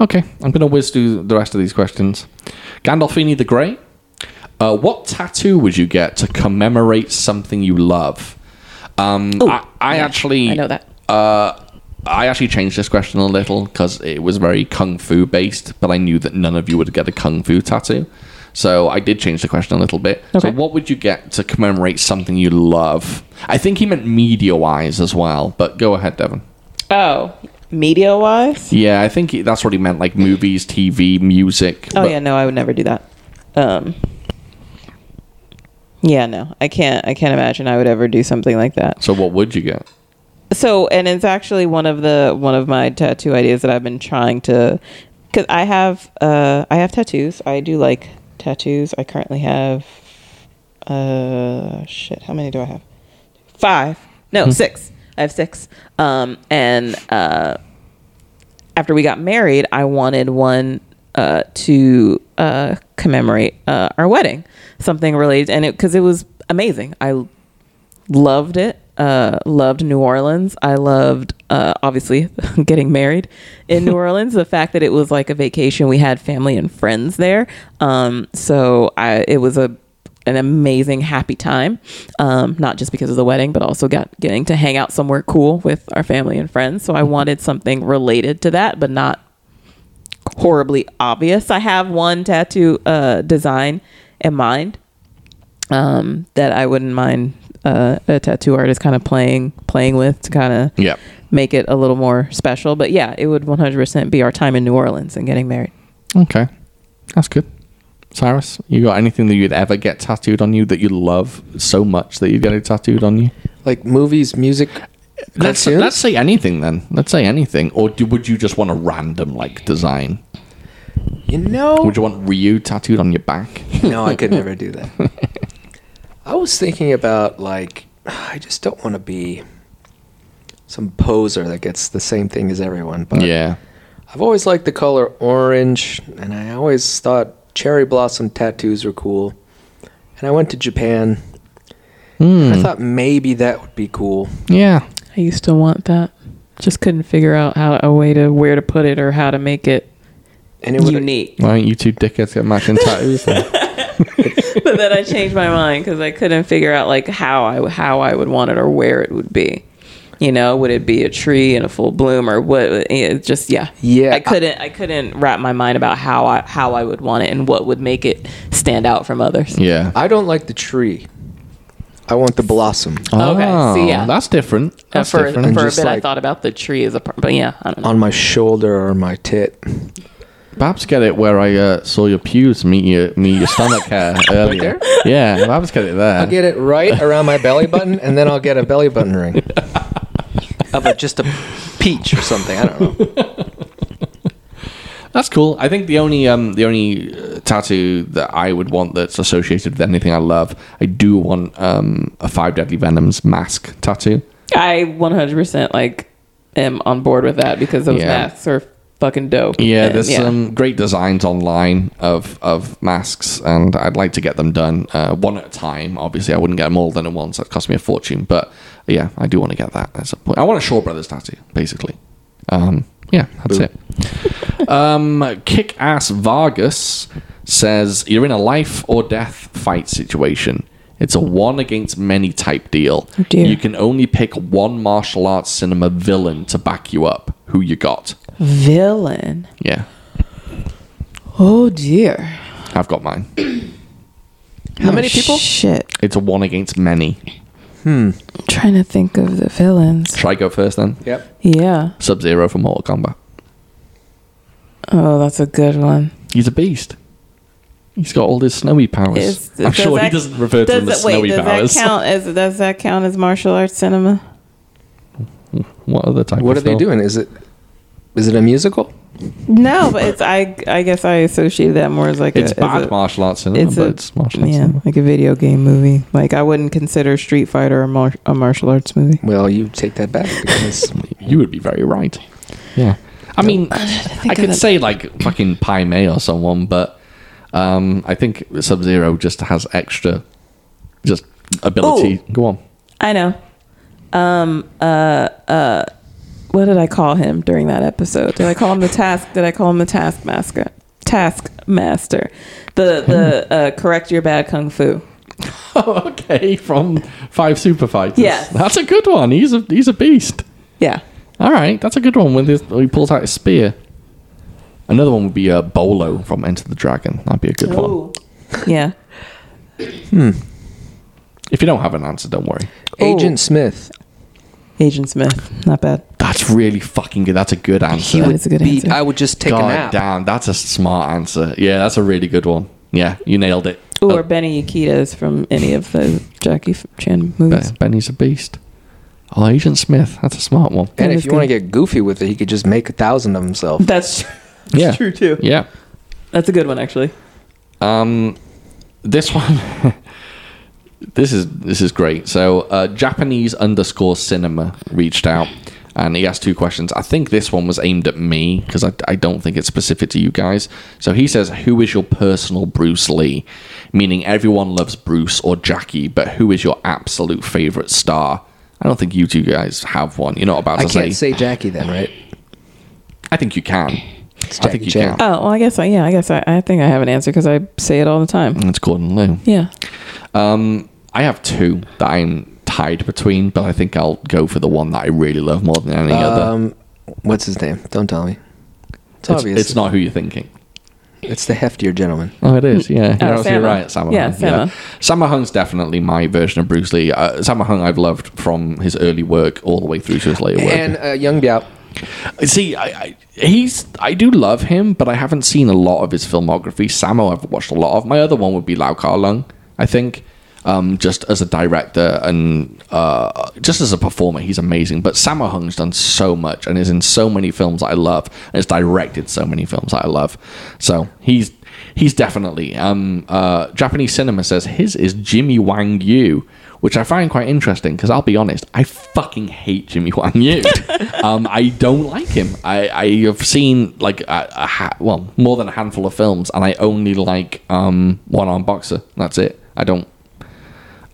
S1: Okay, I'm going to whiz through the rest of these questions. Gandolfini the Great, uh, what tattoo would you get to commemorate something you love? Um, I, I actually
S4: I know that.
S1: Uh, I actually changed this question a little because it was very kung fu based, but I knew that none of you would get a kung fu tattoo. So I did change the question a little bit. So
S4: Okay.
S1: what would you get to commemorate something you love? I think he meant media wise as well, but go ahead, Devon.
S4: Oh, media wise.
S1: Yeah, I think he- that's what he meant, like movies, TV, music.
S4: Oh
S1: but-
S4: yeah, no, I would never do that. Um, yeah, no, I can't. I can't imagine I would ever do something like that.
S1: So what would you get?
S4: So, and it's actually one of the one of my tattoo ideas that I've been trying to, because I have uh, I have tattoos. I do like tattoos. I currently have, uh, shit. How many do I have? Five. No, six. I have six. Um, and uh after we got married, I wanted one uh, to uh, commemorate uh, our wedding, something related, and it because it was amazing. I loved it. Uh, loved New Orleans. I loved uh, obviously getting married in New Orleans. The fact that it was like a vacation. We had family and friends there. Um, so I it was a an amazing happy time um, not just because of the wedding but also got getting to hang out somewhere cool with our family and friends so i wanted something related to that but not horribly obvious i have one tattoo uh, design in mind um, that i wouldn't mind uh, a tattoo artist kind of playing playing with to kind of
S1: Yeah.
S4: make it a little more special but yeah it would 100% be our time in new orleans and getting married
S1: Okay. That's good. Cyrus, you got anything that you'd ever get tattooed on you that you love so much that you'd get it tattooed on you?
S2: Like movies, music.
S1: Let's,
S2: cartoons?
S1: let's say anything then. Let's say anything. Or do, would you just want a random like design?
S2: you know.
S4: Oh.
S1: Would you want Ryu tattooed on your back?
S2: no, I could never do that. I was thinking about like I just don't want to be some poser that gets the same thing as everyone. But
S1: yeah.
S2: I've always liked the color orange, and I always thought cherry blossom tattoos were cool. And I went to Japan.
S4: Hmm.
S1: Hmm.
S2: I thought maybe that would be cool.
S1: Yeah.
S4: I used to want that. Just couldn't figure out how a way to where to put it or how to make it
S2: And it would
S4: unique.
S1: Why don't you two dickheads get matching tattoos then?
S4: but then I changed my mind because I couldn't figure out like how I how I would want it or where it would be. You know, would it be a tree in a full bloom or what? It just yeah,
S2: Yeah,
S4: I couldn't I, couldn't wrap my mind about how I how I would want it and what would make it stand out from others. Uh,
S1: Yeah.
S2: I don't like the tree. I want the blossom.
S4: Uh, Okay, so
S1: Oh,
S4: yeah.
S1: That's different.
S4: Uh,
S1: That's
S4: for for a
S1: different.
S4: bit,
S2: just
S4: I
S2: like-
S4: thought about the tree as a part, but yeah, I don't know.
S2: On my shoulder or my tit.
S1: Babs get it where I uh, saw your pubes meet your meet your stomach hair earlier.
S2: there?
S1: Yeah, Babs get it there.
S2: I'll get it right around my belly button, and then I'll get a belly button ring. Of a, just a peach or something. I don't know.
S1: That's cool. I think the only um the only uh, tattoo that I would want that's associated with anything I love, I do want um a five deadly venoms mask tattoo.
S4: I 100% like am on board with that because those
S1: Yeah.
S4: masks are fucking dope.
S1: Yeah, um,
S4: And,
S1: there's some great designs online of of masks, and I'd like to get them done uh, one at a time. Obviously, I wouldn't get them all done at once; that cost me a fortune. But yeah, I do want to get that. That's a point. I want a Shaw Brothers tattoo, basically. Um, yeah, that's it. um, Kick ass Vargas says you're in a life or death fight situation. It's a one against many type deal.
S3: dear.
S1: you can only pick one martial arts cinema villain to back you up. Who you got?
S4: villain.
S1: Yeah.
S4: Oh dear.
S1: I've got mine.
S4: How
S3: many people?
S4: Shit.
S1: It's a one against many.
S4: I'm trying to think of the villains.
S1: Should I go first then?
S2: Yep.
S4: Yeah.
S1: Sub Zero from Mortal Kombat.
S4: Oh, that's a good one.
S1: He's a beast. He's got all his snowy powers.
S4: Is-
S1: I'm
S4: does
S1: sure he
S4: that-
S1: doesn't refer to
S4: does
S1: them as
S4: it- wait,
S1: snowy
S4: does
S1: powers.
S4: that count as does that count as martial arts cinema?
S1: What other type?
S2: What are
S1: of
S2: they
S1: film?
S2: doing? Is it is it a musical?
S4: No, but it's I I guess I associate that more as like
S1: It's
S4: a, as
S1: bad
S4: a-
S1: martial arts cinema,
S4: it's
S1: but
S4: a-
S1: it's martial arts
S4: yeah,
S1: cinema.
S4: like a video game movie. Like I wouldn't consider Street Fighter a, mar- a martial arts movie.
S2: Well, you take that back because
S1: You would be very right. Yeah. I mean, I could say like fucking Pai Mei or someone, but um, I think Sub Zero just has extra, just ability. Go on.
S4: I know. Um. Uh. Uh. What did I call him during that episode? Did I call him the task? Did I call him the taskmaster? Taskmaster. The the uh, correct your bad kung fu.
S1: Oh, okay. From Five Super Fighters.
S4: Yes.
S1: That's a good one. He's a he's a beast.
S4: Yeah.
S1: All right, that's a good one. With his, he pulls out his spear. Another one would be uh, Bolo from Enter the Dragon. That'd be a good
S2: Oh.
S1: one.
S4: Yeah.
S1: If you don't have an answer, don't worry.
S2: Agent Smith.
S4: Agent Smith. Not bad.
S1: That's really fucking good. That's a good answer.
S4: That is a good
S2: Be-
S4: answer.
S2: I would just take a
S1: God
S2: nap.
S1: damn, that's a smart answer. Yeah, that's a really good one. Yeah, you nailed it.
S4: Ooh,
S1: Uh,
S4: or Benny Ikeda is from any of the Jackie Chan
S1: Ben-
S4: movies.
S1: Benny's a beast. Oh, Agent Smith. That's a smart one.
S2: And
S4: That
S2: if
S4: is
S2: you want to get goofy with it, he could just make a thousand of himself.
S4: That's true.
S1: Yeah.
S4: true too.
S1: Yeah.
S4: That's a good one actually.
S1: Um, this one, this is this is great. So uh, Japanese underscore cinema reached out, and he asked two questions. I think this one was aimed at me because I, I don't think it's specific to you guys. So he says, "Who is your personal Bruce Lee?" Meaning everyone loves Bruce or Jackie, but who is your absolute favorite star? I don't think you two guys have one. You're not about
S2: I
S1: to
S2: can't
S1: say.
S2: say Jackie then, right?
S1: I think you can. I
S2: Jackie
S1: think you
S2: Chan.
S1: can.
S4: Oh well, I guess I yeah I guess I, I think I have an answer because I say it all the time.
S1: It's Gordon Liu.
S4: Yeah.
S1: Um, I have two that I'm tied between, but I think I'll go for the one that I really love more than any other.
S2: Um, what's his name? Don't tell me. It's,
S1: It's,
S2: obvious.
S1: it's not who you're thinking.
S2: It's the heftier gentleman.
S1: Oh, it is. Yeah, you're
S4: Oh,
S1: absolutely
S4: Sammo.
S1: right. Sammo.
S4: Yeah,
S1: Hung,
S4: Sammo.
S1: Sammo Hung's definitely my version of Bruce Lee. Uh, Sammo Hung, I've loved from his early work all the way through to his later work.
S2: And uh, Young Biao.
S1: See, I, I he's I do love him, but I haven't seen a lot of his filmography. Samo, I've watched a lot of. My other one would be Lau Kar Lung, I think. Um, just as a director and uh, just as a performer, he's amazing. But Sammo Hung's done so much and is in so many films that I love, and has directed so many films that I love. So he's he's definitely um, uh, Japanese cinema says his is Jimmy Wang Yu, which I find quite interesting because I'll be honest, I fucking hate Jimmy Wang Yu. um, I don't like him. I, I have seen like a, a ha- well more than a handful of films, and I only like um, one arm boxer. That's it. I don't.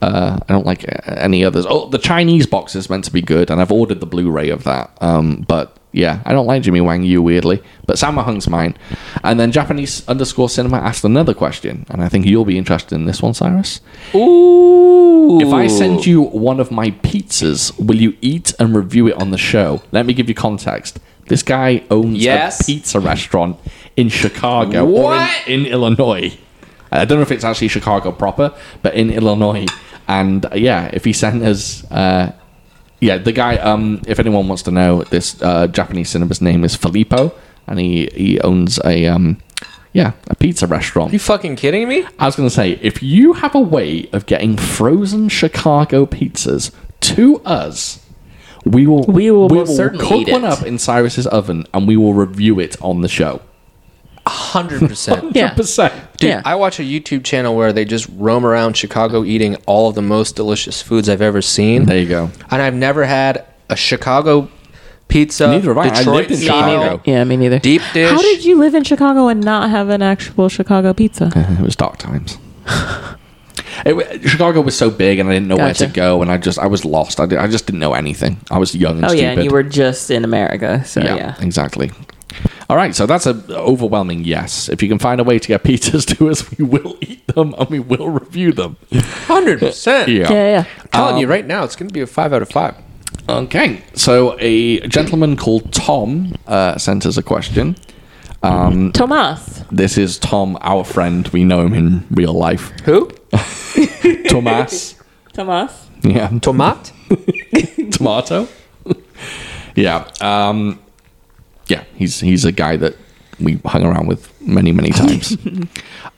S1: Uh, I don't like uh, any others. Oh, the Chinese box is meant to be good, and I've ordered the Blu-ray of that. Um, but yeah, I don't like Jimmy Wang Yu weirdly, but Sammo Hung's mine. And then Japanese underscore cinema asked another question, and I think you'll be interested in this one, Cyrus.
S4: Ooh. Ooh.
S1: If I send you one of my pizzas, will you eat and review it on the show? Let me give you context. This guy owns
S2: Yes.
S1: a pizza restaurant in Chicago
S2: What?
S1: or in, in Illinois. I don't know if it's actually Chicago proper, but in Illinois. And uh, yeah, if he sent us, uh, yeah, the guy. Um, if anyone wants to know, this uh, Japanese cinema's name is Filippo, and he he owns a um, yeah, a pizza restaurant.
S2: You fucking kidding me?
S1: I was going to say, if you have a way of getting frozen Chicago pizzas to us, we will
S3: We will most certainly
S1: cook
S3: eat
S1: one
S3: it.
S1: up in Cyrus's oven and we will review it on the show.
S2: Hundred percent.
S3: Yeah.
S1: 100%.
S2: Dude,
S3: Yeah.
S2: I watch a YouTube channel where they just roam around Chicago eating all of the most delicious foods I've ever seen.
S1: There you go.
S2: And I've never had a Chicago pizza.
S1: Neither have I. I
S2: Detroit
S1: lived in
S2: style,
S1: Chicago.
S3: Yeah, me neither.
S2: Deep dish.
S3: How did you live in Chicago and not have an actual Chicago pizza?
S1: It was dark times. It, wa- Chicago was so big and I didn't know
S3: Gotcha.
S1: where to go and I just I was lost. I, did, I just didn't know anything. I was young and
S3: Oh
S1: stupid.
S3: yeah, and you were just in America, so yeah.
S1: exactly. All right, so that's an overwhelming yes. If you can find a way to get pizzas to us, we will eat them and we will review them.
S2: Hundred percent.
S1: Yeah. Um,
S3: Yeah, yeah.
S2: I'm telling you right now, it's going to be a five out of five.
S1: Okay, so a gentleman called Tom uh, sent us a question.
S3: Tomas.
S1: This is Tom, our friend. We know him in real life.
S2: Who?
S1: Tomas.
S3: Tomas.
S1: Yeah.
S2: Tomat.
S1: tomato. yeah. Um, yeah. He's he's a guy that we hung around with many many times.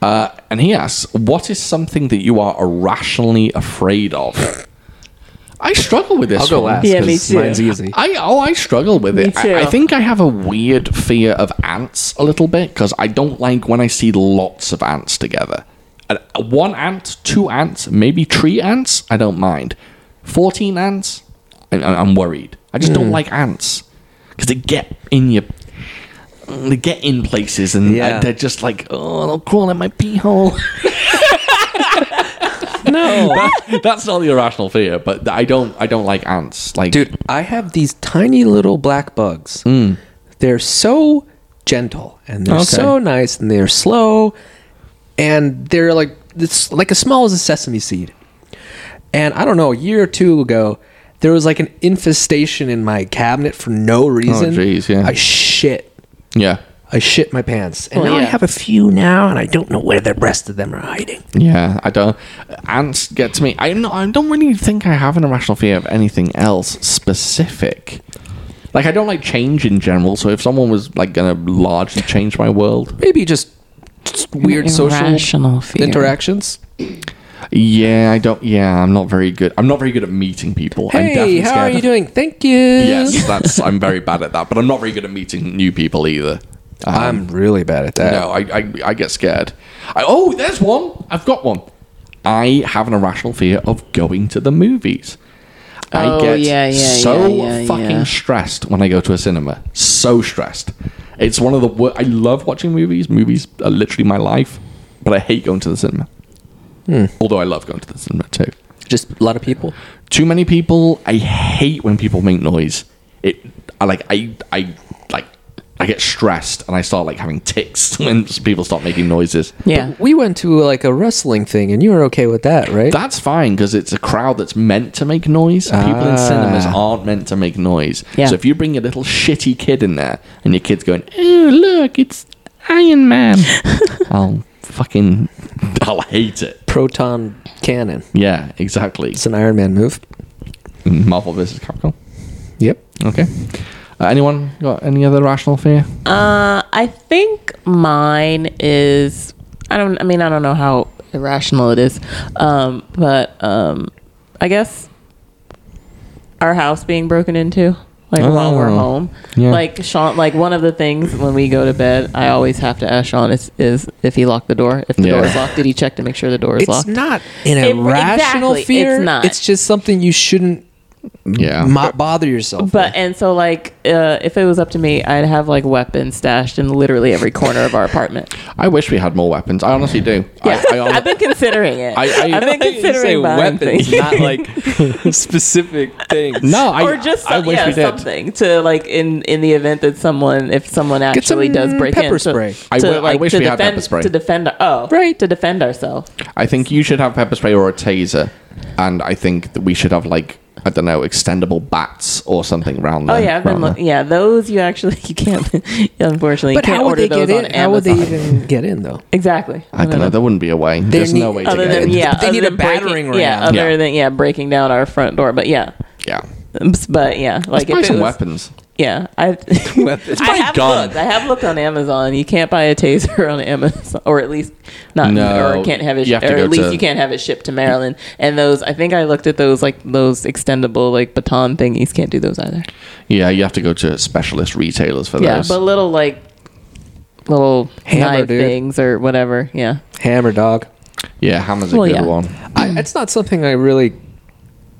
S1: uh, and he asks, "What is something that you are irrationally afraid of?" I struggle with this.
S2: I'll go
S1: one.
S2: last.
S3: Yeah, me
S2: 'cause
S3: too.
S2: Mine's easy.
S1: I oh I struggle with it.
S3: too.
S1: I, I think I have a weird fear of ants a little bit because I don't like when I see lots of ants together. And uh, One ant, two ants, maybe three ants. I don't mind. Fourteen ants, I, I- I'm worried. I just don't like ants because they get in your. They get in places and
S2: Yeah.
S1: I- they're just like, oh, they'll crawl in my pee hole. no, that- that's not the irrational fear, but I don't, I don't like ants. Like,
S2: Dude, I have these tiny little black bugs. They're so gentle and they're
S1: Hmm. Okay.
S2: so nice and they're slow and they're like it's like as small as a sesame seed. And I don't know, a year or two ago, there was like an infestation in my cabinet for no reason.
S1: Oh, jeez, yeah.
S2: I shit.
S1: yeah,
S2: I shit my pants. And
S3: Well,
S2: now I
S3: yeah.
S2: have a few now and I don't know where the rest of them are hiding.
S1: Yeah, I don't. Ants get to me. I don't, I don't really think I have an irrational fear of anything else specific. Like I don't like change in general. So if someone was like gonna largely change my world,
S2: Maybe just, just weird social
S3: irrational fear.
S2: interactions.
S1: yeah, I don't. Yeah, I'm not very good. I'm not very good at meeting people. I'm
S2: Hey,
S1: definitely
S2: how are
S1: scared
S2: you
S1: of-
S2: doing? Thank you.
S1: Yes, that's. I'm very bad at that. But I'm not very good at meeting new people either.
S2: I'm really bad at that.
S1: No, I, I, I get scared. I, oh, there's one. I've got one. I have an irrational fear of going to the movies. I
S3: Oh,
S1: get
S3: yeah, yeah,
S1: so
S3: yeah, yeah,
S1: fucking
S3: yeah.
S1: stressed when I go to a cinema. So stressed. It's one of the worst. I love watching movies. Movies are literally my life, but I hate going to the cinema. Although I love going to the cinema too.
S2: Just a lot of people.
S1: Too many people. I hate when people make noise. It. I like. I. I like. I get stressed and I start like having tics when people start making noises.
S3: Yeah.
S2: We went to like a wrestling thing, and you were okay with that, right?
S1: That's fine because it's a crowd that's meant to make noise. People in cinemas
S2: Ah.
S1: aren't meant to make noise.
S3: Yeah.
S1: So if you bring a little shitty kid in there and your kid's going, "Oh look, it's Iron Man," I'll fucking, I'll hate it.
S2: Proton cannon.
S1: Yeah, exactly.
S2: It's an Iron Man move.
S1: Marvel versus Capcom.
S2: Yep.
S1: Okay. Uh, anyone got any other rational fear?
S3: Uh, I think mine is. I don't. I mean, I don't know how irrational it is, um, but um, I guess our house being broken into, like while we're
S1: Oh,
S3: home.
S1: yeah.
S3: Like Sean, like one of the things when we go to bed, I always have to ask Sean is, is if he locked the door. If the
S1: Yeah.
S3: door is locked, did he check to make sure the door is
S2: It's
S3: locked?
S2: not an
S3: It-
S2: irrational
S3: exactly,
S2: fear.
S3: it's not.
S2: It's just something you shouldn't
S1: Yeah.
S2: Not bother yourself.
S4: But and so like uh, if it was up to me, I'd have like weapons stashed in literally every corner of our apartment.
S1: I wish we had more weapons. I honestly do.
S4: Yeah,
S1: I, I hon-
S4: I've been considering it.
S1: Oh. I- I-
S4: have been
S7: You say
S4: considering buying
S7: weapons,
S4: things.
S7: not like specific things.
S1: no, I,
S4: or just
S1: I
S4: some-
S1: wish
S4: yeah,
S1: we did.
S4: something to like in in the event that someone if someone actually
S2: some
S4: does break
S2: pepper
S4: in
S2: spray.
S4: to,
S1: I
S4: to,
S1: wi- I wish
S4: to
S1: we had
S4: defend,
S1: pepper spray.
S4: to defend oh
S2: Right.
S4: to defend ourselves
S1: I think you should have pepper spray or a taser, and I think that we should have like I don't know extendable bats or something round
S4: oh
S1: there.
S4: yeah I've been
S1: round
S4: look
S1: there.
S4: yeah those you actually you can't unfortunately you
S2: But
S4: can't
S2: how would
S4: order
S2: they
S4: those
S2: get
S4: on
S2: in?
S4: Amazon
S2: How would they even get in though?
S4: exactly
S1: I don't know. There wouldldn't be a way. There's
S2: need-
S1: no way to
S4: other
S1: get
S4: than
S1: in.
S4: yeah
S2: They
S4: other
S2: need a
S4: than breaking-
S2: battering
S4: yeah
S2: ram.
S4: other
S1: Yeah.
S4: than yeah breaking down our front door but yeah
S1: Yeah.
S4: but yeah like
S1: Let's buy
S4: if it
S1: some
S4: was,
S1: weapons.
S4: yeah I
S7: Weapons.
S4: I have looked. I have looked on Amazon. You can't buy a taser on Amazon, or at least not,
S1: No,
S4: or can't have it,
S1: you have to
S4: or
S1: go
S4: at least
S1: to-
S4: you can't have it shipped to Maryland. And those, I think I looked at those like those extendable like baton thingies. Can't do those either.
S1: Yeah, you have to go to specialist retailers for
S4: Yeah,
S1: those.
S4: but little like little
S2: Hammer,
S4: knife
S2: dude.
S4: things or whatever. Yeah,
S2: Hammer dog.
S1: yeah, hammers a
S4: Well,
S1: good
S4: yeah.
S1: one.
S2: I, it's not something I really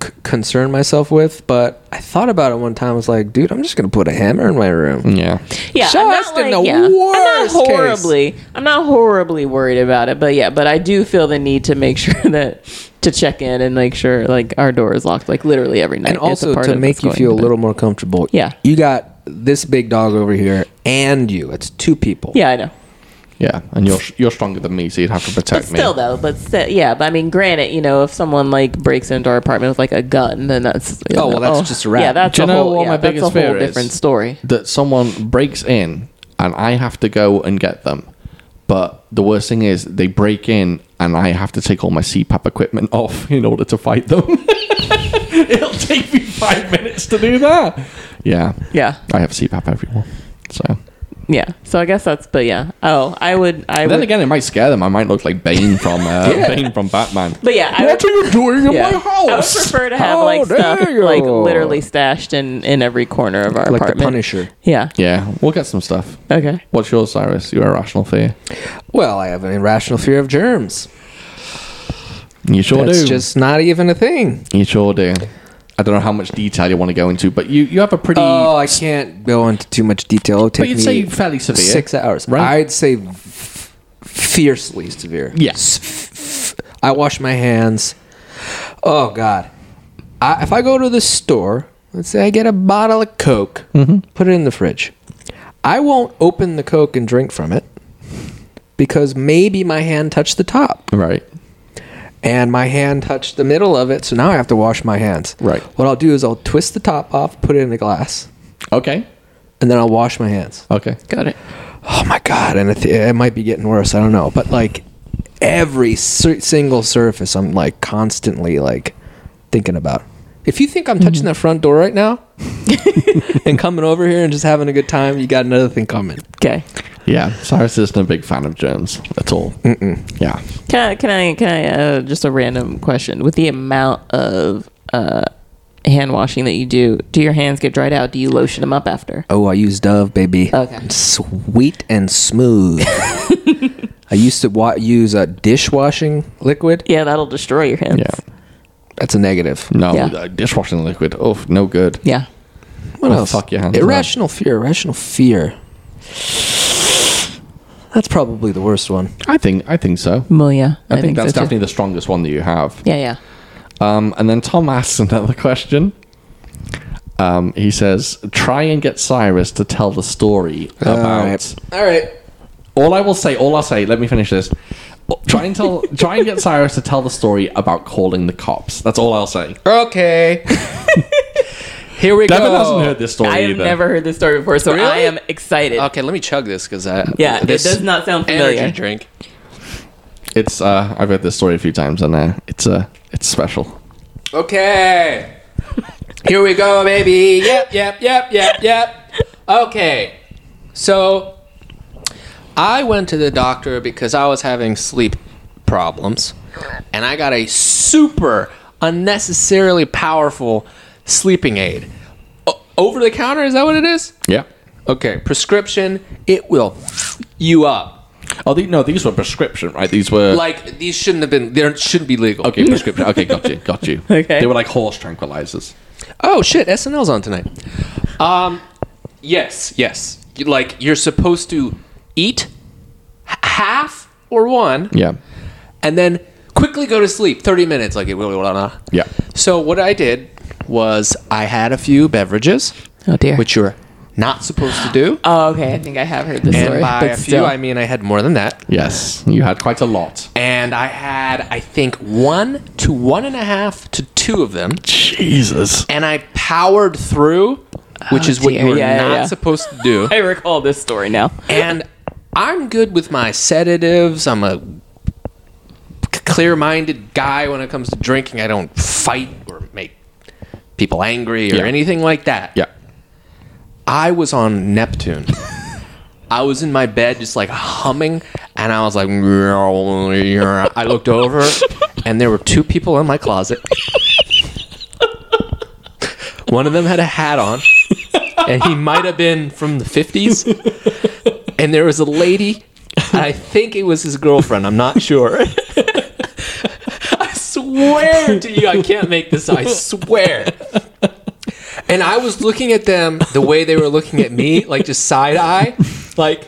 S2: c- concern myself with, but I thought about it one time. I was like, dude, I'm just gonna put a hammer in my room.
S1: Yeah.
S4: yeah.
S2: Just in the
S4: I'm not
S2: worst case.
S4: horribly. I'm not horribly worried about it, but yeah, but I do feel the need to make sure that. To check in and make sure like our door is locked like literally every
S2: And
S4: night. It's a
S2: also
S4: part
S2: to
S4: of
S2: make
S4: us
S2: you
S4: going
S2: feel a
S4: bed.
S2: little more comfortable.
S4: Yeah.
S2: You got this big dog over here and you. It's two people.
S4: Yeah, I know.
S1: Yeah, and you're you're stronger than me, so you'd have to
S4: But
S1: protect me.
S4: still, though, but still, yeah. But I mean, granted, you know, if someone like breaks into our apartment with like a gun, then that's you
S2: Oh,
S4: know,
S2: well, that's just a wrap.
S4: Yeah, that's
S1: Do you
S4: a
S1: know
S4: whole,
S1: what
S4: yeah,
S1: my
S4: that's a
S1: biggest
S4: whole
S1: fear is?
S4: different story.
S1: that someone breaks in and I have to go and get them. But the worst thing is they break in and I have to take all my CPAP equipment off in order to fight them. It'll take me five minutes to do that. Yeah.
S4: Yeah,
S1: I have CPAP everyone. So
S4: yeah. So I guess that's, but yeah. Oh, I would, I
S1: then
S4: would,
S1: again it might scare them. I might look like Bane from uh, Bane from Batman.
S4: but yeah, I would,
S2: What are you doing in
S4: yeah.
S2: my house?
S4: I would prefer to have
S2: How
S4: like stuff
S2: dare you?
S4: like literally stashed in in every corner of our
S2: like the
S4: apartment.
S2: Punisher.
S4: Yeah.
S1: Yeah, we'll get some stuff.
S4: Okay.
S1: What's yours, Cyrus? Your irrational fear.
S2: Well, I have an irrational fear of germs.
S1: You sure
S2: That's
S1: do.
S2: just not even a thing.
S1: You sure do. I don't know how much detail you want to go into, but you, you have a pretty.
S2: Oh, I can't go into too much detail. It would
S1: but
S2: take
S1: you'd
S2: me
S1: say fairly severe.
S2: six hours.
S1: right?
S2: I'd say f- fiercely severe.
S1: Yes.
S2: I wash my hands. Oh God! I, if I go to the store, let's say I get a bottle of Coke,
S1: Mm-hmm.
S2: put it in the fridge. I won't open the Coke and drink from it because maybe my hand touched the top
S1: Right.
S2: and my hand touched the middle of it, so now I have to wash my hands.
S1: Right.
S2: What I'll do is I'll twist the top off, put it in a glass,
S1: Okay.
S2: and then I'll wash my hands.
S1: Okay.
S4: Got it.
S2: oh my god and it, it might be getting worse i don't know but like every sur- single surface i'm like constantly like thinking about if you think i'm touching that front door right now and coming over here and just having a good time you got another thing coming
S4: Okay.
S1: Yeah. Cyrus isn't a big fan of germs at all. Mm-mm. Yeah.
S4: Can I, can I, can I, uh, just a random question with the amount of, uh, hand washing that you do, do your hands get dried out? Do you lotion them up after?
S2: oh i use dove baby
S4: Okay.
S2: sweet and smooth i used to wa- use a dishwashing liquid
S4: Yeah, that'll destroy your hands.
S1: Yeah.
S2: that's a negative
S1: No,
S4: Yeah.
S1: uh, dishwashing liquid. Oh, no good.
S4: Yeah.
S2: What
S1: Oh,
S2: else?
S1: fuck your hands
S2: irrational fear. Irrational fear. That's probably the worst one.
S1: I think I think so.
S4: Well, yeah.
S1: I, think, that's
S4: so, too.
S1: definitely the strongest one that you have.
S4: Yeah, yeah.
S1: Um, and then Tom asks another question. Um, he says, "Try and get Cyrus to tell the story about."
S2: All right.
S1: All I will say, all I'll say, let me finish this. Try and tell, try and get Cyrus to tell the story about calling the cops. That's all I'll say.
S2: Okay. Here we
S1: Devin
S2: go.
S1: hasn't heard this story
S4: I have
S1: either.
S4: never heard this story before, so I am excited.
S7: Okay, let me chug this because I
S4: Yeah, it
S7: this
S4: does not sound
S7: energy
S4: familiar.
S7: drink.
S1: It's uh, I've heard this story a few times, and uh, it's uh, it's special.
S7: Okay, here we go, baby. Yep, yep, yep, yep, yep. Okay,
S2: So I went to the doctor because I was having sleep problems and I got a super unnecessarily powerful sleeping aid. O- over the counter, is that what it is?
S1: Yeah.
S2: Okay, prescription, it will f- you up.
S1: Oh, the, no, these were prescription, right? These were
S2: Like these shouldn't have been they shouldn't be legal.
S1: okay, prescription. Okay, got you, got you.
S4: Okay.
S1: They were like horse tranquilizers.
S8: Oh shit, SNL's on tonight.
S2: Um, Yes, yes. You- Like you're supposed to eat h- half or one,
S1: Yeah.
S2: and then quickly go to sleep. Thirty minutes, like it will.
S1: Yeah.
S2: So what I did was I had a few beverages,
S4: Oh dear.
S2: which you're not supposed to do.
S4: oh okay. I think I have heard this
S2: and
S4: story.
S2: by
S4: but
S2: a few,
S4: still.
S2: I mean I had more than that.
S1: Yes. You had quite a lot.
S2: And I had, I think, one to one and a half to two of them.
S1: Jesus.
S2: And I powered through, which is what
S4: Oh, dear.
S2: you're
S4: Yeah, yeah,
S2: not
S4: yeah.
S2: supposed to do.
S4: I recall this story now.
S2: and I'm good with my sedatives. I'm a clear minded guy when it comes to drinking. I don't fight or make people angry or
S1: Yeah.
S2: anything like that.
S1: Yeah.
S2: I was on Neptune. I was in my bed just like humming, and I was like, I looked over, and there were two people in my closet. One of them had a hat on, and he might have been from the 50s. And there was a lady, and I think it was his girlfriend, I'm not sure. I swear to you, I can't make this, up, I swear. And I was looking at them the way they were looking at me, like just side eye. Like,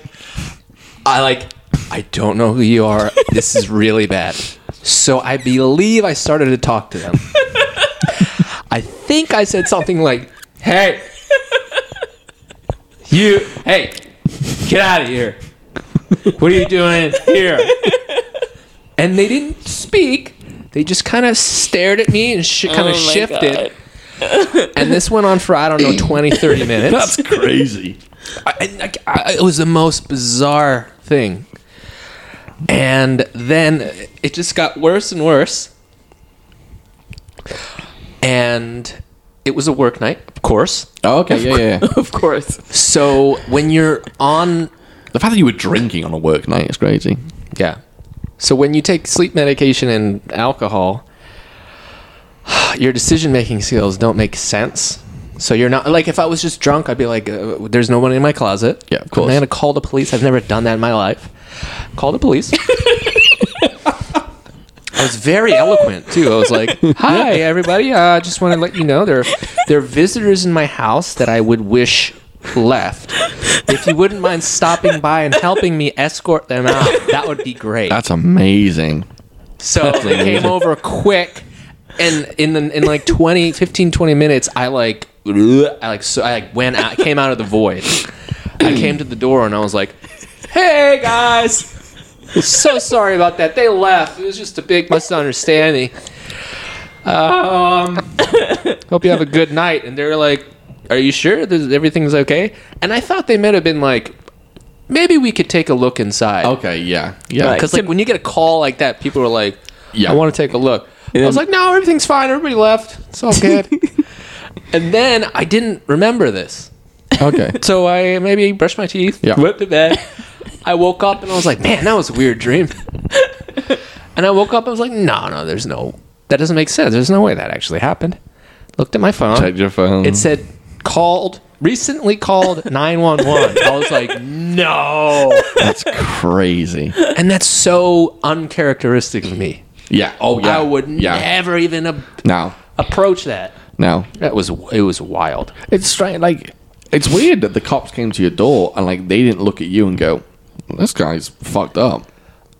S2: I like, I don't know who you are. This is really bad. So I believe I started to talk to them. I think I said something like, "Hey, you, hey, get out of here! What are you doing here?" And they didn't speak. They just kind of stared at me and sh- kind
S4: Oh
S2: of shifted. And this went on for, I don't know, 20, 30 minutes.
S1: That's crazy.
S2: I, I, I- it was the most bizarre thing. And then it just got worse and worse. And it was a work night, of course.
S1: Oh, okay. Yeah, yeah, yeah.
S4: Of course.
S2: So when you're on,
S1: The fact that you were drinking on a work night is crazy.
S2: yeah. So when you take sleep medication and alcohol, your decision making skills don't make sense. So you're not like if I was just drunk, I'd be like, uh, "There's no one in my closet."
S1: Yeah, of course.
S2: I'm gonna call the police. I've never done that in my life. Call the police. I was very eloquent too. I was like, "Hi, everybody. Uh, I just want to let you know there are, there are visitors in my house that I would wish left. If you wouldn't mind stopping by and helping me escort them out, that would be great."
S1: That's amazing.
S2: So they came over quick, and in the, in like 20, 15, 20 minutes, I like, I like, so I like went out, came out of the void. I came to the door and I was like, "Hey guys, so sorry about that. They left. It was just a big misunderstanding. Um, hope you have a good night." And they're like, "Are you sure There's, everything's okay?" And I thought they might have been like, "Maybe we could take a look inside."
S1: Okay. Yeah. Yeah.
S2: Because like when you get a call like that, people are like,
S1: Yeah.
S2: "I want to take a look." I was like, "No, everything's fine. Everybody left. It's all good." and then I didn't remember this,
S1: Okay.
S2: so I maybe brushed my teeth,
S1: Yeah.
S2: went to bed. I woke up and I was like, "Man, that was a weird dream." and I woke up. I was like, "No, no, there's no. That doesn't make sense. There's no way that actually happened." Looked at my phone.
S1: Check your phone.
S2: It said called recently called 911. I was like, "No."
S1: That's crazy.
S2: And that's so uncharacteristic of me.
S1: Yeah. Oh yeah.
S2: I would
S1: Yeah.
S2: never even ab-
S1: Now.
S2: approach that.
S1: Now.
S2: That was it was wild.
S1: It's strange. Like, it's weird that the cops came to your door and like they didn't look at you and go, "This guy's fucked up."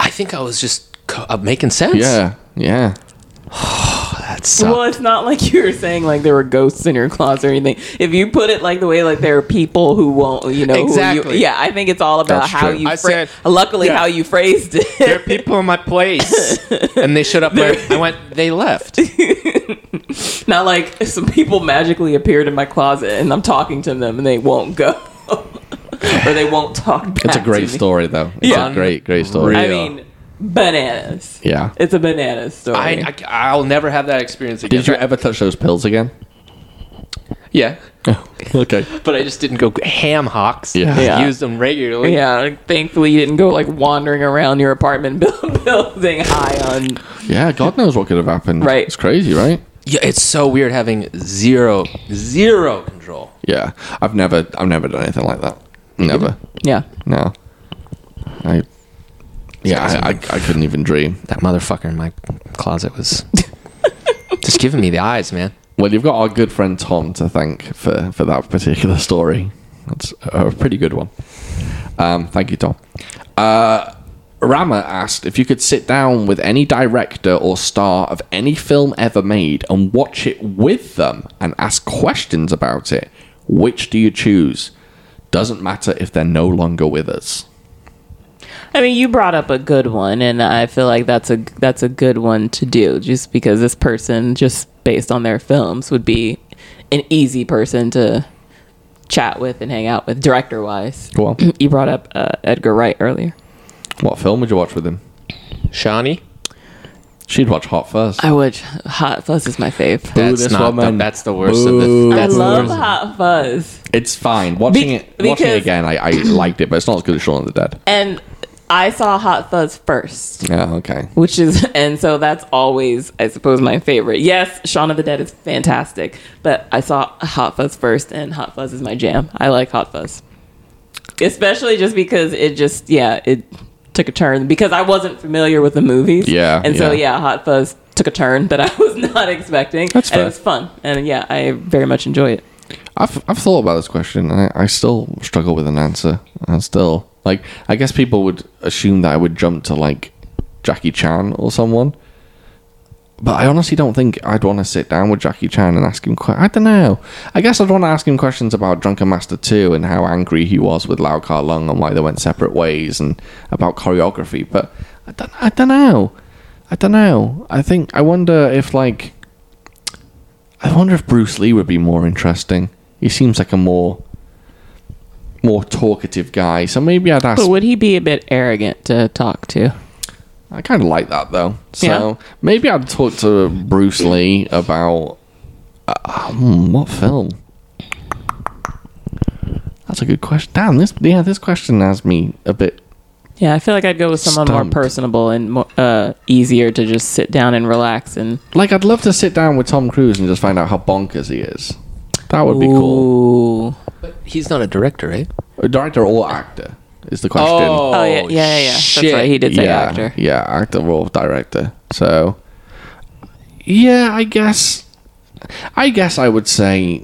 S2: I think I was just co- uh, making sense.
S1: Yeah. Yeah.
S2: that sucked.
S4: Well, it's not like you were saying like there were ghosts in your closet or anything. If you put it like the way like there are people who won't, you know, who you-
S2: Exactly.
S4: yeah, I think it's all about
S1: That's
S4: how
S1: true.
S4: you.
S2: I
S4: Fra-
S2: said-
S4: luckily, how you phrased
S2: There
S4: it.
S2: are people in my place, and they showed up. Where I went, they left.
S4: not like some people magically appeared in my closet and I'm talking to them and they won't go, or they won't talk. Back
S1: It's a
S4: to
S1: great
S4: me.
S1: story though. It's
S4: Yeah.
S1: a great, great story.
S4: I
S2: Yeah.
S4: mean, bananas.
S1: yeah.
S4: It's a banana story.
S2: I, I will never have that experience again.
S1: Did you ever touch those pills again?
S2: Yeah,
S1: okay.
S2: but I just didn't go ham hocks.
S1: Yeah.
S2: I
S4: Yeah.
S2: used them regularly.
S4: yeah, thankfully you didn't go like wandering around your apartment buil- building high on
S1: Yeah, God knows what could have happened.
S4: Right.
S1: It's crazy, right?
S2: Yeah, it's so weird having zero zero control.
S1: Yeah. I've never I've never done anything like that. Never.
S4: yeah.
S1: No. I Yeah, I, I, I couldn't even dream.
S2: That motherfucker in my closet was just giving me the eyes, man.
S1: Well, you've got our good friend Tom to thank for, for that particular story. That's a pretty good one. Um, thank you, Tom. Uh, Rama asked if you could sit down with any director or star of any film ever made and watch it with them and ask questions about it. Which do you choose? Doesn't matter if they're no longer with us.
S4: I mean, you brought up a good one, and I feel like that's a that's a good one to do, just because this person, just based on their films, would be an easy person to chat with and hang out with, director wise.
S1: Go on.
S2: Mm.
S4: you brought up uh, Edgar Wright earlier.
S1: What film would you watch with him?
S2: Shani?
S1: She'd watch Hot Fuzz.
S4: I would. Hot Fuzz is my fave.
S2: Uh, That's
S1: this
S2: not the,
S1: woman.
S2: that's the worst of the
S1: Boo.
S4: I
S2: that's the
S4: love
S2: worst.
S4: Hot Fuzz,
S1: It's fine. Watching
S4: Be-
S1: it, watching
S4: because-
S1: it again, I, I liked it, but it's not as good as Shaun of the Dead.
S4: and I saw Hot Fuzz first.
S1: Yeah, okay.
S4: which is and so that's always i suppose my favorite yes shaun of the dead is fantastic but i saw hot fuzz first and hot fuzz is my jam i like hot fuzz especially just because it just yeah it took a turn because i wasn't familiar with the movies
S1: Yeah,
S4: and so
S1: yeah.
S4: yeah hot fuzz took a turn that i was not expecting
S1: That's
S4: and
S1: fair.
S4: it was fun and yeah i very much enjoy it
S1: I've, I've thought about this question and I, I still struggle with an answer. I still like I guess people would assume that I would jump to like Jackie Chan or someone. But I honestly don't think I'd want to sit down with Jackie Chan and ask him que- I don't know. I guess I'd want to ask him questions about Drunken Master 2 and how angry he was with Lao Kar Lung and why they went separate ways and about choreography, but I don't I don't know. I don't know. I think I wonder if like I wonder if Bruce Lee would be more interesting. He seems like a more more talkative guy. So maybe I'd ask.
S4: but would he be a bit arrogant to talk to
S1: I kind of like that though. So
S4: Yeah.
S1: maybe I'd talk to Bruce Lee about uh, hmm, what film. That's a good question. Damn this. Yeah, this question has me a bit.
S4: yeah i feel like i'd go with someone more
S1: Stumped.
S4: personable and more uh, easier to just sit down and relax and
S1: Like I'd love to sit down with Tom Cruise and just find out how bonkers he is. That would be cool.
S4: Ooh.
S9: He's not a director, right?
S1: Director or actor is the question.
S4: Oh, yeah, yeah, yeah. yeah. That's right. He did say
S1: yeah,
S4: actor.
S1: Yeah, actor or director. So, yeah, I guess, I guess I would say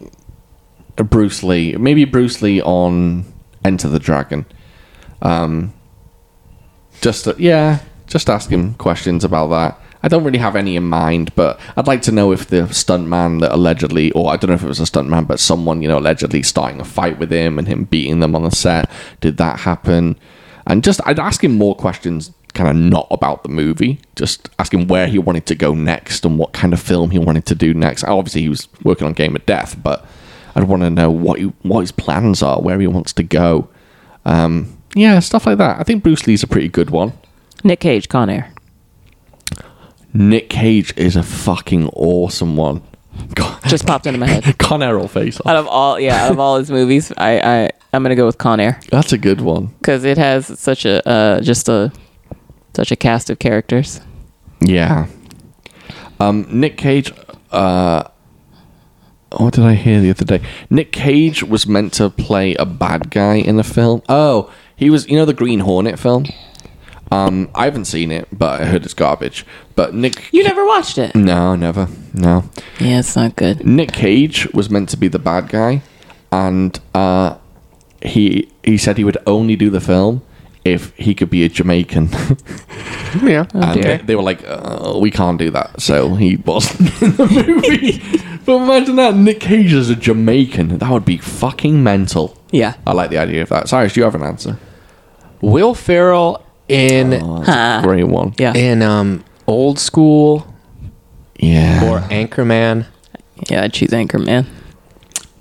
S1: Bruce Lee. Maybe Bruce Lee on Enter the Dragon. Um, just uh, yeah, just ask him questions about that. I don't really have any in mind, but I'd like to know if the stuntman that allegedly, or I don't know if it was a stuntman, but someone you know allegedly starting a fight with him and him beating them on the set. Did that happen? And just I'd ask him more questions, kind of not about the movie, just ask him where he wanted to go next and what kind of film he wanted to do next. Obviously, he was working on Game of Death, but I'd want to know what he, what his plans are, where he wants to go. Um, yeah, stuff like that. I think Bruce Lee's a pretty good one.
S4: Nick Cage, Con Air.
S1: Nick Cage is a fucking awesome one. Con,
S4: Just popped into my head.
S1: Con Air will face
S4: Out
S1: off.
S4: of all, yeah, out of all his movies, I, I, I'm gonna go with Con Air
S1: That's a good one.
S4: because it has such a, uh, just a, such a cast of characters.
S1: Yeah. Um, Nick Cage. Uh, what did I hear the other day? Nick Cage was meant to play a bad guy in a film. Oh, he was. You know the Green Hornet film. Um, I haven't seen it, but I heard it's garbage. But Nick.
S4: You never watched it?
S1: No, never. No.
S4: Yeah, it's not good.
S1: Nick Cage was meant to be the bad guy, and uh, he he said he would only do the film if he could be a Jamaican.
S2: Yeah.
S1: and they, they were like, uh, "We can't do that," so he wasn't in the movie. but imagine that Nick Cage as a Jamaican. That would be fucking mental.
S4: Yeah.
S1: I like the idea of that. Cyrus, do you have an answer?
S2: Will Ferrell in
S4: Oh,
S1: Great one.
S4: Yeah.
S2: in um old school
S1: Yeah.
S2: or Anchorman.
S4: Yeah, I'd choose Anchorman.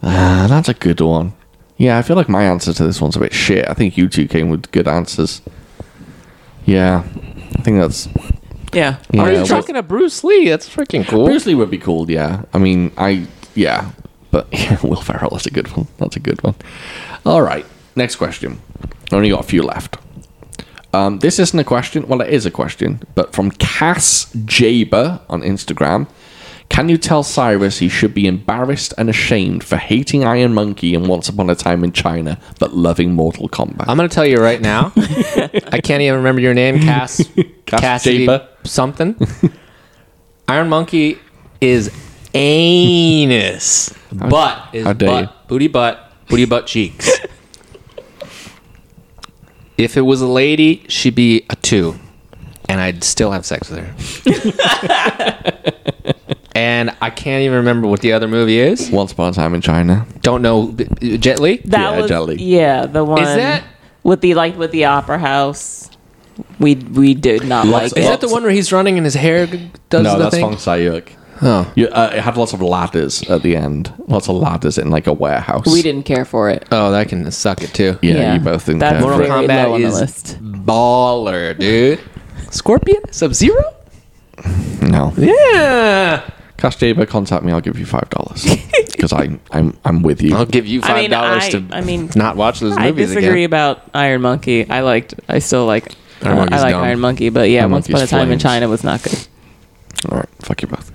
S1: Ah, that's a good one. Yeah, I feel like my answer to this one's a bit shit. I think you two came with good answers. Yeah, I think that's
S4: Yeah.
S1: Yeah,
S2: Are you
S1: but-
S2: talking to Bruce Lee? That's freaking cool.
S1: Bruce Lee would be cool, yeah. I mean, I yeah, but yeah, Will Ferrell. That's a good one. That's a good one. All right, next question. Only got a few left. Um, this isn't a question. Well, it is a question, but from Cass Jaber on Instagram. Can you tell Cyrus he should be embarrassed and ashamed for hating Iron Monkey and Once Upon a Time in China, but loving Mortal Kombat?
S2: I'm gonna tell you right now. I can't even remember your name, Cass.
S1: Cass
S2: Cassidy
S1: Jaber.
S2: something. Iron Monkey is anus. butt is
S1: how
S2: butt.
S1: dare you.
S2: Booty butt. Booty butt cheeks. if it was a lady, she'd be a two. And I'd still have sex with her. and I can't even remember what the other movie is.
S1: Once upon a time in China.
S2: Don't know. B- B- Jet Li?
S1: Yeah,
S4: That
S1: jelly.
S4: was yeah, the one
S2: that-
S4: with the like with the opera house. We we did not like
S2: Is
S4: it.
S2: that the one where he's running and his hair g- does
S1: no,
S2: the
S1: that's
S2: thing?
S1: Fong Sayuk. Oh. You, uh, it had lots of ladders at the end. Lots of ladders in like a warehouse.
S4: we didn't care for it.
S2: Oh, that can suck it too.
S1: Yeah, you both think
S4: that's
S1: that.
S2: Mortal
S4: very
S2: Kombat
S4: low on the
S2: is-
S4: list.
S2: Baller, dude. Scorpion? Sub Zero?
S1: No.
S2: Yeah.
S1: Cash Jaber, contact me. I'll give you five dollars because I'm I'm I'm with you.
S2: I'll give you
S4: I
S2: five
S4: mean,
S2: dollars
S4: I-
S2: to
S4: I mean,
S2: not watch those
S4: I
S2: movies
S4: disagree
S2: again.
S4: about Iron Monkey. I liked. I still like.
S2: Iron
S4: uh, I
S2: Monkey's
S4: like
S2: dumb.
S4: Iron Monkey, but yeah,
S1: Iron
S4: once upon a
S1: Monkey's
S4: time in
S1: flames.
S4: China was not good.
S1: All right, fuck you both.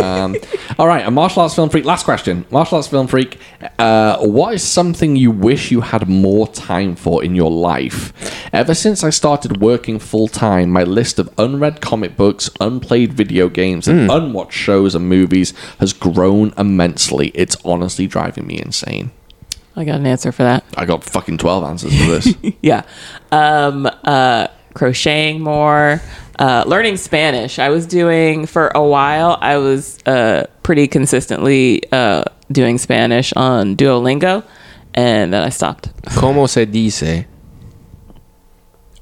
S1: um, all right, a martial arts film freak. Last question, martial arts film freak. Uh, what is something you wish you had more time for in your life? Ever since I started working full time, my list of unread comic books, unplayed video games, and unwatched shows and movies has grown immensely. It's honestly driving me insane.
S4: I got an answer for that.
S1: I got fucking twelve answers for this.
S4: Yeah, um, uh, crocheting more, uh, learning Spanish. I was doing for a while. I was uh, pretty consistently uh, doing Spanish on Duolingo, and then I stopped.
S2: Como se dice?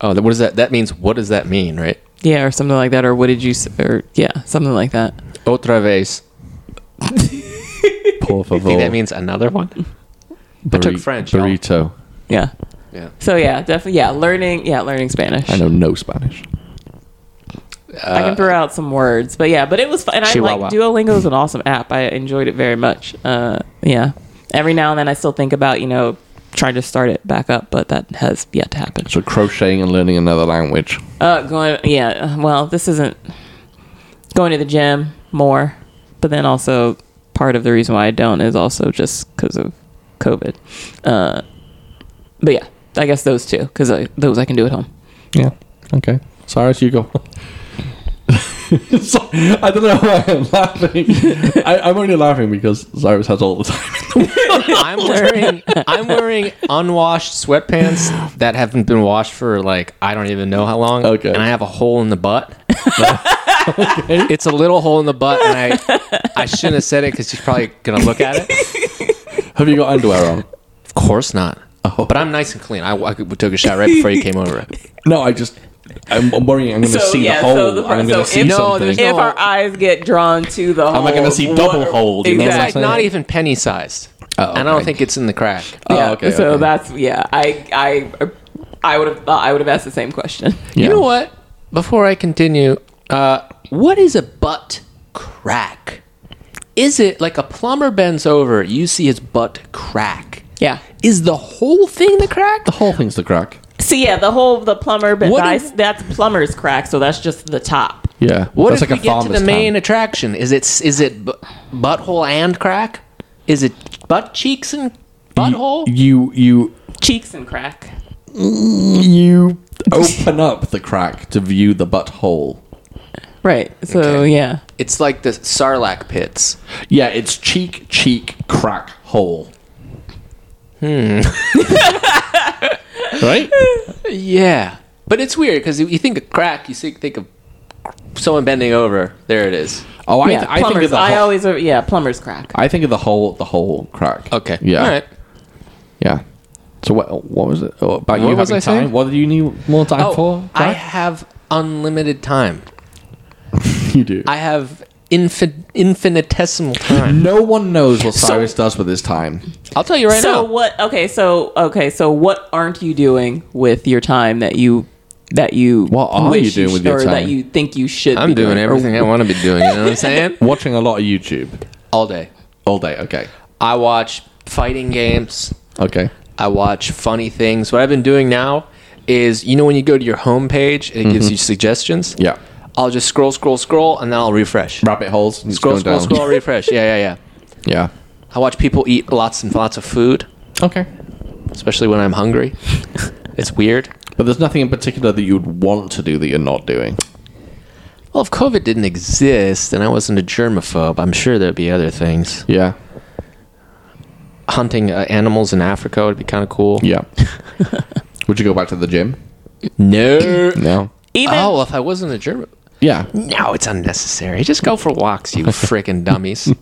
S2: Oh, that- what does that? That means what does that mean, right?
S4: Yeah, or something like that. Or what did you? s- Or yeah, something like that.
S2: Otra vez.
S1: Por favor.
S2: Think that means another one? I took
S1: Burri-
S2: French. y'all.
S1: Burrito.
S4: Yeah.
S2: Yeah.
S4: So yeah, definitely. Yeah, learning. Yeah, learning Spanish.
S1: I know no Spanish.
S4: I can throw out some words, but yeah, but it was fun. And I
S2: Chihuahua.
S4: like Duolingo is an awesome app. I enjoyed it very much. Uh, yeah, every now and then I still think about you know trying to start it back up, but that has yet to happen.
S1: So crocheting and learning another language.
S4: Uh, going, yeah. uh, Well, this isn't going to the gym more, but then also part of the reason why I don't is also just because of COVID. Uh, but yeah, I guess those two because those I can do at home.
S1: Yeah. Okay. Cyrus, you go. So- I don't know why I'm laughing. I, I'm only laughing because Cyrus has all the time.
S2: I'm wearing I'm wearing unwashed sweatpants that haven't been washed for like I don't even know how long.
S1: Okay.
S2: And I have a hole in the butt. It's a little hole in the butt, and I I shouldn't have said it because she's probably gonna look at it.
S1: Have you got underwear on?
S2: Of course not. But I'm nice and clean. I, I took a shot right before you came over.
S1: No, Oh. I just. I'm, I'm worrying. I'm going to
S4: So,
S1: see
S4: yeah,
S1: the hole.
S4: so the-
S1: I'm going to
S4: so
S1: see
S4: if-
S2: No,
S1: something.
S2: there's
S4: if
S2: No.
S4: our eyes get drawn to the hole,
S1: Am I gonna see double
S4: what-
S1: hole? Do you know what I'm
S2: It's
S4: exactly.
S2: like not even penny sized. And I don't think it's in the crack.
S4: yeah.
S1: Oh, okay,
S4: so
S1: okay.
S4: that's yeah. I I I would have I would have asked the same question.
S1: Yeah.
S2: You know what? Before I continue, uh, what is a butt crack? Is it like a plumber bends over, you see his butt crack?
S4: Yeah.
S2: Is the whole thing the crack?
S1: The whole thing's the crack.
S4: So yeah, the whole the plumber, but
S2: What
S4: that's,
S2: if-
S4: that's plumber's crack. So that's just the top.
S1: Yeah.
S2: What
S1: That's
S2: if
S1: like
S2: we
S1: a
S2: get to
S1: farmer's
S2: the main
S1: town.
S2: attraction? Is it is it bu- butthole and crack? Is it butt cheeks and butthole?
S1: You you
S4: Cheeks and crack.
S1: you open up the crack to view the butthole.
S4: Right. So yeah.
S2: it's like the Sarlacc pits.
S1: Yeah, it's cheek cheek crack hole. Hmm. right.
S2: Yeah, but it's weird because you think of crack, you think think of someone bending over. There it is.
S1: Oh, I,
S4: yeah.
S1: I think of
S4: plumbers.
S1: the
S4: I
S1: whole,
S4: always yeah plumber's crack.
S1: I think of the whole the whole crack.
S2: Okay.
S1: Yeah.
S2: All right.
S1: Yeah. So what what was it? Oh, about
S2: What
S1: you
S2: was
S1: having
S2: I saying?
S1: time? What do you need more time
S2: Oh,
S1: for?
S2: I
S1: Jack?
S2: have unlimited time.
S1: you do.
S2: I have infin- infinitesimal time.
S1: no one knows what Cyrus does with his time.
S2: I'll tell you right
S4: so
S2: now.
S4: what? Okay. So okay. So what aren't you doing with your time that you that you
S1: What are
S4: wish
S1: you doing with your
S4: or
S1: time?
S4: that you think you should? be
S2: I want to be doing. You know what I'm saying?
S1: Watching a lot of YouTube
S2: All day.
S1: all day. Okay.
S2: I watch fighting games.
S1: Okay.
S2: I watch funny things. What I've been doing now is, you know, when you go to your homepage, it gives you suggestions.
S1: Yeah.
S2: I'll just scroll, scroll, scroll, and then I'll refresh.
S1: Rabbit holes. and just
S2: Scroll,
S1: going
S2: scroll,
S1: down.
S2: scroll, refresh. Yeah, yeah, yeah.
S1: Yeah.
S2: I watch people eat lots and lots of food,
S1: Okay.
S2: especially when I'm hungry. it's weird.
S1: But there's nothing in particular that you'd want to do that you're not doing.
S2: Well, if COVID didn't exist and I wasn't a germaphobe, I'm sure there'd be other things.
S1: Yeah.
S2: Hunting uh, animals in Africa would be kind of cool.
S1: Yeah. Would you go back to the gym?
S2: No.
S1: No.
S4: Even
S2: Oh, well, if I wasn't a germ.
S1: Yeah.
S2: No, it's unnecessary. Just go for walks, you freaking dummies.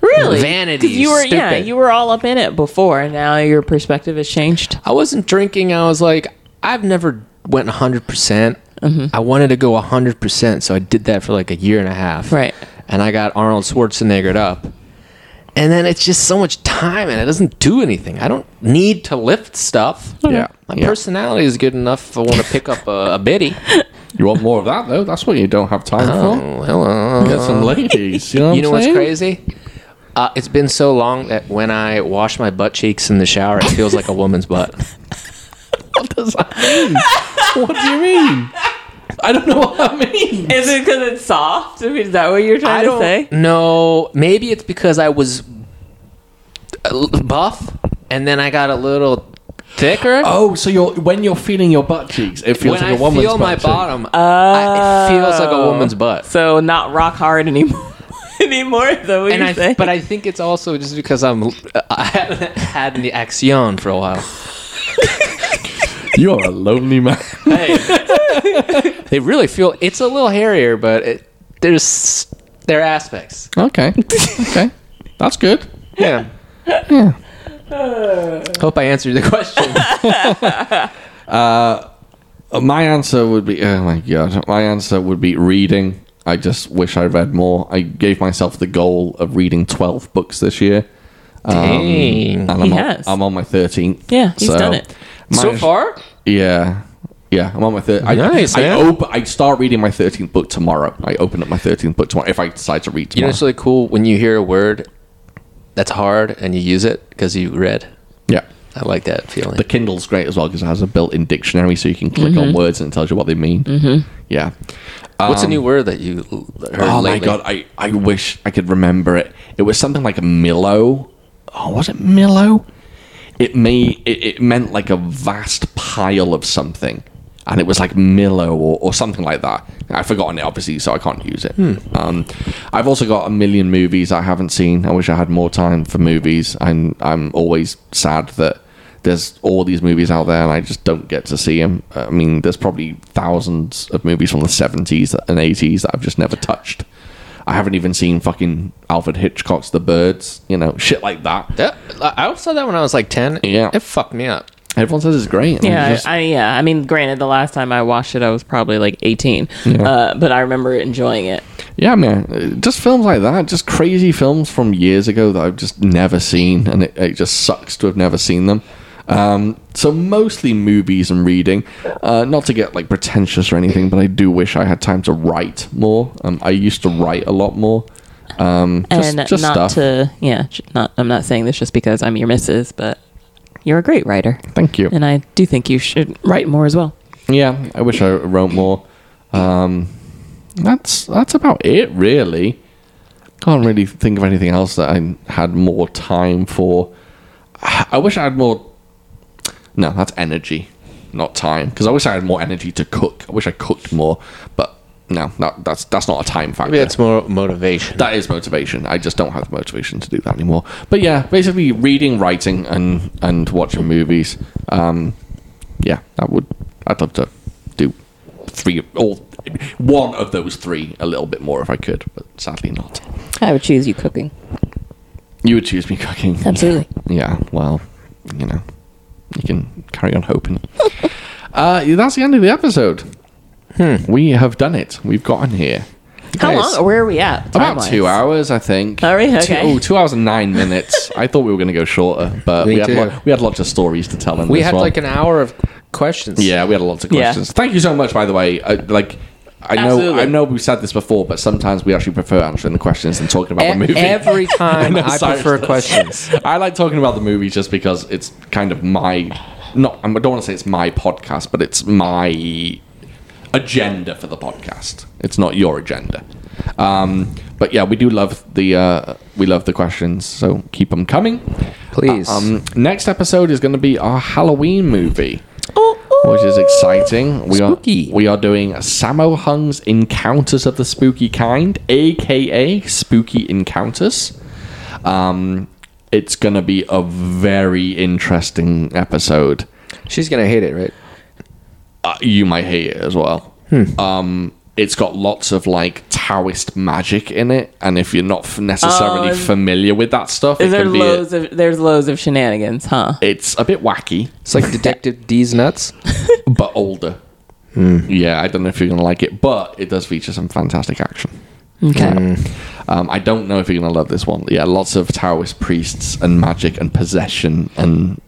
S4: really,
S2: Vanity
S4: 'Cause You were yeah,
S2: stupid.
S4: you were all up in it before, and now your perspective has changed.
S2: I wasn't drinking. I was like, I've never went 100%. percent
S4: Mm-hmm.
S2: I wanted to go 100%, so I did that for like a year and a half.
S4: Right.
S2: And I got Arnold Schwarzeneggered up. And then it's just so much time and it doesn't do anything. I don't need to lift stuff.
S4: Oh,
S1: Yeah.
S2: My
S1: yeah.
S2: personality is good enough if I want to pick up a, a biddy.
S1: You want more of that though? That's what you don't have time
S2: Oh, hello.
S1: for. Get some ladies. Uh, You know, what
S2: you
S1: I'm
S2: know what's
S1: saying?
S2: crazy? Uh, it's been so long that when I wash my butt cheeks in the shower, it feels like a woman's butt.
S1: What do you mean? I don't know what that means.
S4: Is it because it's soft? I mean, Is that what you're trying
S2: I
S4: to
S2: don't
S4: say?
S2: know. Maybe it's because I was uh, buff and then I got a little thicker.
S1: Oh, so you're when you're feeling your butt cheeks, it feels
S2: when
S1: like a
S2: I
S1: woman's
S2: feel
S1: butt
S2: my
S1: cheek.
S2: bottom, I, it feels like
S1: Oh.
S2: a woman's butt.
S4: So not rock hard anymore. anymore though.
S2: And I, but I think it's also just because I'm I haven't had any action for a while.
S1: You're a lonely man.
S2: They really feel it's a little hairier, but it, there's there are aspects.
S1: okay. Okay. That's good.
S2: Yeah. Hope I answered the question.
S1: Uh, My answer would be oh my god. My answer would be reading. I just wish I read more. I gave myself the goal of reading 12 books this year. Um,
S2: Dang.
S1: And I'm,
S4: He
S1: on,
S4: has.
S1: I'm on my 13th.
S4: Yeah, he's done it.
S2: so
S1: my-
S2: far,
S1: Yeah. Yeah, I'm on my third. I,
S2: Nice,
S1: I,
S2: man.
S1: op- I start reading my 13th book tomorrow. I open up my 13th book tomorrow if I decide to read
S2: You know,
S1: tomorrow.
S2: it's really cool when you hear a word that's hard and you use it because you read.
S1: yeah.
S2: I like that feeling.
S1: The Kindle's great as well because it has a built-in dictionary, so you can click
S2: Mm-hmm.
S1: on words and it tells you what they mean. Yeah.
S2: What's a new word that you l- heard
S1: oh
S2: lately?
S1: my god, I, I wish I could remember it. It was something like a Milo. Oh, was it Milo? It may it, it meant like a vast pile of something. And it was like Milo or, or something like that. I've forgotten it obviously, so I can't use it. Um, I've also got a million movies I haven't seen. I wish I had more time for movies. I'm I'm always sad that there's all these movies out there and I just don't get to see them. I mean, there's probably thousands of movies from the 70s and 80s that I've just never touched. I haven't even seen fucking Alfred Hitchcock's The Birds, you know, shit like that.
S2: That- I I saw that when I was like 10.
S1: Yeah.
S2: It fucked me up.
S1: Everyone says it's great. and
S4: Yeah,
S1: it's just-
S4: I, yeah. I mean, granted, the last time I watched it, I was probably like 18, uh, but I remember enjoying it.
S1: yeah, man. Uh, Just films like that, just crazy films from years ago that I've just never seen, and it, it just sucks to have never seen them. Um, so mostly movies and reading. Uh, not to get like pretentious or anything, but I do wish I had time to write more. Um, I used to write a lot more. Um, just,
S4: and
S1: just
S4: not
S1: stuff.
S4: to, yeah, j- not. I'm not saying this just because I'm your missus, but you're a great writer,
S1: Thank you.
S4: and I do think you should write more as well.
S1: Yeah, I wish I wrote more. Um, that's that's about it, really. Can't really think of anything else that I had more time for. I wish I had more. No, that's energy, not time. Because I wish I had more energy to cook. I wish I cooked more, but no, that, that's that's not a time factor.
S2: Maybe that's more motivation.
S1: That is motivation. I just don't have the motivation to do that anymore. But yeah, basically reading, writing, and and watching movies. Um, yeah, that would. I'd love to do three, all one of those three, a little bit more if I could, but sadly not.
S3: I would choose you cooking.
S1: You would choose me cooking.
S3: Absolutely.
S1: Yeah. Well, you know, you can carry on hoping. uh, that's the end of the episode. We have done it. We've gotten here.
S4: Hmm. How
S2: Nice.
S4: long? Where are we at?
S1: About
S4: time-wise?
S1: two hours, I think.
S4: All right,
S1: Two,
S4: okay.
S1: oh, two hours and nine minutes. I thought we were going to go shorter, but
S2: Me
S1: we had,
S2: too.
S1: lo- we had lots of stories to tell. In
S2: we
S1: this
S2: had
S1: one.
S2: like an hour of questions.
S1: yeah, we had lots of
S4: Yeah.
S1: questions. Thank you so much, by the way. I, like, I know
S4: Absolutely.
S1: I know we've said this before, but sometimes we actually prefer answering the questions than talking about
S2: E-
S1: the movie.
S2: every time
S1: know
S2: I
S1: Cyrus
S2: prefer
S1: does.
S2: questions.
S1: I like talking about the movie just because it's kind of my not I don't want to say it's my podcast, but it's my agenda for the podcast. It's not your agenda. Um, but yeah, we do love the uh, we love the questions, so keep them coming.
S2: Please.
S1: Um, next episode is going to be our Halloween movie. which is exciting. We
S10: Spooky.
S1: are we are doing Sammo Hung's Encounters of the Spooky Kind, aka Spooky Encounters. Um, it's gonna be a very interesting episode.
S2: She's gonna hate it, right?
S1: Uh, you might hate it as well.
S4: Hmm.
S1: Um, it's got lots of like Taoist magic in it, and if you're not f- necessarily familiar with that stuff, it
S4: Oh, Is there
S1: can be a,
S4: loads of there's loads of shenanigans, huh?
S1: it's a bit wacky.
S2: It's like Detective D's nuts.
S1: but older. Yeah, I don't know if you're gonna like it, but it does feature some fantastic action.
S4: Okay.
S1: Um, I don't know if you're gonna love this one. Yeah, lots of Taoist priests and magic and possession and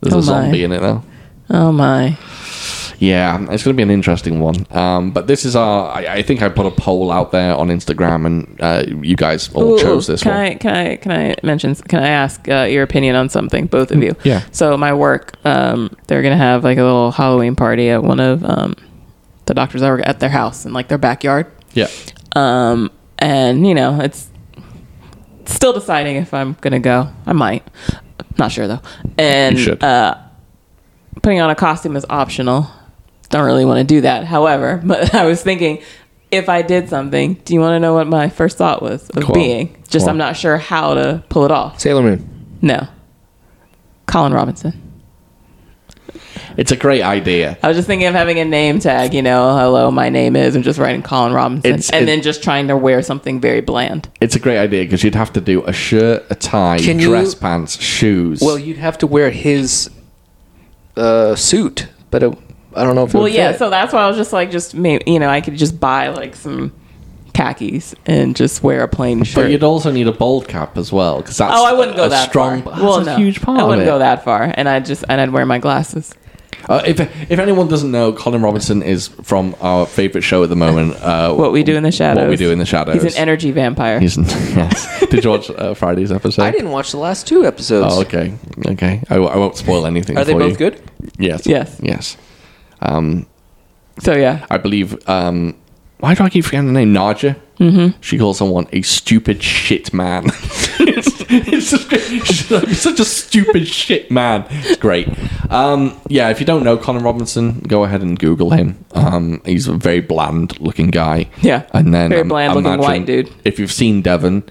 S1: there's
S4: Oh
S1: a
S4: my.
S1: zombie in it now.
S4: Oh my.
S1: Yeah, it's gonna be an interesting one. Um, but this is our. I, I think I put a poll out there on Instagram, and uh, you guys all
S4: Ooh,
S1: chose this
S4: can
S1: one.
S4: I, can I can I mention? Can I ask uh, your opinion on something, both of you?
S1: Mm, yeah.
S4: So my work, um, they're gonna have like a little Halloween party at one of um, the doctors I work at their house in like their backyard,
S1: Yeah,
S4: um, and you know it's still deciding if I'm gonna go. I might. Not sure though. And
S1: should.
S4: uh, putting on a costume is optional. Don't really want to do that. However, but I was thinking if I did something, do you want to know what my first thought was of
S1: Go on.
S4: being? Just
S1: Go on.
S4: I'm not sure how to pull it off.
S2: Sailor Moon.
S4: No. Colin Robinson.
S1: it's a great idea.
S4: I was just thinking of having a name tag, you know, hello, my name is, and just writing Colin Robinson.
S1: It's-
S4: and
S1: it-
S4: then just trying to wear something very bland.
S1: It's a great idea because you'd have to do a shirt, a tie,
S2: Can you-
S1: dress pants, shoes.
S2: Well, you'd have to wear his uh, suit, but it, I don't know if. It
S4: Well,
S2: would
S4: yeah.
S2: fit.
S4: So that's why I was just like, just maybe you know, I could just buy like some khakis and just wear a plain
S1: But
S4: shirt.
S1: you'd also need a bold cap as well, because that's
S4: oh, I wouldn't go
S1: a
S4: that
S1: strong,
S4: far.
S1: that's a huge part.
S4: I wouldn't
S1: of it.
S4: go that far, and I just and I'd wear my glasses.
S1: Uh, if if anyone doesn't know, Colin Robinson is from our favorite show at the moment. Uh,
S4: What we do in the shadows.
S1: What we do in the shadows.
S4: He's an energy vampire.
S1: He's an- yes. Did you watch uh, Friday's episode?
S2: I didn't watch the last two episodes.
S1: Oh, okay, okay. I, w- I won't spoil anything.
S2: Are they
S1: for
S2: both
S1: you.
S2: good?
S1: Yes.
S4: Yes.
S1: Yes. Um,
S4: so yeah,
S1: I believe. Um, why do I keep forgetting the name? Naja. Mm-hmm. She calls someone a stupid shit man. it's, it's just, she's like, "You're such a stupid shit man. It's great. Um, yeah, if you don't know Colin Robinson, go ahead and Google him. Um, he's a very bland looking guy.
S4: Yeah.
S1: and then
S4: Very
S1: um,
S4: bland-looking
S1: imagine
S4: white dude.
S1: If you've seen Devon,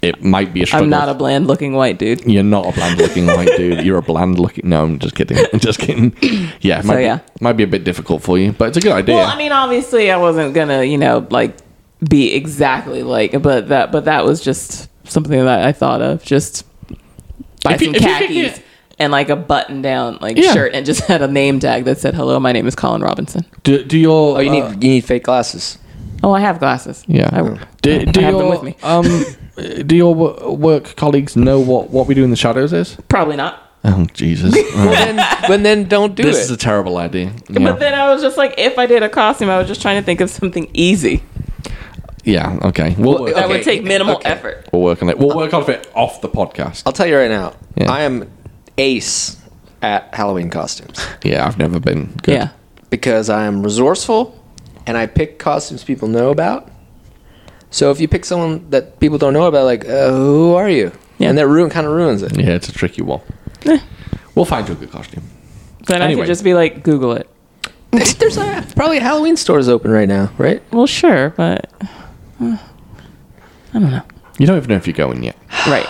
S1: it might be a struggle.
S4: I'm not a bland looking white dude.
S1: You're not a bland looking white dude. You're a bland looking. No, I'm just kidding. I'm just kidding. Yeah, it might, be,
S4: yeah.
S1: might be a bit difficult for you, but it's a good idea.
S4: Well, I mean, obviously, I wasn't gonna, you know, like be exactly like, but that, but that was just something that I thought of. Just buy
S1: If you-
S4: some
S1: if you could
S4: khakis
S1: get-
S4: and like a button-down like
S1: Yeah.
S4: shirt, and just had a name tag that said, "Hello, my name is Colin Robinson."
S1: do, do your
S2: Oh, you need
S1: uh,
S2: you need fake glasses.
S4: Oh, I have glasses.
S1: yeah.
S4: I,
S1: do, do
S4: I have
S1: your,
S4: them with me.
S1: um, do your wo- work colleagues know what what we do in the shadows is?
S4: probably not.
S1: Oh Jesus! Oh,
S2: And when then don't do
S1: this
S2: it.
S1: is a terrible idea.
S4: But
S1: Yeah.
S4: then I was just like, if I did a costume, I was just trying to think of something easy
S1: Yeah, Okay. We'll work,
S4: that
S2: Okay,
S4: would take minimal
S2: okay.
S4: effort.
S1: we'll work on it. We'll work on it off the podcast.
S2: I'll tell you right now.
S1: Yeah.
S2: I am ace at Halloween costumes
S1: Yeah, I've never been good.
S4: Yeah.
S2: because I am resourceful and I pick costumes people know about. So if you pick someone that people don't know about, like uh, who are you?
S4: Yeah.
S2: And that ruin kind of ruins it.
S1: Yeah, it's a tricky one. Eh. We'll find you a good costume.
S4: Then I
S1: Anyway.
S4: could just be like, Google it.
S2: There's uh, probably Halloween stores open right now, right?
S4: Well, sure, but
S1: You don't even know if you're going yet.
S4: right.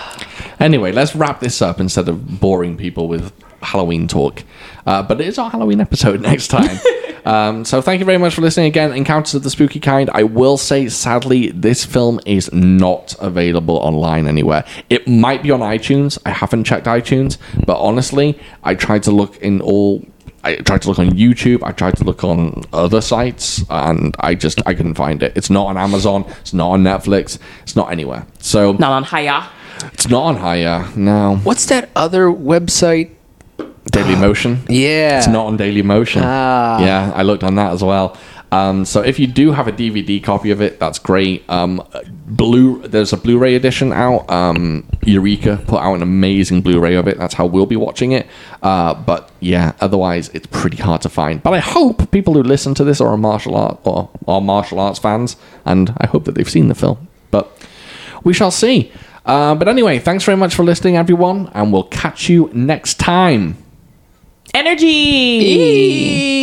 S1: Anyway, let's wrap this up instead of boring people with Halloween talk. Uh, but it is our Halloween episode next time. um, so thank you very much for listening again. Encounters of the Spooky Kind. I will say, sadly, this film is not available online anywhere. It might be on iTunes. I haven't checked iTunes, but honestly, I tried to look in all. I tried to look on YouTube. I tried to look on other sites, and I just I couldn't find it. It's not on Amazon. It's not on Netflix. It's not anywhere. So
S4: Not on Haya.
S1: it's not on Haya. No.
S2: What's that other website?
S1: Daily Motion.
S2: Yeah.
S1: It's not on Daily Motion.
S2: Ah.
S1: Yeah, I looked on that as well. Um, so if you do have a DVD copy of it, that's great. Um, Blue, there's a Blu-ray edition out. Um, Eureka put out an amazing Blu-ray of it. That's how we'll be watching it. Uh, but yeah, otherwise it's pretty hard to find. But I hope people who listen to this are a martial art or are martial arts fans, and I hope that they've seen the film. But we shall see. Uh, but anyway, thanks very much for listening, everyone, and we'll catch you next time.
S4: Hey! energy.